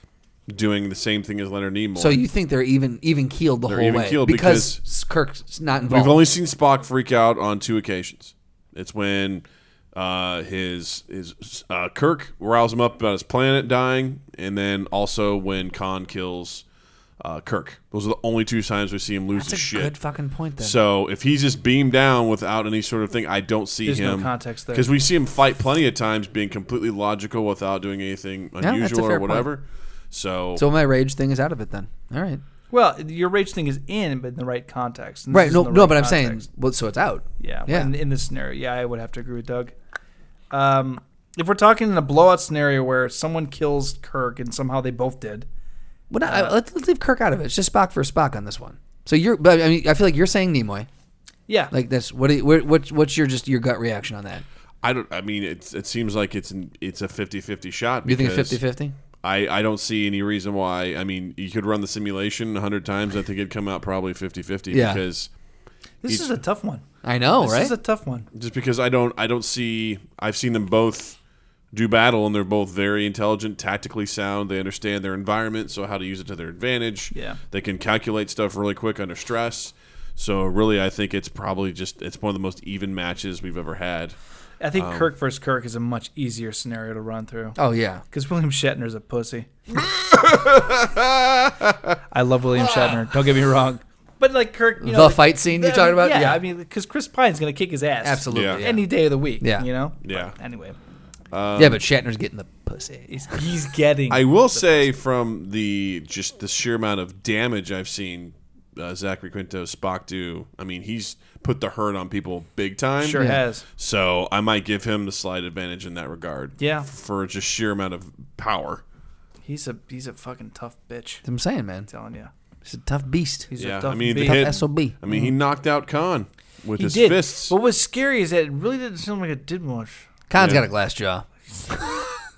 Speaker 4: doing the same thing as Leonard Nimoy.
Speaker 2: so you think they're even even keeled the whole
Speaker 4: even
Speaker 2: way
Speaker 4: keeled
Speaker 2: because, Kirk's not
Speaker 4: We've
Speaker 2: involved.
Speaker 4: only seen Spock freak out on two occasions. It's when uh, his his uh, Kirk riles him up about his planet dying, and then also when Khan kills uh, Kirk. Those are the only two times we see him lose
Speaker 2: that's a
Speaker 4: his shit.
Speaker 2: good fucking point. Then
Speaker 4: So if he's just beamed down without any sort of thing, I don't see
Speaker 1: There's no
Speaker 4: him
Speaker 1: context there.
Speaker 4: because we see him fight plenty of times, being completely logical without doing anything
Speaker 2: a
Speaker 4: unusual
Speaker 2: fair
Speaker 4: or
Speaker 2: point.
Speaker 4: whatever. So,
Speaker 2: so my rage thing is out of it. Then all right.
Speaker 1: Well, your rage thing is in, but in the right context. and this
Speaker 2: Right.
Speaker 1: is
Speaker 2: No,
Speaker 1: in the
Speaker 2: no,
Speaker 1: right
Speaker 2: but I'm saying,
Speaker 1: context.
Speaker 2: well, so it's out.
Speaker 1: Yeah.
Speaker 2: Yeah.
Speaker 1: In, in this scenario, yeah, I would have to agree with Doug. Um, if we're talking in a blowout scenario where someone kills Kirk and somehow they both did,
Speaker 2: Well, no, I- let's, let's leave Kirk out of it. It's just Spock for Spock on this one. So you're, but I mean, I feel like you're saying Nimoy.
Speaker 1: yeah,
Speaker 2: Like that's what, do you, what, what what's your just your gut reaction on that?
Speaker 4: I don't. I mean, it's, it seems like it's an, it's a 50-50 shot.
Speaker 2: Do you think
Speaker 4: because-
Speaker 2: it's 50-50?
Speaker 4: I, I don't see any reason why. I mean, you could run the simulation 100 times. I think it'd come out probably 50 50
Speaker 2: Yeah.
Speaker 4: because
Speaker 1: this is a tough one.
Speaker 2: I know,
Speaker 1: This
Speaker 2: Oh, right?
Speaker 1: is a tough one.
Speaker 4: just because I don't I don't see I've seen them both do battle and they're both very intelligent, tactically sound. They understand their environment, so how to use it to their advantage.
Speaker 1: Yeah.
Speaker 4: They can calculate stuff really quick under stress. So really I think it's probably just it's one of the most even matches we've ever had.
Speaker 1: I think Kirk versus Kirk is a much easier scenario to run through
Speaker 2: oh yeah.
Speaker 1: because William Shatner's
Speaker 2: <laughs>
Speaker 1: a pussy. I love William Shatner. Don't get me wrong, but like Kirk, you know,
Speaker 2: The fight scene you're talking about?
Speaker 1: Yeah,
Speaker 2: Yeah.
Speaker 1: I mean, because Chris Pine's gonna kick his ass
Speaker 2: Absolutely.
Speaker 4: Yeah.
Speaker 2: Yeah.
Speaker 1: any day of the week.
Speaker 2: Yeah.
Speaker 1: you know.
Speaker 4: Yeah.
Speaker 1: But anyway,
Speaker 4: Um,
Speaker 2: Yeah, but Shatner's getting the pussy.
Speaker 1: he's, he's getting.
Speaker 4: I will say from the just the sheer amount of damage I've seen uh, Zachary Quinto Spock do. I mean, he's put the hurt on people big time.
Speaker 1: sure has.
Speaker 4: So I might give him the slight advantage in that regard.
Speaker 1: Yeah.
Speaker 4: For just sheer amount of power.
Speaker 1: He's a he's a fucking tough bitch.
Speaker 2: That's what I'm saying, man.
Speaker 1: telling you,
Speaker 2: He's a tough beast.
Speaker 1: he's
Speaker 4: Yeah,
Speaker 1: a tough
Speaker 4: I mean,
Speaker 1: bitch.
Speaker 4: he hit-
Speaker 2: Tough SOB.
Speaker 4: I mean, he knocked out Khan
Speaker 1: Mm-hmm.
Speaker 4: with
Speaker 1: He
Speaker 4: his
Speaker 1: did. Oh,
Speaker 4: fists.
Speaker 1: But what's scary is that it really didn't seem like it did much.
Speaker 2: Khan's
Speaker 4: Yeah.
Speaker 2: got a glass jaw.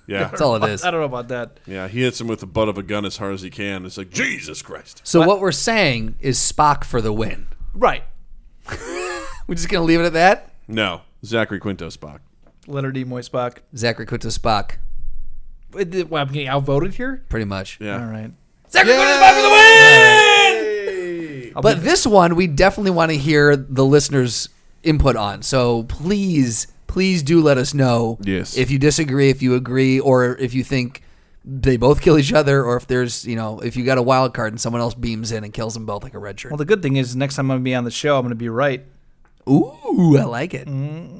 Speaker 4: Yeah,
Speaker 2: That's all <laughs> it is.
Speaker 1: I don't know about that.
Speaker 4: yeah. He hits him with the butt of a gun as hard as he can. It's like Jesus Christ.
Speaker 2: So what we're saying is Spock for the win. <laughs>
Speaker 1: Right.
Speaker 2: We're just gonna leave it at that.
Speaker 4: No, Zachary Quinto Spock.
Speaker 1: Leonard Nimoy Spock.
Speaker 2: Zachary Quinto Spock,
Speaker 1: Wait, th- what, I'm getting outvoted here.
Speaker 2: pretty much.
Speaker 4: Yeah.
Speaker 1: All right.
Speaker 2: Zachary Quinto Spock for the win. But this one we definitely want to hear the listeners' input on. So please, please do let us know.
Speaker 4: Yes.
Speaker 2: If you disagree, if you agree, or if you think they both kill each other, or if there's you know if you got a wild card and someone else beams in and kills them both like a red shirt.
Speaker 1: Well, the good thing is next time I'm gonna be on the show, I'm gonna be right.
Speaker 2: Ooh, I like it.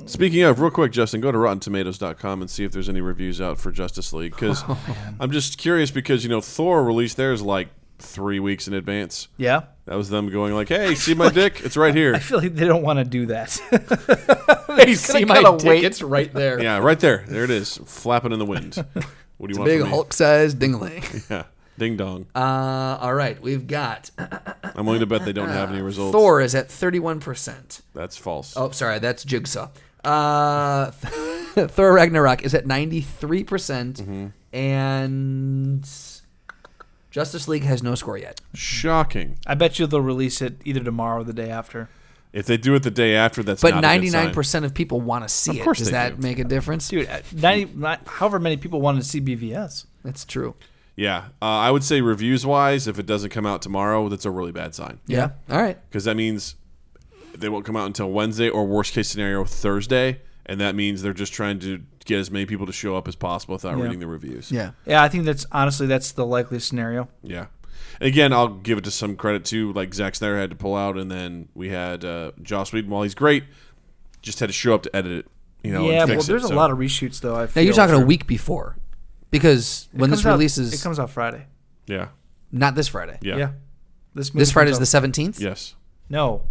Speaker 4: Speaking of, real quick, Justin, go to RottenTomatoes.com and see if there's any reviews out for Justice League
Speaker 2: <laughs>
Speaker 4: because
Speaker 2: Oh,
Speaker 4: I'm just curious because you know Thor released theirs like three weeks in advance.
Speaker 1: Yeah.
Speaker 4: That was them going like, "Hey, see my dick? It's
Speaker 2: <laughs>
Speaker 4: right here."
Speaker 1: I feel like they don't want to do that. <laughs>
Speaker 2: You
Speaker 1: see my dick,
Speaker 2: It's right there.
Speaker 4: Yeah, right there. There it is, flapping in the
Speaker 2: <laughs>
Speaker 4: wind. What do you want
Speaker 2: Big
Speaker 4: from me?
Speaker 2: Hulk-sized dingling.
Speaker 4: <laughs> Yeah, ding dong.
Speaker 2: Uh, all right, we've got
Speaker 4: I'm willing to bet they don't
Speaker 2: <laughs>
Speaker 4: have any results.
Speaker 2: Thor is at 31%.
Speaker 4: That's false.
Speaker 2: Oh, sorry, that's Jigsaw. Uh, <laughs> Thor Ragnarok is at 93%, percent
Speaker 4: Mm-hmm.
Speaker 2: and Justice League has no score yet.
Speaker 4: Shocking.
Speaker 1: I bet you they'll release it either tomorrow or the day after.
Speaker 4: If they do it the day after, that's
Speaker 2: But
Speaker 4: not a good sign.
Speaker 2: 99% of people want to see
Speaker 4: course
Speaker 2: it. Does
Speaker 4: they
Speaker 2: that
Speaker 4: do.
Speaker 2: make a difference?
Speaker 1: Dude, uh, 90, not- however many people wanted to see BVS.
Speaker 2: That's true.
Speaker 4: Yeah, uh, I would say reviews wise, if it doesn't come out tomorrow, that's a really bad sign
Speaker 2: Yeah. All right.
Speaker 4: because that means they won't come out until Wednesday or worst case scenario Thursday, and that means they're just trying to get as many people to show up as possible without
Speaker 1: Yeah.
Speaker 4: reading the reviews.
Speaker 2: Yeah.
Speaker 1: Yeah, I think that's honestly that's the likeliest scenario.
Speaker 4: Yeah. Again, I'll give it to some credit too. Like Zack Snyder had to pull out, and then we had uh, Joss Whedon. While he's great, just had to show up to edit it. You know,
Speaker 1: yeah,
Speaker 4: and
Speaker 1: well,
Speaker 4: fix
Speaker 1: there's
Speaker 4: it,
Speaker 1: a
Speaker 4: so-
Speaker 1: lot of reshoots though. I
Speaker 2: Now, you're talking a week before because when this releases,
Speaker 1: it comes out Friday.
Speaker 4: Yeah,
Speaker 2: not this Friday.
Speaker 4: yeah,
Speaker 1: Yeah, this
Speaker 2: This Friday is the
Speaker 1: the
Speaker 2: 17th?
Speaker 4: yes,
Speaker 1: no.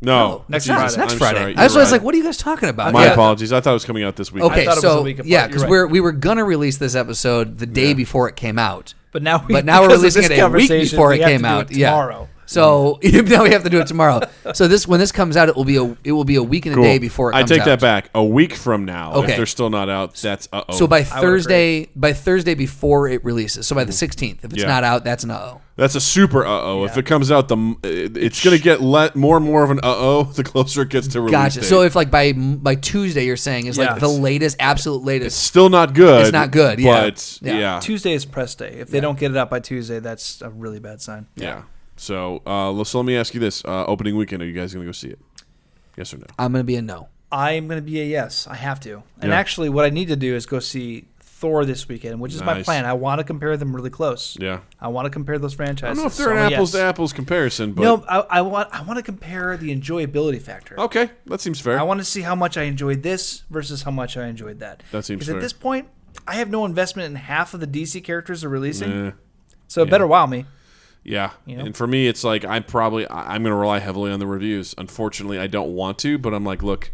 Speaker 4: no,
Speaker 1: next
Speaker 4: Jesus,
Speaker 1: Friday.
Speaker 2: Next
Speaker 4: I'm
Speaker 2: Friday.
Speaker 4: sorry,
Speaker 2: That's what
Speaker 4: you're
Speaker 2: I was
Speaker 4: right.
Speaker 2: like, what are you guys talking about?
Speaker 4: My
Speaker 2: Yeah.
Speaker 4: apologies. I thought it was coming out this week.
Speaker 2: Okay,
Speaker 1: thought it was
Speaker 2: so
Speaker 1: a week apart.
Speaker 2: yeah,
Speaker 1: You're
Speaker 2: because
Speaker 1: right.
Speaker 2: we're we were gonna release this episode the day before it came out,
Speaker 1: <laughs> But now we-
Speaker 2: but now we're
Speaker 1: because of
Speaker 2: releasing
Speaker 1: this
Speaker 2: it a week
Speaker 1: conversation,
Speaker 2: before
Speaker 1: we
Speaker 2: it
Speaker 1: have
Speaker 2: came
Speaker 1: to do
Speaker 2: out.
Speaker 1: it
Speaker 2: yeah,
Speaker 1: tomorrow.
Speaker 2: so <laughs> now we have to do it tomorrow. so this when this comes out, it will be a it will be a week and a
Speaker 4: Cool.
Speaker 2: day before it.
Speaker 4: I
Speaker 2: Comes
Speaker 4: take that
Speaker 2: out.
Speaker 4: back. A week from now,
Speaker 2: Okay.
Speaker 4: if they're still not out, that's uh oh.
Speaker 2: So by Thursday, by Thursday before it releases, so by the sixteenth, if it's
Speaker 4: Yeah.
Speaker 2: not out, that's an uh oh.
Speaker 4: that's a super uh oh. If it comes out, the m- it- it's gonna get let more and more of an uh oh <laughs> the closer it gets to release.
Speaker 2: Gotcha.
Speaker 4: date.
Speaker 2: So if like by by Tuesday, you're saying is
Speaker 1: Yeah.
Speaker 2: like the latest, absolute
Speaker 4: it's
Speaker 2: latest.
Speaker 4: still not good.
Speaker 2: It's not good, yeah.
Speaker 4: But
Speaker 2: Yeah.
Speaker 4: yeah, yeah.
Speaker 1: Tuesday is press day. If they don't get it out by Tuesday, that's a really bad sign.
Speaker 4: So uh, let- so let me ask you this: uh, opening weekend, are you guys gonna go see it? Yes or no?
Speaker 2: I'm gonna be a no.
Speaker 1: I'm gonna be a yes. I have to. And
Speaker 4: Yeah.
Speaker 1: actually, what I need to do is go see Thor this weekend, which is my
Speaker 4: Nice.
Speaker 1: plan. I want to compare them really close.
Speaker 4: Yeah.
Speaker 1: I want to compare those franchises.
Speaker 4: I don't know if they're
Speaker 1: so I'm
Speaker 4: an
Speaker 1: a
Speaker 4: apples
Speaker 1: yes.
Speaker 4: to apples comparison, but
Speaker 1: No, I, I want I want to compare the enjoyability factor.
Speaker 4: okay, that seems fair.
Speaker 1: I want to see how much I enjoyed this versus how much I enjoyed that.
Speaker 4: That seems
Speaker 1: because at
Speaker 4: fair.
Speaker 1: this point, I have no investment in half of the DC characters they're releasing,
Speaker 4: Eh.
Speaker 1: so it better wow me.
Speaker 4: Yeah,
Speaker 1: know?
Speaker 4: and for me, it's like I probably I- I'm going to rely heavily on the reviews. Unfortunately, I don't want to, but I'm like, look,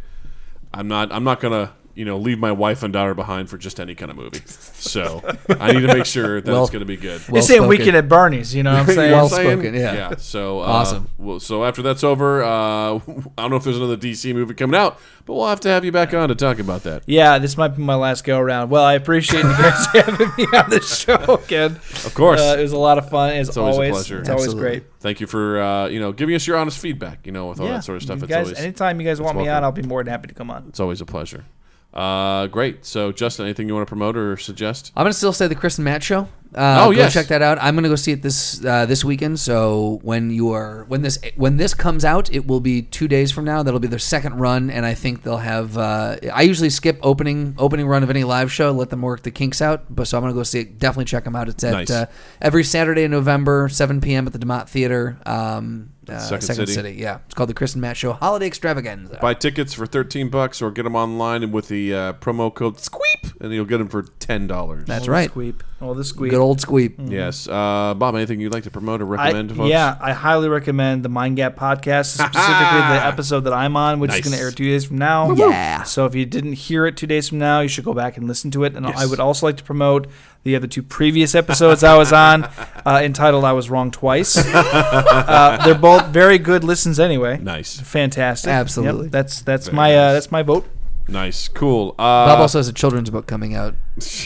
Speaker 4: I'm not I'm not gonna you know leave my wife and daughter behind for just any kind of movie. So I need to make sure that
Speaker 2: Well-
Speaker 4: it's going to be good.
Speaker 1: It's saying weekend at Bernie's, you know
Speaker 4: <laughs>
Speaker 1: what I'm saying?
Speaker 2: Well
Speaker 4: You know what I'm
Speaker 2: spoken,
Speaker 4: saying?
Speaker 2: yeah.
Speaker 4: So uh,
Speaker 2: Awesome.
Speaker 4: Well, so after that's over, uh, <laughs> I don't know if there's another DC movie coming out, but we'll have to have you back on to talk about that.
Speaker 1: yeah, this might be my last go around. Well, I appreciate you
Speaker 4: <laughs>
Speaker 1: guys having me on the show again.
Speaker 4: Of course.
Speaker 1: Uh, it was a lot of fun as
Speaker 4: always
Speaker 1: always.
Speaker 4: a pleasure.
Speaker 1: It's
Speaker 2: Absolutely.
Speaker 1: always great.
Speaker 4: Thank you for uh, you know giving us your honest feedback. You know with all
Speaker 1: yeah,
Speaker 4: that sort of stuff.
Speaker 1: You
Speaker 4: it's
Speaker 1: guys,
Speaker 4: always
Speaker 1: anytime you guys want me
Speaker 4: welcome.
Speaker 1: on, I'll be more than happy to come on.
Speaker 4: it's always a pleasure. Uh, great. So Justin, anything you want to promote or suggest?
Speaker 2: I'm gonna still say the Chris and Matt show. Uh,
Speaker 4: Oh,
Speaker 2: go
Speaker 4: yes.
Speaker 2: check that out. I'm gonna go see it this uh, this weekend. So when you are when this when this comes out, it will be two days from now. That'll be their second run, and I think they'll have. Uh, I usually skip opening opening run of any live show, let them work the kinks out. But so I'm gonna go see it. Definitely check them out. It's at
Speaker 4: Nice.
Speaker 2: uh, every Saturday in November, 7 p.m. at the Demott Theater, um, uh,
Speaker 4: Second
Speaker 2: Second,
Speaker 4: City.
Speaker 2: City. Yeah, it's called the Chris and Matt Show Holiday Extravaganza.
Speaker 4: Buy tickets for thirteen bucks, or get them online and with the uh, promo code SQUEEP, and you'll get them for ten dollars.
Speaker 2: That's right.
Speaker 1: Squeep. All the squeep.
Speaker 2: Good old squeep.
Speaker 4: Yes, uh, Bob. Anything you'd like to promote or recommend?
Speaker 1: I,
Speaker 4: folks?
Speaker 1: Yeah, I highly recommend the Mind Gap
Speaker 4: <laughs>
Speaker 1: podcast, specifically the episode that I'm on, which
Speaker 4: Nice.
Speaker 1: is going to air two days from now.
Speaker 2: Yeah.
Speaker 1: So if you didn't hear it two days from now, you should go back and listen to it. And I would also like to promote the other two previous episodes I was
Speaker 4: <laughs>
Speaker 1: on, uh, entitled "I Was Wrong Twice." uh, they're both very good listens, anyway.
Speaker 4: Nice,
Speaker 1: Fantastic. Yep,
Speaker 2: Absolutely.
Speaker 1: that's that's
Speaker 4: Very
Speaker 1: my
Speaker 4: nice.
Speaker 1: uh, that's my vote.
Speaker 4: nice, cool. Uh,
Speaker 2: Bob also has a children's book coming out.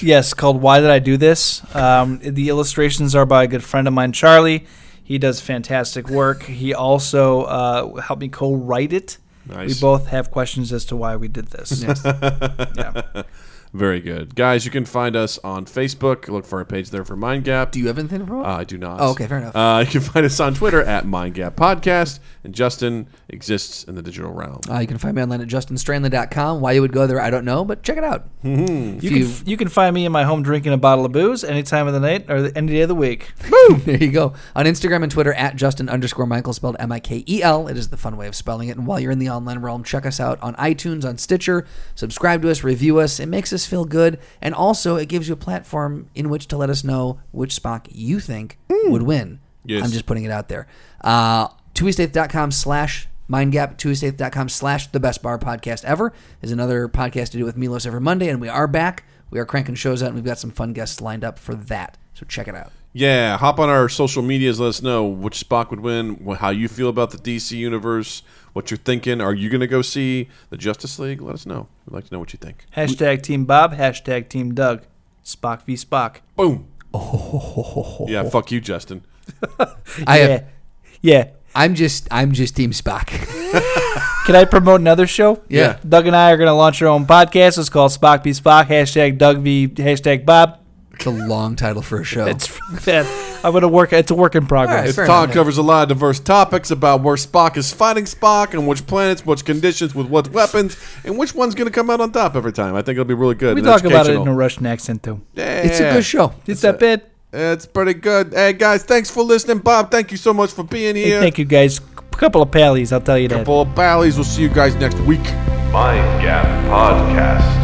Speaker 1: Yes, called "Why Did I Do This." Um, the illustrations are by a good friend of mine, Charlie. He does fantastic work. He also uh, helped me co-write it.
Speaker 4: Nice.
Speaker 1: We both have questions as to why we did this.
Speaker 4: <laughs>
Speaker 1: yeah.
Speaker 4: very good, guys. You can find us on Facebook. Look for our page there for Mind Gap.
Speaker 2: Do you have anything for
Speaker 4: Uh, I do not.
Speaker 2: Oh, okay, fair enough.
Speaker 4: Uh, you can find us on Twitter at Mind Gap Podcast, and Justin exists in the digital realm.
Speaker 2: Uh, you can find me online at justinstrandley.com. Why you would go there, I don't know, but check it out. If
Speaker 1: Mm-hmm. You can, f- you can find me in my home drinking a bottle of booze any time of the night or the, any day of the week.
Speaker 2: there you go. On Instagram and Twitter at Justin underscore Michael, spelled M I K E L. It is the fun way of spelling it. And while you're in the online realm, check us out on iTunes, on Stitcher. Subscribe to us, review us. It makes us feel good. And also, it gives you a platform in which to let us know which Spock you think would win.
Speaker 4: Yes.
Speaker 2: I'm just putting it out there. Uh, TwoWayStaith.com slash mindgap, TwoWayStaith.com slash the best bar podcast ever is another podcast to do with Milos every Monday. And we are back. We are cranking shows out, and we've got some fun guests lined up for that. So check it out.
Speaker 4: Yeah, hop on our social medias. Let us know which Spock would win, wh- how you feel about the DC universe, what you're thinking. Are you going to go see the Justice League? Let us know. We'd like to know what you think.
Speaker 1: Hashtag Team Bob. Hashtag Team Doug. Spock v Spock. <laughs>
Speaker 4: Boom. Yeah, fuck you, Justin.
Speaker 2: I have
Speaker 1: yeah. Yeah.
Speaker 2: I'm just I'm just Team Spock.
Speaker 1: Can I promote another show?
Speaker 4: Yeah.
Speaker 1: Doug and I are going to launch our own podcast. It's called Spock v Spock. Hashtag Doug v hashtag Bob.
Speaker 2: it's a long title for a show.
Speaker 1: It's <laughs> that I'm gonna work. It's a work in progress.
Speaker 2: All
Speaker 4: Its
Speaker 2: fair
Speaker 4: talk
Speaker 2: enough.
Speaker 4: covers a lot of diverse topics about where Spock is fighting Spock and which planets, which conditions, with what weapons, and which one's going to come out on top every time. I think it'll be really good.
Speaker 1: We
Speaker 4: and
Speaker 1: talk about it in a
Speaker 4: educational.
Speaker 1: Russian accent too.
Speaker 4: Yeah.
Speaker 2: It's a good show.
Speaker 1: It's that bad.
Speaker 4: It's pretty good. Hey, guys, thanks for listening. Bob, thank you so much for being
Speaker 1: Hey,
Speaker 4: here.
Speaker 1: thank you guys. A couple of pallies, I'll tell you that.
Speaker 4: Couple of Bally's. We'll see you guys next week.
Speaker 3: Mind Gap Podcast.